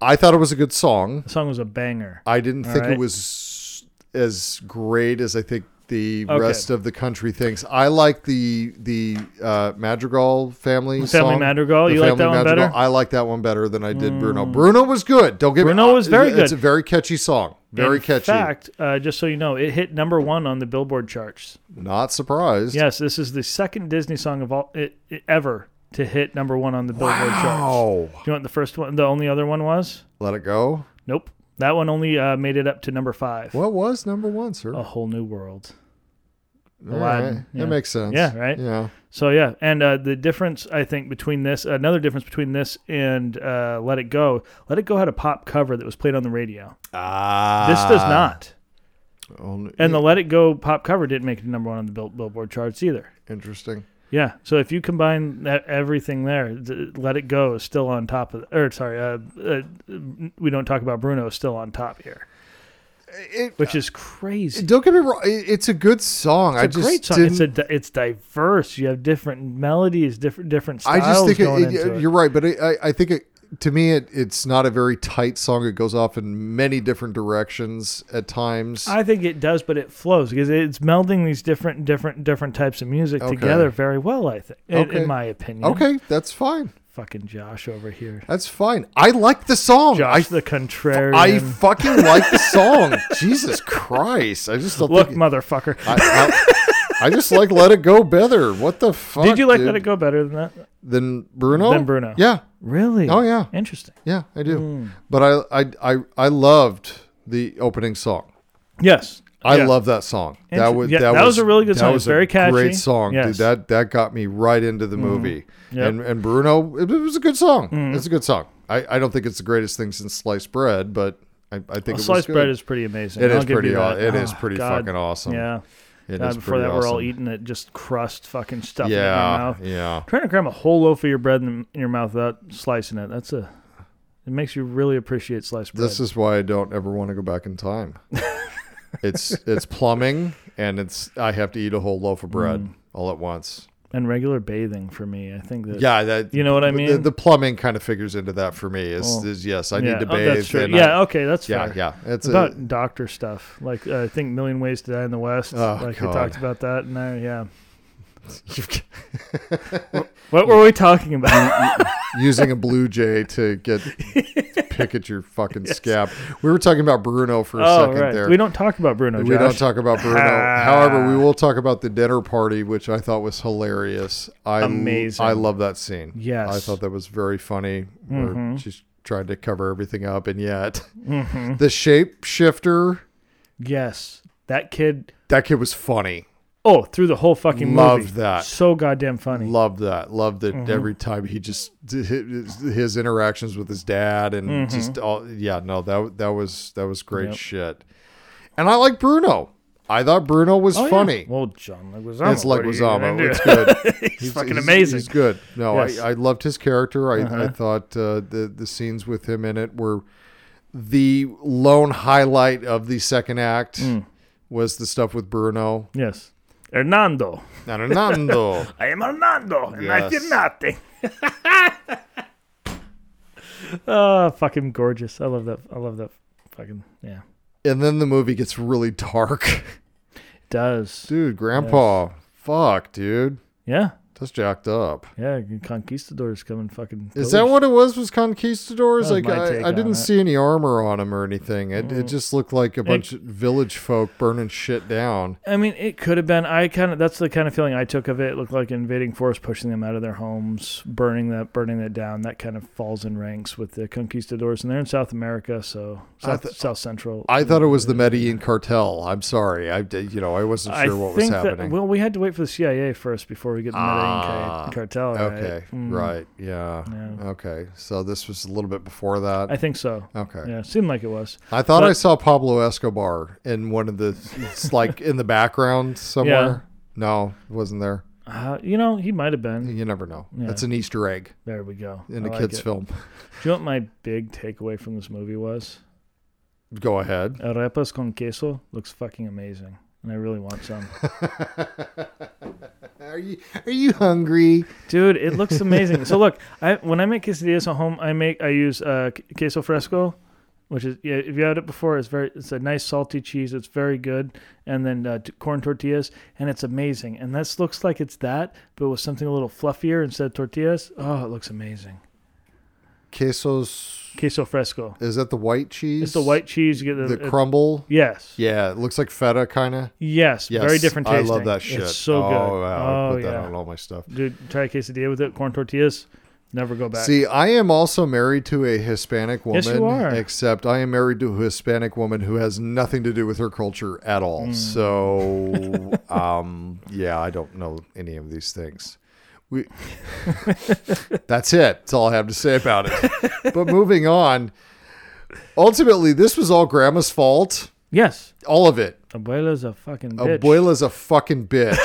Speaker 1: I thought it was a good song.
Speaker 4: The song was a banger.
Speaker 1: I didn't think it
Speaker 4: right.
Speaker 1: was as great as I think the
Speaker 4: Okay.
Speaker 1: rest of the country thinks. I like the the uh, Madrigal family.
Speaker 4: Family
Speaker 1: song.
Speaker 4: Madrigal? You like that one better? Mm.
Speaker 1: I like that one better than I did Bruno. Bruno was good. Don't get
Speaker 4: Bruno
Speaker 1: me.
Speaker 4: was very
Speaker 1: It's
Speaker 4: good.
Speaker 1: a very catchy song. Very
Speaker 4: In
Speaker 1: catchy.
Speaker 4: fact, uh, just so you know, it hit number one on the Billboard charts.
Speaker 1: Not surprised.
Speaker 4: Yes, this is the second Disney song of all it, it- ever to hit number one on the Billboard charts.
Speaker 1: Oh,
Speaker 4: Do you know what the first one, the only other one was?
Speaker 1: let it go.
Speaker 4: Nope, that one only uh, made it up to number five.
Speaker 1: What was number one, sir?
Speaker 4: A whole new world.
Speaker 1: All
Speaker 4: Oh, Aladdin,
Speaker 1: right.
Speaker 4: yeah.
Speaker 1: That makes sense.
Speaker 4: Yeah, right?
Speaker 1: Yeah.
Speaker 4: So yeah, and uh, the difference I think between this, another difference between this and uh, Let It Go, Let It Go had a pop cover that was played on the radio.
Speaker 1: Ah.
Speaker 4: This does not.
Speaker 1: Only-
Speaker 4: And the Let It Go pop cover didn't make it to number one on the Bill- Billboard charts either.
Speaker 1: Interesting.
Speaker 4: Yeah. So if you combine that everything there, th- Let It Go is still on top of. Or sorry, uh, uh, we don't talk about Bruno is still on top here,
Speaker 1: It,
Speaker 4: which is crazy.
Speaker 1: don't get me wrong. it- It's a good song. I
Speaker 4: It's a
Speaker 1: just
Speaker 4: great song.
Speaker 1: Didn't,
Speaker 4: It's a di- it's diverse. You have different melodies, different different
Speaker 1: I
Speaker 4: styles.
Speaker 1: just think
Speaker 4: going
Speaker 1: it,
Speaker 4: into
Speaker 1: it, you're right, but it, I, I think it, to me it, it's not a very tight song. It goes off in many different directions at times.
Speaker 4: I think it does, but it flows because it's melding these different, different, different types of music
Speaker 1: Okay.
Speaker 4: together very well. I think, in,
Speaker 1: Okay.
Speaker 4: in my opinion.
Speaker 1: okay, that's fine.
Speaker 4: Fucking Josh over here.
Speaker 1: That's fine. I like the song.
Speaker 4: Josh
Speaker 1: I
Speaker 4: the contrarian.
Speaker 1: I fucking like the song. [laughs] Jesus Christ! I just don't
Speaker 4: Look,
Speaker 1: think,
Speaker 4: motherfucker.
Speaker 1: I, I, I just like "Let It Go" better. What the fuck?
Speaker 4: Did you like
Speaker 1: dude?
Speaker 4: Let It Go better than that?
Speaker 1: than Bruno?
Speaker 4: Than Bruno. Hmm.
Speaker 1: Yeah,
Speaker 4: Really?
Speaker 1: Oh, yeah.
Speaker 4: Interesting.
Speaker 1: yeah, I do. But I, I, I, I loved the opening song.
Speaker 4: Yes.
Speaker 1: I
Speaker 4: Yeah.
Speaker 1: love that song. That
Speaker 4: Inter-
Speaker 1: was
Speaker 4: yeah,
Speaker 1: that,
Speaker 4: that was a really good
Speaker 1: that
Speaker 4: song. It's
Speaker 1: was a
Speaker 4: very catchy.
Speaker 1: Great song, dude.
Speaker 4: Yes. Mm-hmm.
Speaker 1: That that got me right into the movie.
Speaker 4: Yep. Mm-hmm.
Speaker 1: And and Bruno, it, it was a good song. It's a good song. I, I don't think it's the greatest thing since sliced bread, but I, I think it was
Speaker 4: Sliced
Speaker 1: good.
Speaker 4: bread is pretty amazing.
Speaker 1: It
Speaker 4: I'll
Speaker 1: is
Speaker 4: give
Speaker 1: pretty
Speaker 4: you
Speaker 1: aw-
Speaker 4: that.
Speaker 1: it
Speaker 4: It is
Speaker 1: is pretty fucking awesome.
Speaker 4: Yeah.
Speaker 1: It
Speaker 4: God,
Speaker 1: is
Speaker 4: before
Speaker 1: pretty
Speaker 4: that, we're all
Speaker 1: awesome.
Speaker 4: eating it, just crust, fucking stuff
Speaker 1: Yeah,
Speaker 4: in your mouth.
Speaker 1: yeah.
Speaker 4: Trying to cram a whole loaf of your bread in, in your mouth without slicing it. That's a. It makes you really appreciate sliced bread.
Speaker 1: This is why I don't ever want to go back in
Speaker 4: [laughs]
Speaker 1: time. it's it's plumbing, and it's I have to eat a whole loaf of bread
Speaker 4: Mm.
Speaker 1: all at once.
Speaker 4: and regular bathing for me. I think that.
Speaker 1: Yeah, that
Speaker 4: You know what I
Speaker 1: the- The,
Speaker 4: mean?
Speaker 1: plumbing kind of figures into that for me. Is,
Speaker 4: Well,
Speaker 1: is yes, I
Speaker 4: yeah.
Speaker 1: need to
Speaker 4: oh,
Speaker 1: bathe.
Speaker 4: that's true.
Speaker 1: and
Speaker 4: Yeah.
Speaker 1: I-
Speaker 4: okay. That's
Speaker 1: yeah,
Speaker 4: fair.
Speaker 1: yeah. It's
Speaker 4: about
Speaker 1: a,
Speaker 4: doctor stuff, like uh, I think Million Ways to Die in the West.
Speaker 1: Oh,
Speaker 4: like
Speaker 1: God.
Speaker 4: we talked about that, and I, yeah. What were we talking about?
Speaker 1: [laughs] using a blue jay to
Speaker 4: [laughs]
Speaker 1: get pick at your fucking scab. We were talking about Bruno for a
Speaker 4: [laughs] oh,
Speaker 1: second
Speaker 4: right.
Speaker 1: there.
Speaker 4: We don't talk about Bruno.
Speaker 1: We don't
Speaker 4: Josh.
Speaker 1: talk about
Speaker 4: [laughs]
Speaker 1: Bruno.
Speaker 4: Ah.
Speaker 1: However, we will talk about the dinner party, which I thought was hilarious. I
Speaker 4: Amazing.
Speaker 1: I love that scene.
Speaker 4: Yes. Mm-hmm.
Speaker 1: I thought that was very funny. Where she's trying to cover everything up, and yet the shapeshifter.
Speaker 4: Yes, that kid.
Speaker 1: That kid was funny.
Speaker 4: Oh, through the whole fucking
Speaker 1: Love
Speaker 4: movie.
Speaker 1: that.
Speaker 4: So goddamn funny.
Speaker 1: Loved that. Loved it
Speaker 4: Mm-hmm.
Speaker 1: every time he just his, his interactions with his dad and just all. Yeah, no, that that was that was great
Speaker 4: Mm-hmm. Yep.
Speaker 1: shit. And I like Bruno. I thought Bruno was
Speaker 4: Oh, yeah.
Speaker 1: funny.
Speaker 4: Well, John Leguizamo.
Speaker 1: it's like
Speaker 4: what are you gonna
Speaker 1: Wazamo.
Speaker 4: do?
Speaker 1: It's good.
Speaker 4: [laughs] he's, fucking amazing.
Speaker 1: He's good. No,
Speaker 4: Yes. Uh-huh.
Speaker 1: I, I loved his character. I, I thought uh, the the scenes with him in it were the lone highlight of the second act.
Speaker 4: Mm.
Speaker 1: Was the stuff with Bruno
Speaker 4: Yes, Hernando.
Speaker 1: and
Speaker 4: [laughs]
Speaker 1: Hernando?
Speaker 4: I am Hernando, and I
Speaker 1: Yes.
Speaker 4: did
Speaker 1: [laughs]
Speaker 4: nothing. Ah, oh, fucking gorgeous! I love that. I love that. Fucking yeah.
Speaker 1: And then the movie gets really dark.
Speaker 4: does.
Speaker 1: Dude, Grandpa. Fuck, dude.
Speaker 4: Yeah.
Speaker 1: That's jacked up.
Speaker 4: Yeah. Conquistadors coming fucking.
Speaker 1: Is that
Speaker 4: pillage.
Speaker 1: what it was? Was conquistadors?
Speaker 4: That
Speaker 1: Like
Speaker 4: was my take
Speaker 1: I, I
Speaker 4: on
Speaker 1: didn't
Speaker 4: it. Mm.
Speaker 1: see any armor on him or anything. It, it just looked like a bunch of village folk burning shit down.
Speaker 4: I mean, it could have been. I kind of that's the kind of feeling I took of it. It looked like invading force, pushing them out of their homes, burning that, burning that down. That kind of falls in ranks with the conquistadors, and they're in South America, so South,
Speaker 1: th-
Speaker 4: South Central.
Speaker 1: I thought it was the Medellin cartel. I'm sorry. I did- you know I wasn't
Speaker 4: I
Speaker 1: sure what was
Speaker 4: think
Speaker 1: happening.
Speaker 4: that well, we had to wait for the CIA first before we get the Medellin
Speaker 1: Ah,
Speaker 4: ca- cartel. right?
Speaker 1: okay, right?
Speaker 4: Mm,
Speaker 1: Yeah.
Speaker 4: Yeah.
Speaker 1: Okay, so this was a little bit before that.
Speaker 4: I think so.
Speaker 1: okay.
Speaker 4: Yeah, seemed like it was.
Speaker 1: I thought
Speaker 4: But-
Speaker 1: I saw Pablo Escobar in one of the it's like in the
Speaker 4: [laughs]
Speaker 1: background somewhere. No, it wasn't there.
Speaker 4: Uh, you know, he might have been.
Speaker 1: You never know.
Speaker 4: Yeah.
Speaker 1: That's an Easter egg
Speaker 4: There we go.
Speaker 1: in
Speaker 4: I
Speaker 1: a
Speaker 4: like
Speaker 1: kids
Speaker 4: it.
Speaker 1: film. [laughs]
Speaker 4: Do you know what my big takeaway from this movie was?
Speaker 1: Go ahead.
Speaker 4: Arepas con queso looks fucking amazing, and I really want some.
Speaker 1: [laughs] Are you are you hungry?
Speaker 4: Dude, it looks amazing. so look, I when I make quesadillas at home, I make I use uh, c- queso fresco, which is yeah, if you had it before, it's very it's a nice salty cheese. It's very good, and then uh, t- corn tortillas, and it's amazing. And this looks like it's that, but with something a little fluffier instead of tortillas. Oh, it looks amazing.
Speaker 1: Quesos
Speaker 4: Queso fresco.
Speaker 1: is that the white cheese?
Speaker 4: It's the white cheese. You get
Speaker 1: the
Speaker 4: the, it-
Speaker 1: crumble.
Speaker 4: Yes.
Speaker 1: Yeah, it looks like feta kind of.
Speaker 4: Yes.
Speaker 1: Yes,
Speaker 4: Very different tasting.
Speaker 1: I love that shit.
Speaker 4: It's so
Speaker 1: oh,
Speaker 4: good.
Speaker 1: Wow, I
Speaker 4: oh
Speaker 1: put that
Speaker 4: yeah.
Speaker 1: on all my stuff.
Speaker 4: Dude, try a quesadilla with it. Corn tortillas. Never go back.
Speaker 1: See, I am also married to a Hispanic woman.
Speaker 4: Yes, you are.
Speaker 1: Except I am married to a Hispanic woman who has nothing to do with her culture at all.
Speaker 4: Hmm. [laughs]
Speaker 1: So, um, yeah, I don't know any of these things. We. [laughs] That's it. That's all I have to say about it. but moving on. Ultimately, this was all Grandma's fault.
Speaker 4: yes.
Speaker 1: All of it.
Speaker 4: Abuela's a fucking bitch.
Speaker 1: Abuela's a fucking
Speaker 4: [laughs]
Speaker 1: bitch.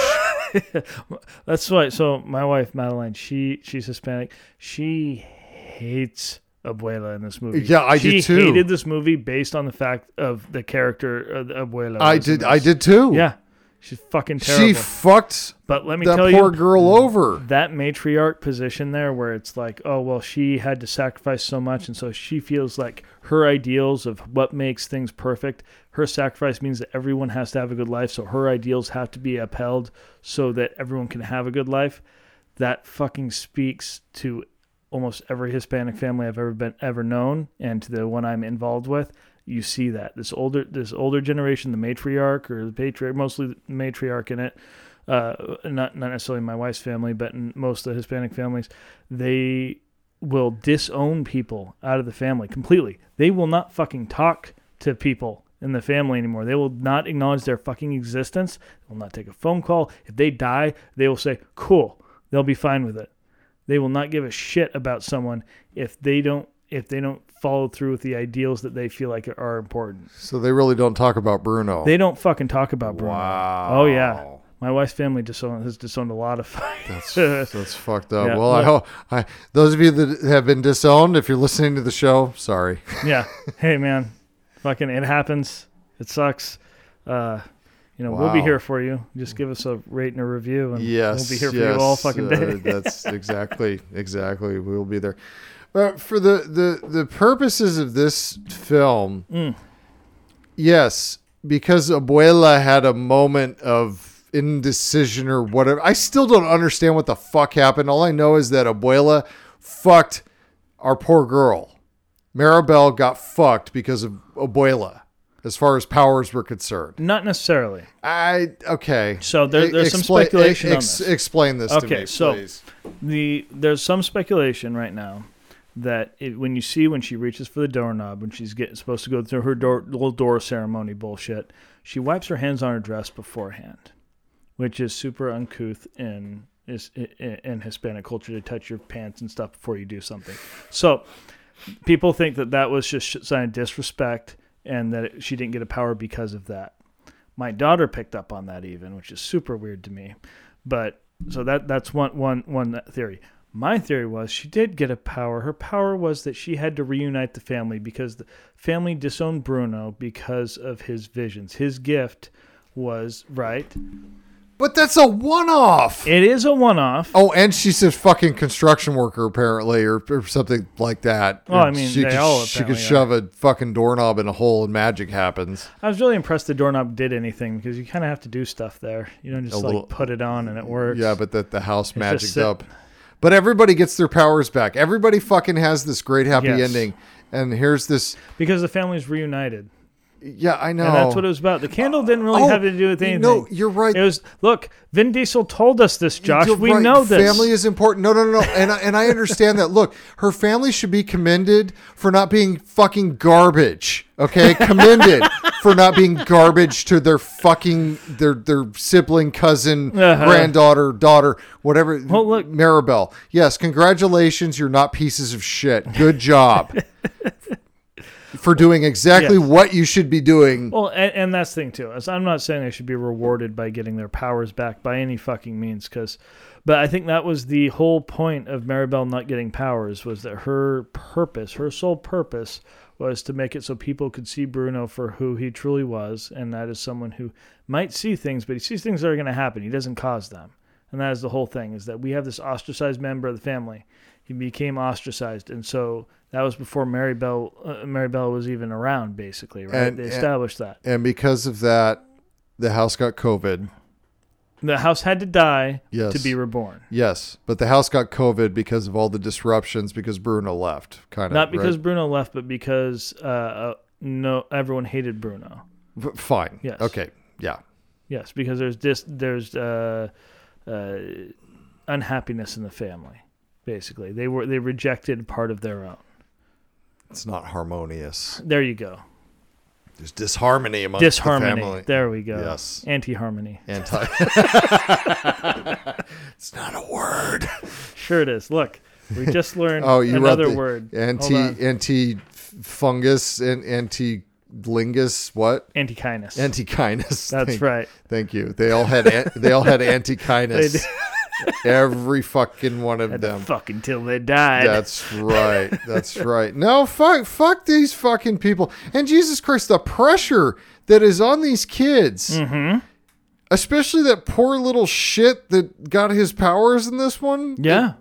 Speaker 4: That's right. So my wife Madeline, she she's Hispanic. She hates Abuela in this movie.
Speaker 1: Yeah, I
Speaker 4: she
Speaker 1: did too.
Speaker 4: hated this movie based on the fact of the character of the Abuela.
Speaker 1: I
Speaker 4: was in
Speaker 1: did. I
Speaker 4: this.
Speaker 1: did too.
Speaker 4: Yeah, she's fucking
Speaker 1: She
Speaker 4: terrible.
Speaker 1: fucked
Speaker 4: but let me
Speaker 1: that
Speaker 4: tell
Speaker 1: poor
Speaker 4: you,
Speaker 1: girl over.
Speaker 4: that matriarch position there, where it's like, oh well, she had to sacrifice so much, and so she feels like her ideals of what makes things perfect. Her sacrifice means that everyone has to have a good life, so her ideals have to be upheld so that everyone can have a good life. that fucking speaks to almost every Hispanic family I've ever been ever known and to the one I'm involved with. You see that this older this older generation, the matriarch or the patriarch, mostly the matriarch in it, uh, not not necessarily my wife's family, but in most of the Hispanic families, they will disown people out of the family completely. They will not fucking talk to people in the family anymore. They will not acknowledge their fucking existence. They will not take a phone call. If they die, they will say, "Cool." They'll be fine with it. They will not give a shit about someone if they don't if they don't follow through with the ideals that they feel like are important.
Speaker 1: So they really don't talk about Bruno.
Speaker 4: They don't fucking talk about Bruno.
Speaker 1: Wow.
Speaker 4: Oh yeah. My wife's family disowned, has disowned a lot
Speaker 1: [laughs]
Speaker 4: of fights.
Speaker 1: So it's fucked up.
Speaker 4: Yeah.
Speaker 1: well, I hope I, those of you that have been disowned, if you're listening to the show, sorry.
Speaker 4: [laughs] yeah. Hey man, fucking it happens. It sucks. Uh, you know we'll be
Speaker 1: Wow.
Speaker 4: here for you. Just give us a rate and a review, and
Speaker 1: yes,
Speaker 4: we'll be here for
Speaker 1: yes,
Speaker 4: you all fucking day.
Speaker 1: uh, that's exactly, exactly. We'll be there. But for the the the purposes of this film,
Speaker 4: Mm.
Speaker 1: yes, because Abuela had a moment of indecision or whatever. I still don't understand what the fuck happened. All I know is that Abuela fucked our poor girl. Maribel got fucked because of Abuela, as far as powers were concerned.
Speaker 4: [laughs] Not necessarily.
Speaker 1: I okay.
Speaker 4: So there-
Speaker 1: E-
Speaker 4: there's some
Speaker 1: explain-
Speaker 4: speculation on this.
Speaker 1: Explain this to
Speaker 4: Okay,
Speaker 1: me,
Speaker 4: so-
Speaker 1: please.
Speaker 4: the there's some speculation right now that it, when you see when she reaches for the doorknob when she's get, supposed to go through her door, little door ceremony bullshit, she wipes her hands on her dress beforehand, which is super uncouth in is in, in Hispanic culture to touch your pants and stuff before you do something. So people think that that was just a sign of disrespect and that it, she didn't get a power because of that. My daughter picked up on that even, which is super weird to me. But so that that's one one one theory. My theory was she did get a power. Her power was that she had to reunite the family because the family disowned Bruno because of his visions. His gift was right
Speaker 1: But that's a one off.
Speaker 4: It is a one-off.
Speaker 1: Oh, and she's a fucking construction worker apparently, or, or something like that.
Speaker 4: Well, I
Speaker 1: And
Speaker 4: mean,
Speaker 1: she
Speaker 4: they
Speaker 1: could,
Speaker 4: all
Speaker 1: she could
Speaker 4: apparently are.
Speaker 1: shove a fucking doorknob in a hole and magic happens.
Speaker 4: I was really impressed the doorknob did anything because you kind of have to do stuff there. You don't just like
Speaker 1: little-
Speaker 4: put it on and it works.
Speaker 1: Oh, Yeah, but that the house magicked
Speaker 4: sit-
Speaker 1: up. But everybody gets their powers back. Everybody fucking has this great happy
Speaker 4: Yes.
Speaker 1: ending. And here's this.
Speaker 4: because the family's reunited.
Speaker 1: Yeah, I know.
Speaker 4: And that's what it was about. The candle didn't really
Speaker 1: Oh,
Speaker 4: have to do with
Speaker 1: you
Speaker 4: anything.
Speaker 1: know, you're right.
Speaker 4: It was look, Vin Diesel told us this, Josh.
Speaker 1: You're
Speaker 4: we
Speaker 1: right.
Speaker 4: know this.
Speaker 1: Family is important. No, no, no, no. And I, and I understand that. Look, her family should be commended for not being fucking garbage. Okay,
Speaker 4: [laughs]
Speaker 1: commended for not being garbage to their fucking their their sibling, cousin,
Speaker 4: Uh-huh.
Speaker 1: granddaughter, daughter, whatever.
Speaker 4: Well, look-
Speaker 1: Maribel. Yes, congratulations. You're not pieces of shit. Good
Speaker 4: [laughs]
Speaker 1: job. For doing exactly
Speaker 4: Yes.
Speaker 1: what you should be doing.
Speaker 4: well, and, and that's the thing too. Is I'm not saying they should be rewarded by getting their powers back by any fucking means, because, but I think that was the whole point of Maribel not getting powers was that her purpose, her sole purpose, was to make it so people could see Bruno for who he truly was, and that is someone who might see things, but he sees things that are going to happen. He doesn't cause them. And that is the whole thing is that we have this ostracized member of the family. He became ostracized. And so that was before Mary Bell, uh, Mary Bell was even around, basically, right?
Speaker 1: And-
Speaker 4: they
Speaker 1: and-
Speaker 4: established that.
Speaker 1: And because of that, the house got COVID.
Speaker 4: The house had to die
Speaker 1: Yes.
Speaker 4: to be reborn.
Speaker 1: Yes, but the house got COVID because of all the disruptions because Bruno left, kind of.
Speaker 4: Not because Bruno left, but because uh, uh, no, everyone hated Bruno.
Speaker 1: Bruno. Fine.
Speaker 4: Yes.
Speaker 1: Okay. Yeah.
Speaker 4: Yes, because there's dis- there's uh, uh, unhappiness in the family. Basically, they were they rejected part of their own.
Speaker 1: It's not harmonious.
Speaker 4: There you go.
Speaker 1: There's disharmony amongst Uh, the
Speaker 4: Disharmony.
Speaker 1: family.
Speaker 4: There we go.
Speaker 1: Yes.
Speaker 4: Anti harmony. [laughs]
Speaker 1: Anti. [laughs] it's not a word.
Speaker 4: Sure it is. Look, we
Speaker 1: [laughs]
Speaker 4: just learned
Speaker 1: Oh, you wrote
Speaker 4: another
Speaker 1: the
Speaker 4: word.
Speaker 1: Anti anti fungus and anti lingus. What?
Speaker 4: Anti kindness.
Speaker 1: Anti kindness.
Speaker 4: That's right.
Speaker 1: Thank you. They all had an- they all
Speaker 4: [laughs]
Speaker 1: had anti kindness. Every fucking one of them.
Speaker 4: Fuck until they died.
Speaker 1: That's right. That's right. No, fuck, fuck these fucking people. And Jesus Christ, the pressure that is on these kids,
Speaker 4: Mm-hmm.
Speaker 1: especially that poor little shit that got his powers in this one.
Speaker 4: yeah.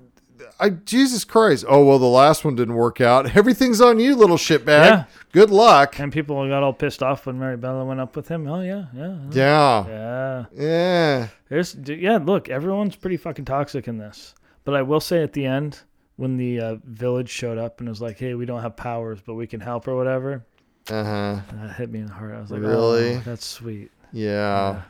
Speaker 1: I, Jesus Christ. Oh well, the last one didn't work out. Everything's on you, little shitbag.
Speaker 4: Yeah.
Speaker 1: Good luck.
Speaker 4: And people got all pissed off when Mary Bella went up with him. Oh yeah, yeah,
Speaker 1: Yeah.
Speaker 4: yeah.
Speaker 1: Yeah.
Speaker 4: There's d- yeah. Look, everyone's pretty fucking toxic in this. But I will say at the end, when the uh, village showed up and was like, "Hey, we don't have powers, but we can help" or whatever,
Speaker 1: Uh huh.
Speaker 4: that hit me in the heart. I was like,
Speaker 1: Really?
Speaker 4: "Oh, that's sweet."
Speaker 1: Yeah.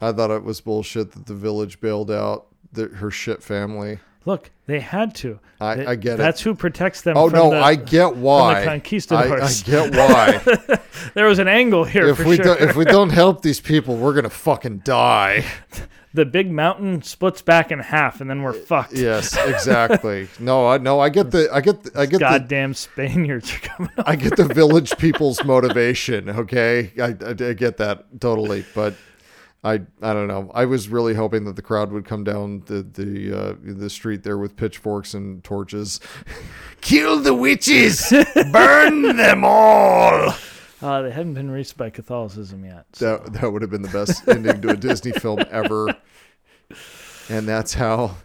Speaker 1: I thought it was bullshit that the village bailed out the, her shit family.
Speaker 4: Look, they had to.
Speaker 1: I-
Speaker 4: Th-
Speaker 1: I get it.
Speaker 4: That's who protects them.
Speaker 1: Oh
Speaker 4: from
Speaker 1: no,
Speaker 4: the-
Speaker 1: I get why. I, I
Speaker 4: conquistadors.
Speaker 1: get why.
Speaker 4: [laughs] There was an angle here
Speaker 1: if
Speaker 4: [laughs] for
Speaker 1: we
Speaker 4: sure.
Speaker 1: don't, if we don't help these people, we're gonna fucking die.
Speaker 4: [laughs] the big mountain splits back in half, and then we're fucked.
Speaker 1: Yes, exactly. No, I no, I get the I get the, I get the
Speaker 4: Goddamn Spaniards are coming. Up.
Speaker 1: I get the village people's motivation. Okay, I, I, I get that totally, but. I, I don't know. I was really hoping that the crowd would come down the the uh, the street there with pitchforks and torches. [laughs] Kill the
Speaker 4: [laughs]
Speaker 1: witches, burn them all.
Speaker 4: Uh, they haven't been reached by Catholicism yet.
Speaker 1: That that would have been the best ending to a Disney film ever. And that's how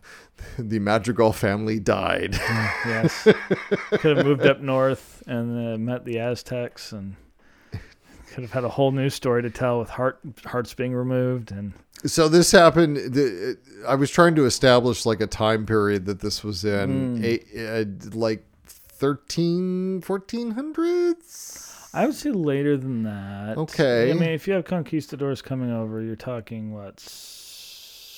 Speaker 1: the Madrigal family died. [laughs]
Speaker 4: Yes. could have moved up north and uh, met the Aztecs and could have had a whole new story to tell with heart hearts being removed and
Speaker 1: so this happened. The, I was trying to establish like a time period that this was in,
Speaker 4: Hmm.
Speaker 1: a, uh, like 13, 1400s.
Speaker 4: I would say later than that.
Speaker 1: Okay.
Speaker 4: I mean, if you have conquistadors coming over, you're talking what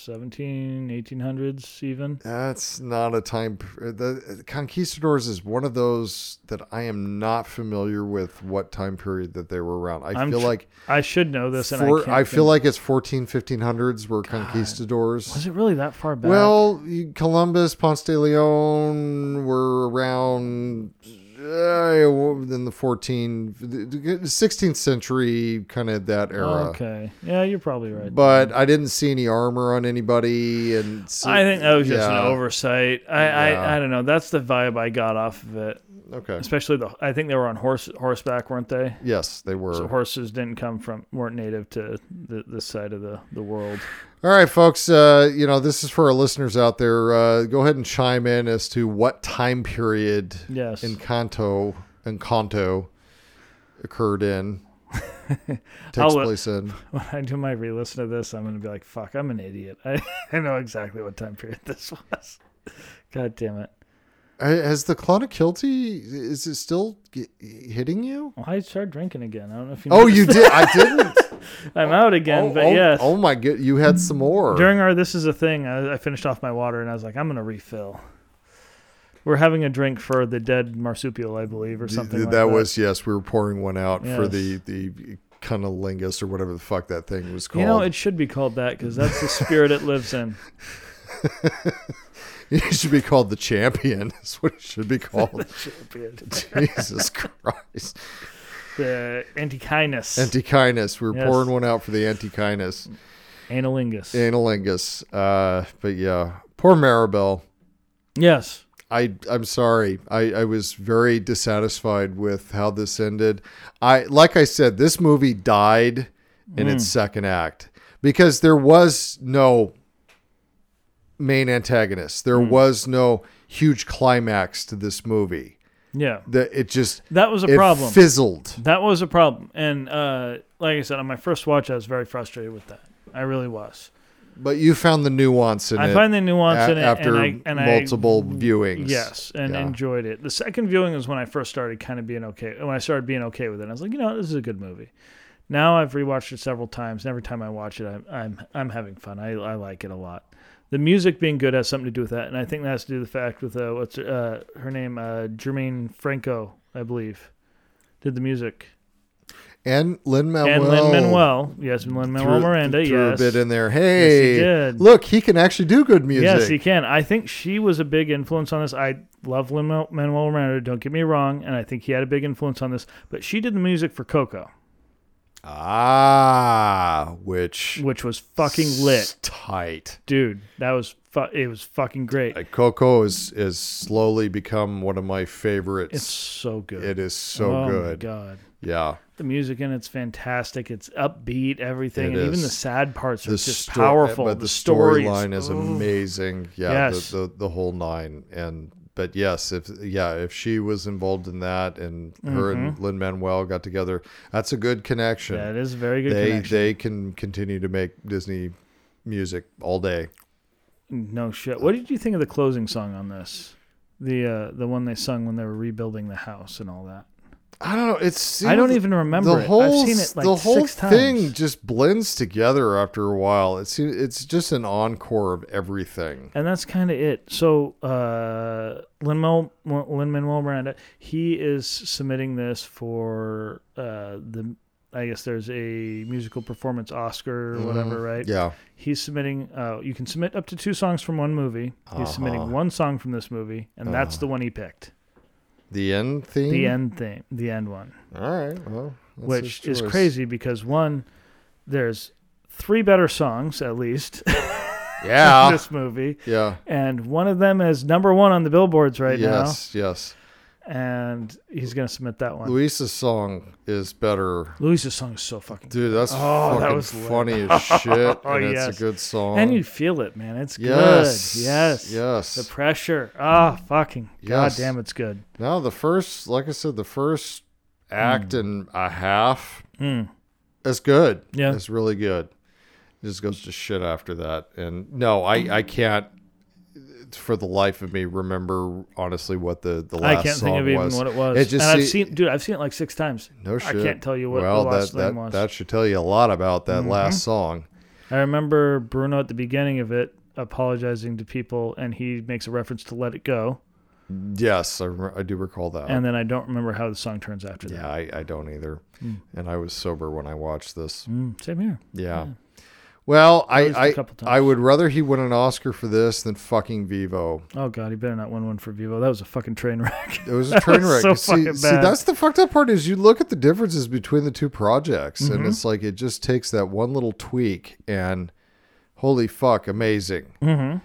Speaker 4: 17, 1800s even.
Speaker 1: That's not a time. per- The uh, Conquistadors is one of those that I am not familiar with. What time period that they were around? I
Speaker 4: I'm
Speaker 1: feel
Speaker 4: tr-
Speaker 1: like
Speaker 4: I should know this and I
Speaker 1: Four,
Speaker 4: can't
Speaker 1: I, feel
Speaker 4: think-
Speaker 1: like it's 14, 1500s were conquistadors.
Speaker 4: was it really that far back?
Speaker 1: Well, you- Columbus, Ponce de Leon were around uh, in the 14, the 16th century, kind of that era.
Speaker 4: Oh, okay. Yeah, you're probably right.
Speaker 1: But I didn't see any armor on anybody, and so-
Speaker 4: I think that was just
Speaker 1: yeah.
Speaker 4: an oversight. I,
Speaker 1: Yeah.
Speaker 4: I I don't know. That's the vibe I got off of it.
Speaker 1: Okay.
Speaker 4: especially the. I think they were on horse horseback, weren't they?
Speaker 1: Yes, they were.
Speaker 4: So horses didn't come from weren't native to the, this side of the the world.
Speaker 1: All right, folks. Uh, you know, this is for our listeners out there. Uh, go ahead and chime in as to what time period
Speaker 4: Yes.
Speaker 1: Encanto Encanto occurred
Speaker 4: [laughs]
Speaker 1: in. takes
Speaker 4: I'll, uh,
Speaker 1: place in.
Speaker 4: [laughs] When I do my re-listen to this, I'm going to be like, "Fuck, I'm an idiot. [laughs] I, I know exactly what time period [laughs] this was." God damn it!
Speaker 1: Uh, Has the clonakilty? Is it still g- hitting you?
Speaker 4: Well, I started drinking again. I don't know if you.
Speaker 1: Oh,
Speaker 4: noticed
Speaker 1: you did.
Speaker 4: [laughs]
Speaker 1: I didn't.
Speaker 4: that. I'm out again,
Speaker 1: oh,
Speaker 4: but
Speaker 1: oh,
Speaker 4: yes.
Speaker 1: oh my god, you had some more.
Speaker 4: During our "This is a thing," I, I finished off my water and I was like, "I'm going to refill." We're having a drink for the dead marsupial, I believe, or
Speaker 1: D-
Speaker 4: something.
Speaker 1: th-
Speaker 4: like
Speaker 1: that was yes. We were pouring one out for
Speaker 4: Yes.
Speaker 1: the the cunnilingus or whatever the fuck that thing was called.
Speaker 4: You know, it should be called that because that's the spirit it lives in.
Speaker 1: [laughs] It should be called the champion. [laughs] Is what it should be
Speaker 4: [laughs]
Speaker 1: called. Jesus Christ.
Speaker 4: The antikinus,
Speaker 1: Antikinus. We were
Speaker 4: Yes.
Speaker 1: pouring one out for the antikinus.
Speaker 4: analingus.
Speaker 1: Analingus. Uh, but yeah, poor Maribel.
Speaker 4: yes.
Speaker 1: I I'm sorry. I, I was very dissatisfied with how this ended. I like I said, this movie died in its
Speaker 4: Hmm.
Speaker 1: second act because there was no main antagonist. There
Speaker 4: Hmm.
Speaker 1: was no huge climax to this movie.
Speaker 4: Yeah.
Speaker 1: That it just
Speaker 4: That was a
Speaker 1: it
Speaker 4: problem.
Speaker 1: fizzled.
Speaker 4: That was a problem. And uh, like I said, on my first watch, I was very frustrated with that. I really was.
Speaker 1: But you found the nuance in
Speaker 4: I
Speaker 1: it.
Speaker 4: find the nuance
Speaker 1: a-
Speaker 4: in it,
Speaker 1: after
Speaker 4: and I, and I-
Speaker 1: multiple viewings.
Speaker 4: yes, and
Speaker 1: Yeah.
Speaker 4: enjoyed it. The second viewing was when I first started kind of being okay. When I started being okay with it, I was like, you know, this is a good movie. Now I've rewatched it several times, and every time I watch it, I'm I'm, I'm having fun. I, I like it a lot. The music being good has something to do with that, and I think that has to do with the fact with uh, what's uh, her name, uh, Jermaine Franco, I believe, did the music.
Speaker 1: And Lin Manuel.
Speaker 4: and Lin Manuel. Yes, and Lin Manuel Miranda.
Speaker 1: threw
Speaker 4: yes.
Speaker 1: a bit in there. Hey,
Speaker 4: did.
Speaker 1: look, he can actually do good music.
Speaker 4: Yes, he can. I think she was a big influence on this. I love Lin Manuel Miranda. Don't get me wrong, and I think he had a big influence on this. But she did the music for Coco,
Speaker 1: Ah, which
Speaker 4: which was fucking lit,
Speaker 1: tight.
Speaker 4: dude. That was fu- it was fucking great.
Speaker 1: Like, Coco is is slowly become one of my favorites.
Speaker 4: It's so good.
Speaker 1: It is so
Speaker 4: oh My
Speaker 1: good.
Speaker 4: God.
Speaker 1: Yeah,
Speaker 4: The music in it's fantastic. It's upbeat, everything,
Speaker 1: It
Speaker 4: and even
Speaker 1: is.
Speaker 4: the sad parts are just
Speaker 1: sto-
Speaker 4: powerful.
Speaker 1: But the,
Speaker 4: story is-
Speaker 1: storyline is amazing. Yeah,
Speaker 4: Yes.
Speaker 1: the, the the whole nine. And but yes, if yeah, if she was involved in that, and her and Lin Manuel got together, that's a good connection.
Speaker 4: Mm-hmm. that is a very good.
Speaker 1: they
Speaker 4: connection.
Speaker 1: they can continue to make Disney music all day.
Speaker 4: No shit. What did you think of the closing song on this? The uh, the one they sung when they were rebuilding the house and all that.
Speaker 1: I don't know. It's
Speaker 4: I don't even remember it.
Speaker 1: the
Speaker 4: I've
Speaker 1: whole
Speaker 4: seen it,
Speaker 1: s-
Speaker 4: like,
Speaker 1: the whole
Speaker 4: six
Speaker 1: thing
Speaker 4: times.
Speaker 1: just blends together after a while. It's it's just an encore of everything.
Speaker 4: And that's kind of it. So uh, Lin Manuel Miranda, he is submitting this for uh, the. I guess there's a musical performance Oscar or whatever, right?
Speaker 1: Mm-hmm. Yeah,
Speaker 4: He's submitting. Uh, you can submit up to two songs from one movie. He's
Speaker 1: Uh-huh.
Speaker 4: submitting one song from this movie, and that's the one he picked.
Speaker 1: the end theme.
Speaker 4: The end thing, the end one.
Speaker 1: All right. Well, that's his
Speaker 4: which is
Speaker 1: choice.
Speaker 4: crazy because one, there's three better songs at least [laughs] in
Speaker 1: Yeah.
Speaker 4: this movie,
Speaker 1: yeah.
Speaker 4: and one of them is number one on the billboards right
Speaker 1: yes. Yes.
Speaker 4: now, and he's gonna submit that one.
Speaker 1: Luis's song is better.
Speaker 4: Luis's song is so fucking,
Speaker 1: Dude, that's
Speaker 4: Oh, that
Speaker 1: fucking
Speaker 4: was lit.
Speaker 1: funny
Speaker 4: [laughs]
Speaker 1: as shit.
Speaker 4: Oh,
Speaker 1: and
Speaker 4: yes.
Speaker 1: It's a good song.
Speaker 4: and you feel it, man. It's
Speaker 1: Yes.
Speaker 4: good. Yes.
Speaker 1: Yes.
Speaker 4: The pressure. Ah, fucking.
Speaker 1: Yes.
Speaker 4: God damn, it's good.
Speaker 1: No, the first, like I said, the first act
Speaker 4: Hmm.
Speaker 1: and a half is good.
Speaker 4: Yeah.
Speaker 1: It's really good. It just goes to shit after that. And no, I, I can't for the life of me remember honestly what the, the last
Speaker 4: I can't
Speaker 1: song
Speaker 4: think of even
Speaker 1: was.
Speaker 4: what it was.
Speaker 1: It just
Speaker 4: and I've
Speaker 1: se-
Speaker 4: seen, dude, I've seen it like six times.
Speaker 1: no shit.
Speaker 4: I can't tell you what
Speaker 1: well,
Speaker 4: the
Speaker 1: that,
Speaker 4: last thing
Speaker 1: that,
Speaker 4: was. Mm-hmm.
Speaker 1: That should tell you a lot about that last song.
Speaker 4: I remember Bruno at the beginning of it apologizing to people, and he makes a reference to "Let It Go,"
Speaker 1: Yes, I, remember, I do recall that.
Speaker 4: and then I don't remember how the song turns after
Speaker 1: Uh-huh. yeah, I, I don't either.
Speaker 4: Hmm.
Speaker 1: And I was sober when I watched this.
Speaker 4: that. Mm, same here.
Speaker 1: Yeah. Well,
Speaker 4: least a
Speaker 1: I I,
Speaker 4: couple times.
Speaker 1: I would rather he win an Oscar for this than fucking Vivo.
Speaker 4: Oh god, he better not win one for Vivo. That was a fucking train wreck.
Speaker 1: [laughs] It
Speaker 4: [laughs]
Speaker 1: was a train
Speaker 4: was
Speaker 1: wreck.
Speaker 4: so
Speaker 1: see,
Speaker 4: fucking
Speaker 1: see,
Speaker 4: bad.
Speaker 1: that's the fucked up part is you look at the differences between the two projects,
Speaker 4: Mm-hmm.
Speaker 1: and it's like it just
Speaker 4: Mm-hmm.
Speaker 1: takes that one little tweak, and holy fuck, amazing.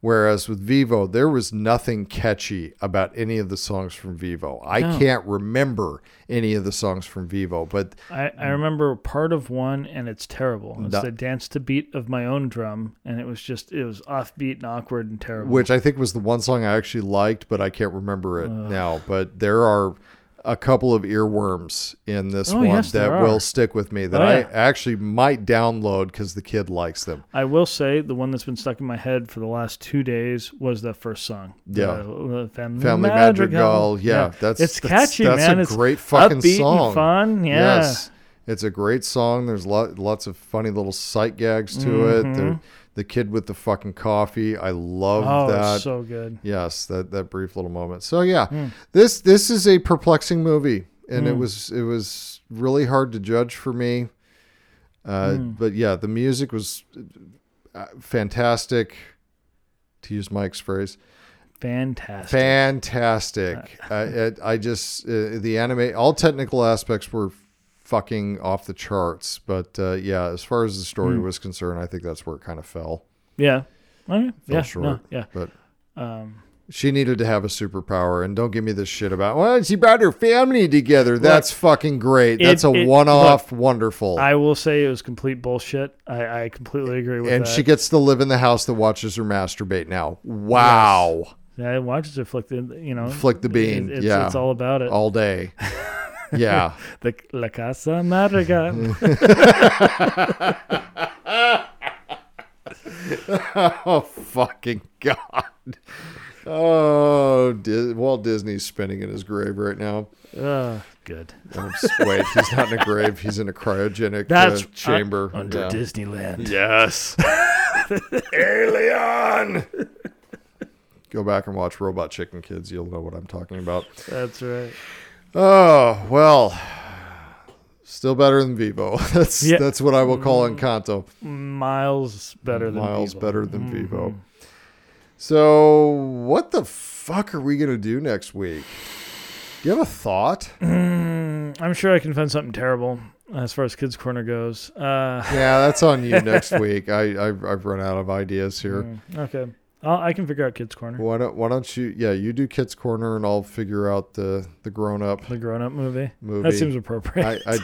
Speaker 1: Whereas with Vivo, there was nothing catchy about any of the songs from Vivo. I can't remember any of the songs from Vivo, but
Speaker 4: I, I remember part of one and it's terrible. It's
Speaker 1: Da-
Speaker 4: the dance to beat of my own drum and it was just it was offbeat and awkward and terrible.
Speaker 1: which I think was the one song I actually liked, but I can't remember it now. But there are a couple of earworms in this
Speaker 4: Oh,
Speaker 1: one
Speaker 4: yes,
Speaker 1: that
Speaker 4: there
Speaker 1: will
Speaker 4: are.
Speaker 1: stick with me that
Speaker 4: Oh,
Speaker 1: I
Speaker 4: yeah.
Speaker 1: actually might download because the kid likes them.
Speaker 4: I will say the one that's been stuck in my head for the last two days was that first song.
Speaker 1: Yeah.
Speaker 4: The- the Family,
Speaker 1: Family
Speaker 4: Madrigal.
Speaker 1: Madrigal. Yeah, that's
Speaker 4: it's
Speaker 1: that's-
Speaker 4: catchy,
Speaker 1: that's
Speaker 4: man.
Speaker 1: a
Speaker 4: it's
Speaker 1: great fucking
Speaker 4: upbeat
Speaker 1: song.
Speaker 4: and fun. Yeah.
Speaker 1: Yes. It's a great song. There's lo- lots of funny little sight gags to it. The, the kid with the fucking coffee. I love
Speaker 4: Mm-hmm. Oh,
Speaker 1: that.
Speaker 4: it's so good.
Speaker 1: yes, that that brief little moment. So yeah,
Speaker 4: Hmm.
Speaker 1: this this is a perplexing movie, and it was it was really hard to judge for me. Uh,
Speaker 4: Hmm.
Speaker 1: But yeah, the music was uh, fantastic. To use Mike's phrase,
Speaker 4: Fantastic. [laughs]
Speaker 1: fantastic. I, it, I just uh, the anime, all technical aspects were fucking off the charts. But uh, yeah, as far as the story
Speaker 4: Hmm.
Speaker 1: was concerned, I think that's where it kind of fell.
Speaker 4: yeah. Okay.
Speaker 1: Fell
Speaker 4: yeah.
Speaker 1: short.
Speaker 4: No, yeah.
Speaker 1: but.
Speaker 4: Um,
Speaker 1: She needed to have a superpower, and don't give me this shit about. Well, she brought her family together. That's fucking great.
Speaker 4: it-
Speaker 1: That's a
Speaker 4: it-
Speaker 1: one-off, wonderful.
Speaker 4: I will say it was complete bullshit. I, I completely agree with
Speaker 1: and
Speaker 4: that.
Speaker 1: she gets to live in the house that watches her masturbate now. Wow,
Speaker 4: Yeah, watches her flick the you know
Speaker 1: Flick the bean,
Speaker 4: It's,
Speaker 1: yeah.
Speaker 4: it's all about it.
Speaker 1: all
Speaker 4: [laughs]
Speaker 1: day. yeah,
Speaker 4: the La
Speaker 1: [laughs]
Speaker 4: Casa Madrigal.
Speaker 1: Oh fucking god! Oh, Di- Walt Disney's spinning in his grave right now.
Speaker 4: Ugh, good.
Speaker 1: Um, s- Wait, he's not in a grave. He's in a cryogenic
Speaker 4: That's
Speaker 1: uh, chamber
Speaker 4: uh, under
Speaker 1: Yeah.
Speaker 4: Disneyland. [laughs]
Speaker 1: Yes. Alien. Go back and watch Robot Chicken Kids. You'll know what I'm talking about.
Speaker 4: That's right.
Speaker 1: Oh well. Still better than Vivo. [laughs] That's
Speaker 4: Yeah.
Speaker 1: that's what I will call Encanto.
Speaker 4: Miles better than Mm-hmm.
Speaker 1: Miles
Speaker 4: Beeble.
Speaker 1: better than Vivo. So what the fuck are we gonna do next week? Do you have a thought?
Speaker 4: Mm, I'm sure I can find something terrible as far as Kids Corner goes. Uh,
Speaker 1: yeah, that's on
Speaker 4: [laughs]
Speaker 1: you next week. I I've, I've run out of ideas here.
Speaker 4: Mm. okay, I'll, I can figure out Kids Corner,
Speaker 1: Why don't Why don't you? Yeah, you do Kids Corner, and I'll figure out the the grown
Speaker 4: [laughs]
Speaker 1: up.
Speaker 4: the grown-up movie.
Speaker 1: Movie.
Speaker 4: That seems appropriate.
Speaker 1: I, I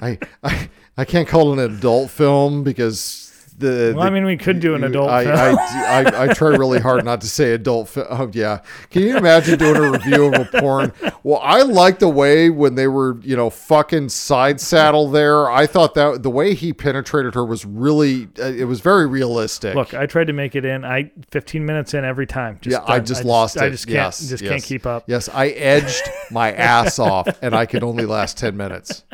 Speaker 1: I I I can't call it an adult film because the.
Speaker 4: [laughs] well, I
Speaker 1: the-
Speaker 4: mean, we could do an
Speaker 1: you-
Speaker 4: adult
Speaker 1: I, [laughs]
Speaker 4: film.
Speaker 1: I, I, I try really hard not to say adult film. Oh, yeah. Can you imagine doing a review of a porn? Well, I liked the way when they were, you know, fucking side saddle there. I thought that the way he penetrated her was really, uh, it was very realistic.
Speaker 4: [laughs] Look, I tried to make it in. I 15 minutes in every time. Just
Speaker 1: yeah, I
Speaker 4: done.
Speaker 1: just lost it.
Speaker 4: I just can't.
Speaker 1: Yes,
Speaker 4: just
Speaker 1: yes.
Speaker 4: can't keep up.
Speaker 1: Yes, I edged my ass off, and I could only last ten minutes.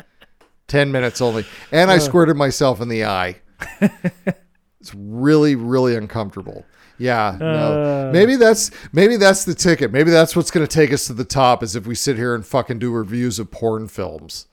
Speaker 1: Ten minutes only, and
Speaker 4: Uh.
Speaker 1: I squirted myself in the eye. it's really, really uncomfortable. Yeah, no.
Speaker 4: Uh.
Speaker 1: Maybe that's maybe that's the ticket. Maybe that's what's going to take us to the top is if we sit here and fucking do reviews of porn films.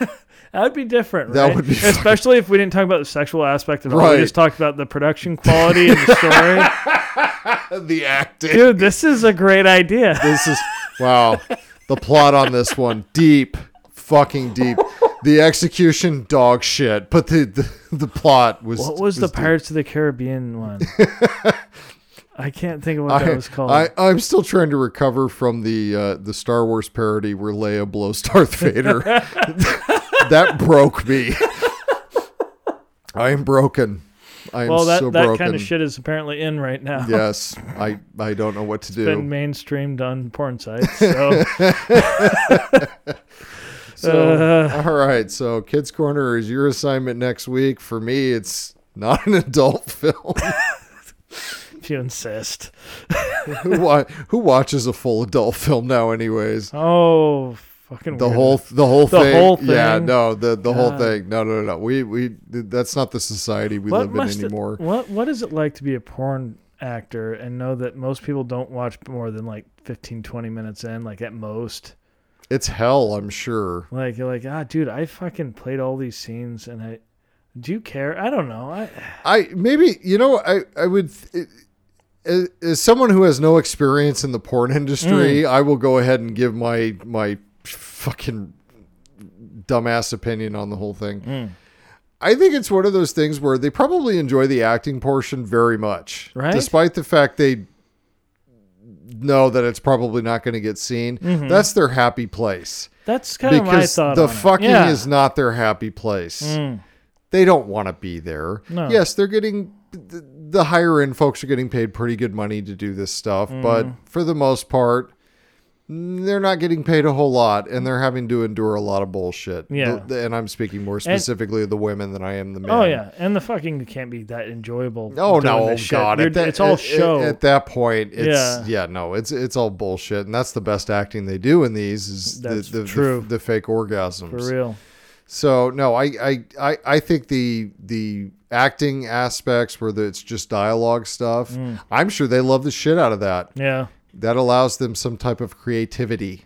Speaker 1: [laughs]
Speaker 4: That would be different.
Speaker 1: That
Speaker 4: right?
Speaker 1: would be [laughs] fucking-
Speaker 4: especially if we didn't talk about the sexual aspect at all.
Speaker 1: Right.
Speaker 4: We just talked about the production quality and the
Speaker 1: [laughs]
Speaker 4: story.
Speaker 1: the acting.
Speaker 4: Dude, this is a
Speaker 1: [laughs]
Speaker 4: great idea.
Speaker 1: This is wow. The plot on this one deep, fucking deep. The execution dog shit, but the the, the plot was
Speaker 4: What was the
Speaker 1: deep.
Speaker 4: Pirates of the Caribbean
Speaker 1: [laughs]
Speaker 4: one? I can't think of what that was called.
Speaker 1: I, I'm still trying to recover from the uh, the Star Wars parody where Leia blows Darth
Speaker 4: [laughs]
Speaker 1: Vader. that broke me. I am broken. I am
Speaker 4: well, that,
Speaker 1: so
Speaker 4: that
Speaker 1: broken.
Speaker 4: kind of shit is apparently in right now.
Speaker 1: Yes, I I don't know what to do.
Speaker 4: [laughs] Been mainstreamed on porn sites.
Speaker 1: [laughs]
Speaker 4: So
Speaker 1: So,
Speaker 4: Uh.
Speaker 1: all right. So, Kids Corner is your assignment next week. For me, it's not an adult [laughs] film.
Speaker 4: if you insist.
Speaker 1: who, wa- who watches a full adult film now, anyways?
Speaker 4: Oh, fucking
Speaker 1: The
Speaker 4: weirdo.
Speaker 1: whole, the whole,
Speaker 4: The
Speaker 1: thing.
Speaker 4: whole
Speaker 1: Yeah,
Speaker 4: thing?
Speaker 1: no, the the whole
Speaker 4: God.
Speaker 1: thing. No, no, no, no. We we that's not the society we live in
Speaker 4: must it-
Speaker 1: anymore.
Speaker 4: what what is it like to be a porn actor and know that most people don't watch more than like 15 20 minutes in like at most
Speaker 1: It's hell, I'm sure.
Speaker 4: like you're like ah dude i fucking played all these scenes and i do you care i don't know i
Speaker 1: I maybe you know I I would. It, as- as someone who has no experience in the porn industry, I will go ahead and give my my fucking dumbass opinion on the whole thing. I think it's one of those things where they probably enjoy the acting portion very much,
Speaker 4: Right?
Speaker 1: Despite the fact they know that it's probably not going to get seen. That's their happy place
Speaker 4: That's kind of my
Speaker 1: because
Speaker 4: thought.
Speaker 1: the
Speaker 4: on it.
Speaker 1: fucking
Speaker 4: Yeah. Mm.
Speaker 1: is not their happy place. They don't want to be there.
Speaker 4: No.
Speaker 1: Yes, they're getting th- the higher end folks are getting paid pretty good money to do this stuff,
Speaker 4: Mm.
Speaker 1: but for the most part, mm, they're not getting paid a whole lot, and they're having to endure a lot of bullshit.
Speaker 4: Yeah.
Speaker 1: Th- th- and I'm speaking more specifically of the women than I am the men.
Speaker 4: Oh yeah, and the fucking can't be that enjoyable.
Speaker 1: Oh
Speaker 4: doing
Speaker 1: no!
Speaker 4: this
Speaker 1: Oh
Speaker 4: shit.
Speaker 1: god!
Speaker 4: You're-
Speaker 1: At that-
Speaker 4: it's all
Speaker 1: at-
Speaker 4: show.
Speaker 1: At, at that point, it's
Speaker 4: Yeah.
Speaker 1: yeah. no, it's it's all bullshit, and that's the best acting they do in these is the,
Speaker 4: That's
Speaker 1: the, the-
Speaker 4: true.
Speaker 1: the, fake orgasms
Speaker 4: for real.
Speaker 1: so no, I I, I, I think the the acting aspects where the, it's just dialogue stuff, I'm sure they love the shit out of that.
Speaker 4: Yeah.
Speaker 1: That allows them some type of creativity.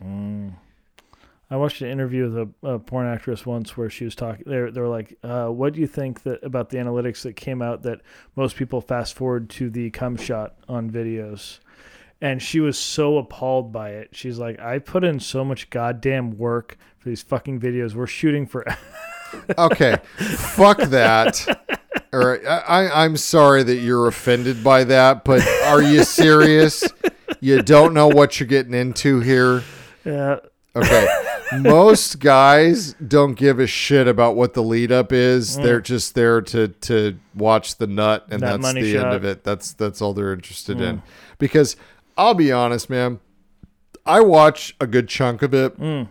Speaker 4: I watched an interview with a, a porn actress once where she was talking. They they were like, uh, "What do you think that about the analytics that came out that most people fast forward to the cum shot on videos?" And she was so appalled by it. She's like, "I put in so much goddamn work for these fucking videos. We're shooting for [laughs]
Speaker 1: Okay, fuck that. All right, I, I, I'm sorry that you're offended by that, but are you serious? You don't know what you're getting into here.
Speaker 4: yeah,
Speaker 1: Okay. Most guys don't give a shit about what the lead up is. They're just there to to watch the nut and
Speaker 4: Mm. That
Speaker 1: that's
Speaker 4: money
Speaker 1: the end
Speaker 4: shot. Mm.
Speaker 1: of it. That's that's all they're interested in. Because I'll be honest, man, I watch a good chunk of it.
Speaker 4: Mm.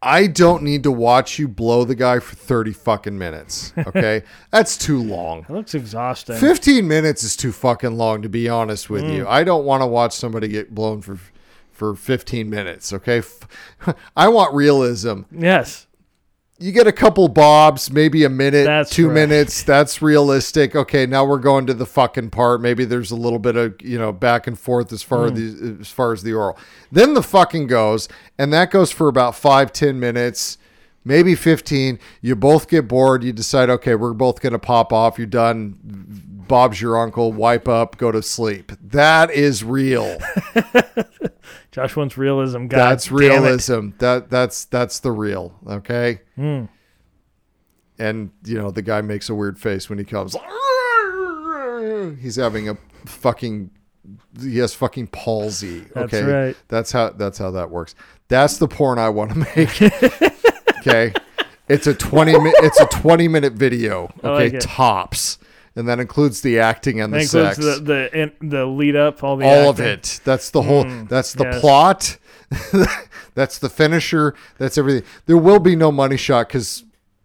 Speaker 1: I don't need to watch you blow the guy for 30 fucking minutes.
Speaker 4: [laughs]
Speaker 1: Okay? that's too long.
Speaker 4: it looks exhausting."
Speaker 1: 15 minutes is too fucking long to be honest with you. I don't want to watch somebody get blown for for 15 minutes, okay? F- [laughs] I want realism.
Speaker 4: yes,
Speaker 1: You get a couple bobs, maybe a minute,
Speaker 4: That's
Speaker 1: 2
Speaker 4: right.
Speaker 1: minutes, that's realistic. Okay, now we're going to the fucking part. Maybe there's a little bit of, you know, back and forth as far
Speaker 4: Hmm.
Speaker 1: as the, as far as the oral. Then the fucking goes, and that goes for about five, ten minutes. Maybe 15. You both get bored. You decide, okay, we're both going to pop off. You're done. Bob's your uncle, wipe up, go to sleep. That is real.
Speaker 4: Josh wants realism. God
Speaker 1: that's
Speaker 4: damn it.
Speaker 1: realism. That that's that's the real, okay?
Speaker 4: Hmm.
Speaker 1: And you know, the guy makes a weird face when he comes. He's having a fucking he has fucking palsy.
Speaker 4: That's
Speaker 1: okay.
Speaker 4: right.
Speaker 1: That's how that's how that works. That's the porn I want to
Speaker 4: [laughs]
Speaker 1: make. okay. It's a 20 mi- it's a 20 minute video, okay,
Speaker 4: I like it.
Speaker 1: tops. And that includes the acting and
Speaker 4: That
Speaker 1: the
Speaker 4: includes
Speaker 1: sex
Speaker 4: the the, in, the lead up, all the
Speaker 1: all of
Speaker 4: acting.
Speaker 1: it. That's the whole. that's the
Speaker 4: Mm, yes.
Speaker 1: plot. [laughs] that's the finisher. That's everything. There will be no money shot because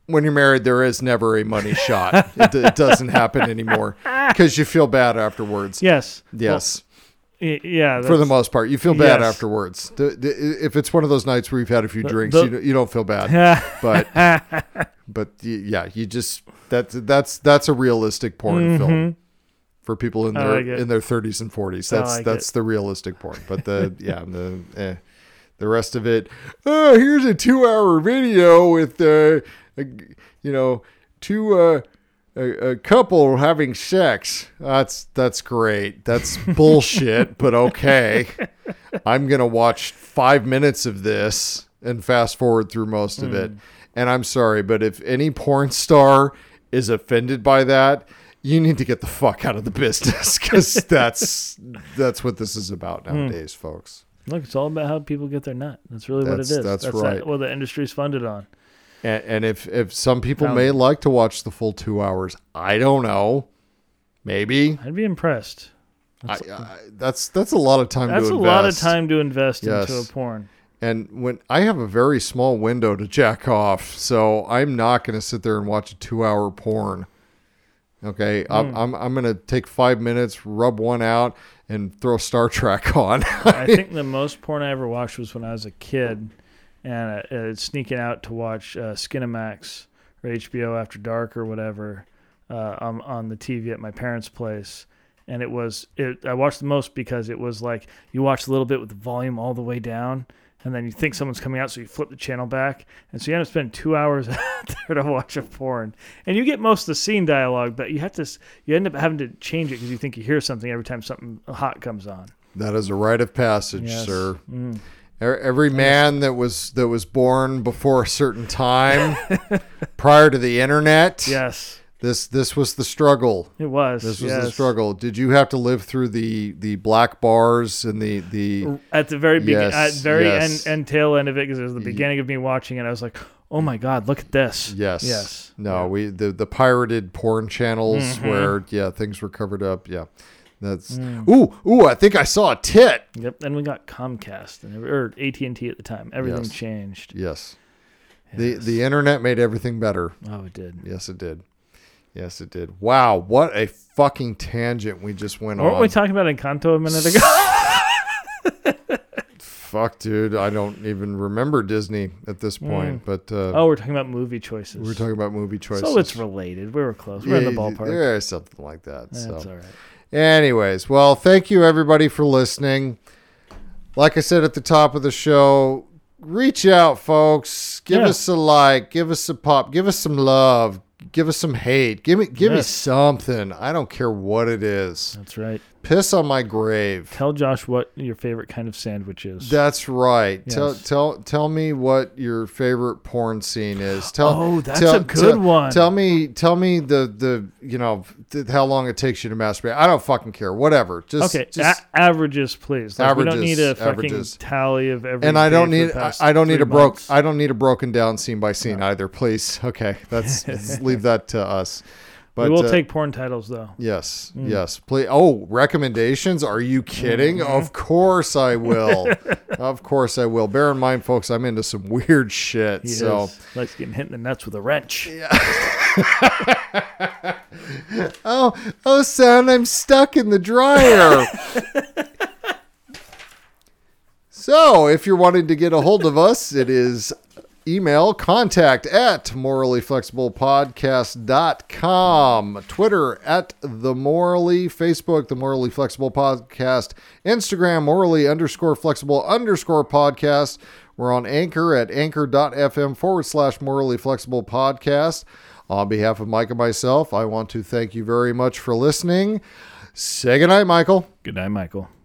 Speaker 1: when you're married, there is never a
Speaker 4: [laughs]
Speaker 1: money shot. it, it doesn't happen anymore because you feel bad afterwards.
Speaker 4: Yes.
Speaker 1: Yes,
Speaker 4: Well, y- yeah.
Speaker 1: for the
Speaker 4: that's-
Speaker 1: most part, you feel bad
Speaker 4: Yes.
Speaker 1: afterwards. The- the- if it's one of those nights where you've had a few drinks,
Speaker 4: the-
Speaker 1: you, don't- you don't feel
Speaker 4: [laughs]
Speaker 1: bad. but but y- yeah, you just that's that's that's a realistic porn film for people in
Speaker 4: Mm-hmm. I
Speaker 1: their
Speaker 4: like it.
Speaker 1: in their 30s and 40s.
Speaker 4: I
Speaker 1: That's
Speaker 4: like
Speaker 1: that's
Speaker 4: it.
Speaker 1: the realistic porn. But
Speaker 4: [laughs]
Speaker 1: the yeah the eh. the rest of it. Oh, here's a two hour video with uh, a g- you know two. Uh, a, a couple having sex. That's that's great.
Speaker 4: [laughs]
Speaker 1: That's bullshit, but okay. I'm gonna watch five minutes of this and fast forward through most of
Speaker 4: Hmm.
Speaker 1: it. And I'm sorry, but if any porn star is offended by that, you need to get the fuck out of the business [laughs] because that's that's what this is about
Speaker 4: Hmm.
Speaker 1: nowadays, folks.
Speaker 4: Look, it's all about how people get their nut. That's really
Speaker 1: That's-
Speaker 4: what it is.
Speaker 1: that's
Speaker 4: that-
Speaker 1: right.
Speaker 4: what the industry's funded on.
Speaker 1: And, and if if some people may like to watch the full two hours, I don't know. Maybe
Speaker 4: I'd be impressed.
Speaker 1: I, I, that's that's a lot of time.
Speaker 4: That's
Speaker 1: to
Speaker 4: a lot of
Speaker 1: invest.
Speaker 4: time to invest into
Speaker 1: Yes.
Speaker 4: a porn.
Speaker 1: And when I have a very small window to jack off, so I'm not going to sit there and watch a two-hour porn. Okay,
Speaker 4: Hmm.
Speaker 1: I'm I'm, I'm going to take five minutes, rub one out, and throw Star Trek [laughs] on.
Speaker 4: I think the most porn I ever watched was when I was a kid, and uh, uh, sneaking out to watch uh, Skinamax or HBO After Dark or whatever uh, on, on the TV at my parents' place. And it was it. I watched the most because it was like you watch a little bit with the volume all the way down, and then you think someone's coming out, so you flip the channel back, and so you end up spending two hours [laughs] out there to watch a porn, and you get most of the scene dialogue, but you have to s- you end up having to change it because you think you hear something every time something hot comes on.
Speaker 1: that is a rite of passage,
Speaker 4: Yes.
Speaker 1: sir. E- Every man that was that was born before a certain time, [laughs] prior to the internet,
Speaker 4: Yes,
Speaker 1: this this was the struggle.
Speaker 4: it was.
Speaker 1: This was
Speaker 4: yes.
Speaker 1: the struggle. Did you have to live through the the black bars and the the
Speaker 4: At the very beginning,
Speaker 1: Yes,
Speaker 4: at very
Speaker 1: yes.
Speaker 4: end, end tail end of it, because it was the beginning of me watching it. I was like, oh my god, look at this.
Speaker 1: yes
Speaker 4: Yes. Mm-hmm.
Speaker 1: no we the the pirated porn channels where yeah things were covered up yeah that's
Speaker 4: Mm.
Speaker 1: ooh ooh I think I saw a tit
Speaker 4: Yep. Then we got Comcast and every- or AT and T at the time. Everything
Speaker 1: Yes.
Speaker 4: changed.
Speaker 1: yes. The, the internet made everything better.
Speaker 4: Oh, it did.
Speaker 1: Yes, it did. Yes, it did. Wow, what a fucking tangent we just went
Speaker 4: Weren't
Speaker 1: on.
Speaker 4: we talking about Encanto a
Speaker 1: [laughs]
Speaker 4: minute ago?
Speaker 1: Fuck, dude, I don't even remember Disney at this point. But uh,
Speaker 4: Mm. oh, we're talking about movie choices.
Speaker 1: we're talking about movie choices.
Speaker 4: so it's related. We were close. We're in the
Speaker 1: Yeah,
Speaker 4: ballpark.
Speaker 1: Yeah, something like that.
Speaker 4: That's
Speaker 1: so.
Speaker 4: all right.
Speaker 1: Anyways, well, thank you everybody for listening. Like I said at the top of the show, reach out, folks. Give
Speaker 4: Yeah.
Speaker 1: us a like, give us a pop, give us some love, give us some hate. Give me give me
Speaker 4: Yes.
Speaker 1: something. I don't care what it is.
Speaker 4: That's right.
Speaker 1: Piss on my grave.
Speaker 4: Tell Josh what your favorite kind of sandwich is.
Speaker 1: That's right.
Speaker 4: Yes.
Speaker 1: Tell tell tell me what your favorite porn scene is. Tell
Speaker 4: Oh, that's
Speaker 1: tell-
Speaker 4: a good
Speaker 1: tell-
Speaker 4: one.
Speaker 1: Tell me tell me the the you know th- how long it takes you to masturbate. I don't fucking care. Whatever. Just
Speaker 4: okay,
Speaker 1: just,
Speaker 4: a- averages, please. Like, we don't need a
Speaker 1: Averages,
Speaker 4: fucking
Speaker 1: averages.
Speaker 4: tally of every.
Speaker 1: and I
Speaker 4: day
Speaker 1: don't
Speaker 4: for the
Speaker 1: need I,
Speaker 4: past
Speaker 1: I don't need
Speaker 4: three
Speaker 1: a broke
Speaker 4: months.
Speaker 1: I don't need a broken down scene by scene either. Please. [laughs] Okay,
Speaker 4: [laughs]
Speaker 1: that's let's leave that to us. But
Speaker 4: we will
Speaker 1: uh,
Speaker 4: take Mm. porn titles though.
Speaker 1: Yes, yes. Please. Oh, recommendations? Are you kidding?
Speaker 4: Mm-hmm.
Speaker 1: Of course I
Speaker 4: [laughs]
Speaker 1: will. of course I will. Bear in mind, folks, I'm into some weird shit.
Speaker 4: He
Speaker 1: So
Speaker 4: is. likes getting hit in the nuts with a wrench.
Speaker 1: oh, oh, son, I'm stuck in the
Speaker 4: [laughs]
Speaker 1: dryer. so, if you're wanting to get a hold of us, it is email contact at morallyflexiblepodcast.com, Twitter at the morally, Facebook, the morally flexible podcast, Instagram, morally underscore flexible underscore podcast. We're on Anchor at anchor.fm forward slash morally flexible podcast. On behalf of Mike and myself, I want to thank you very much for listening. Say goodnight, Michael.
Speaker 4: Good night, Michael.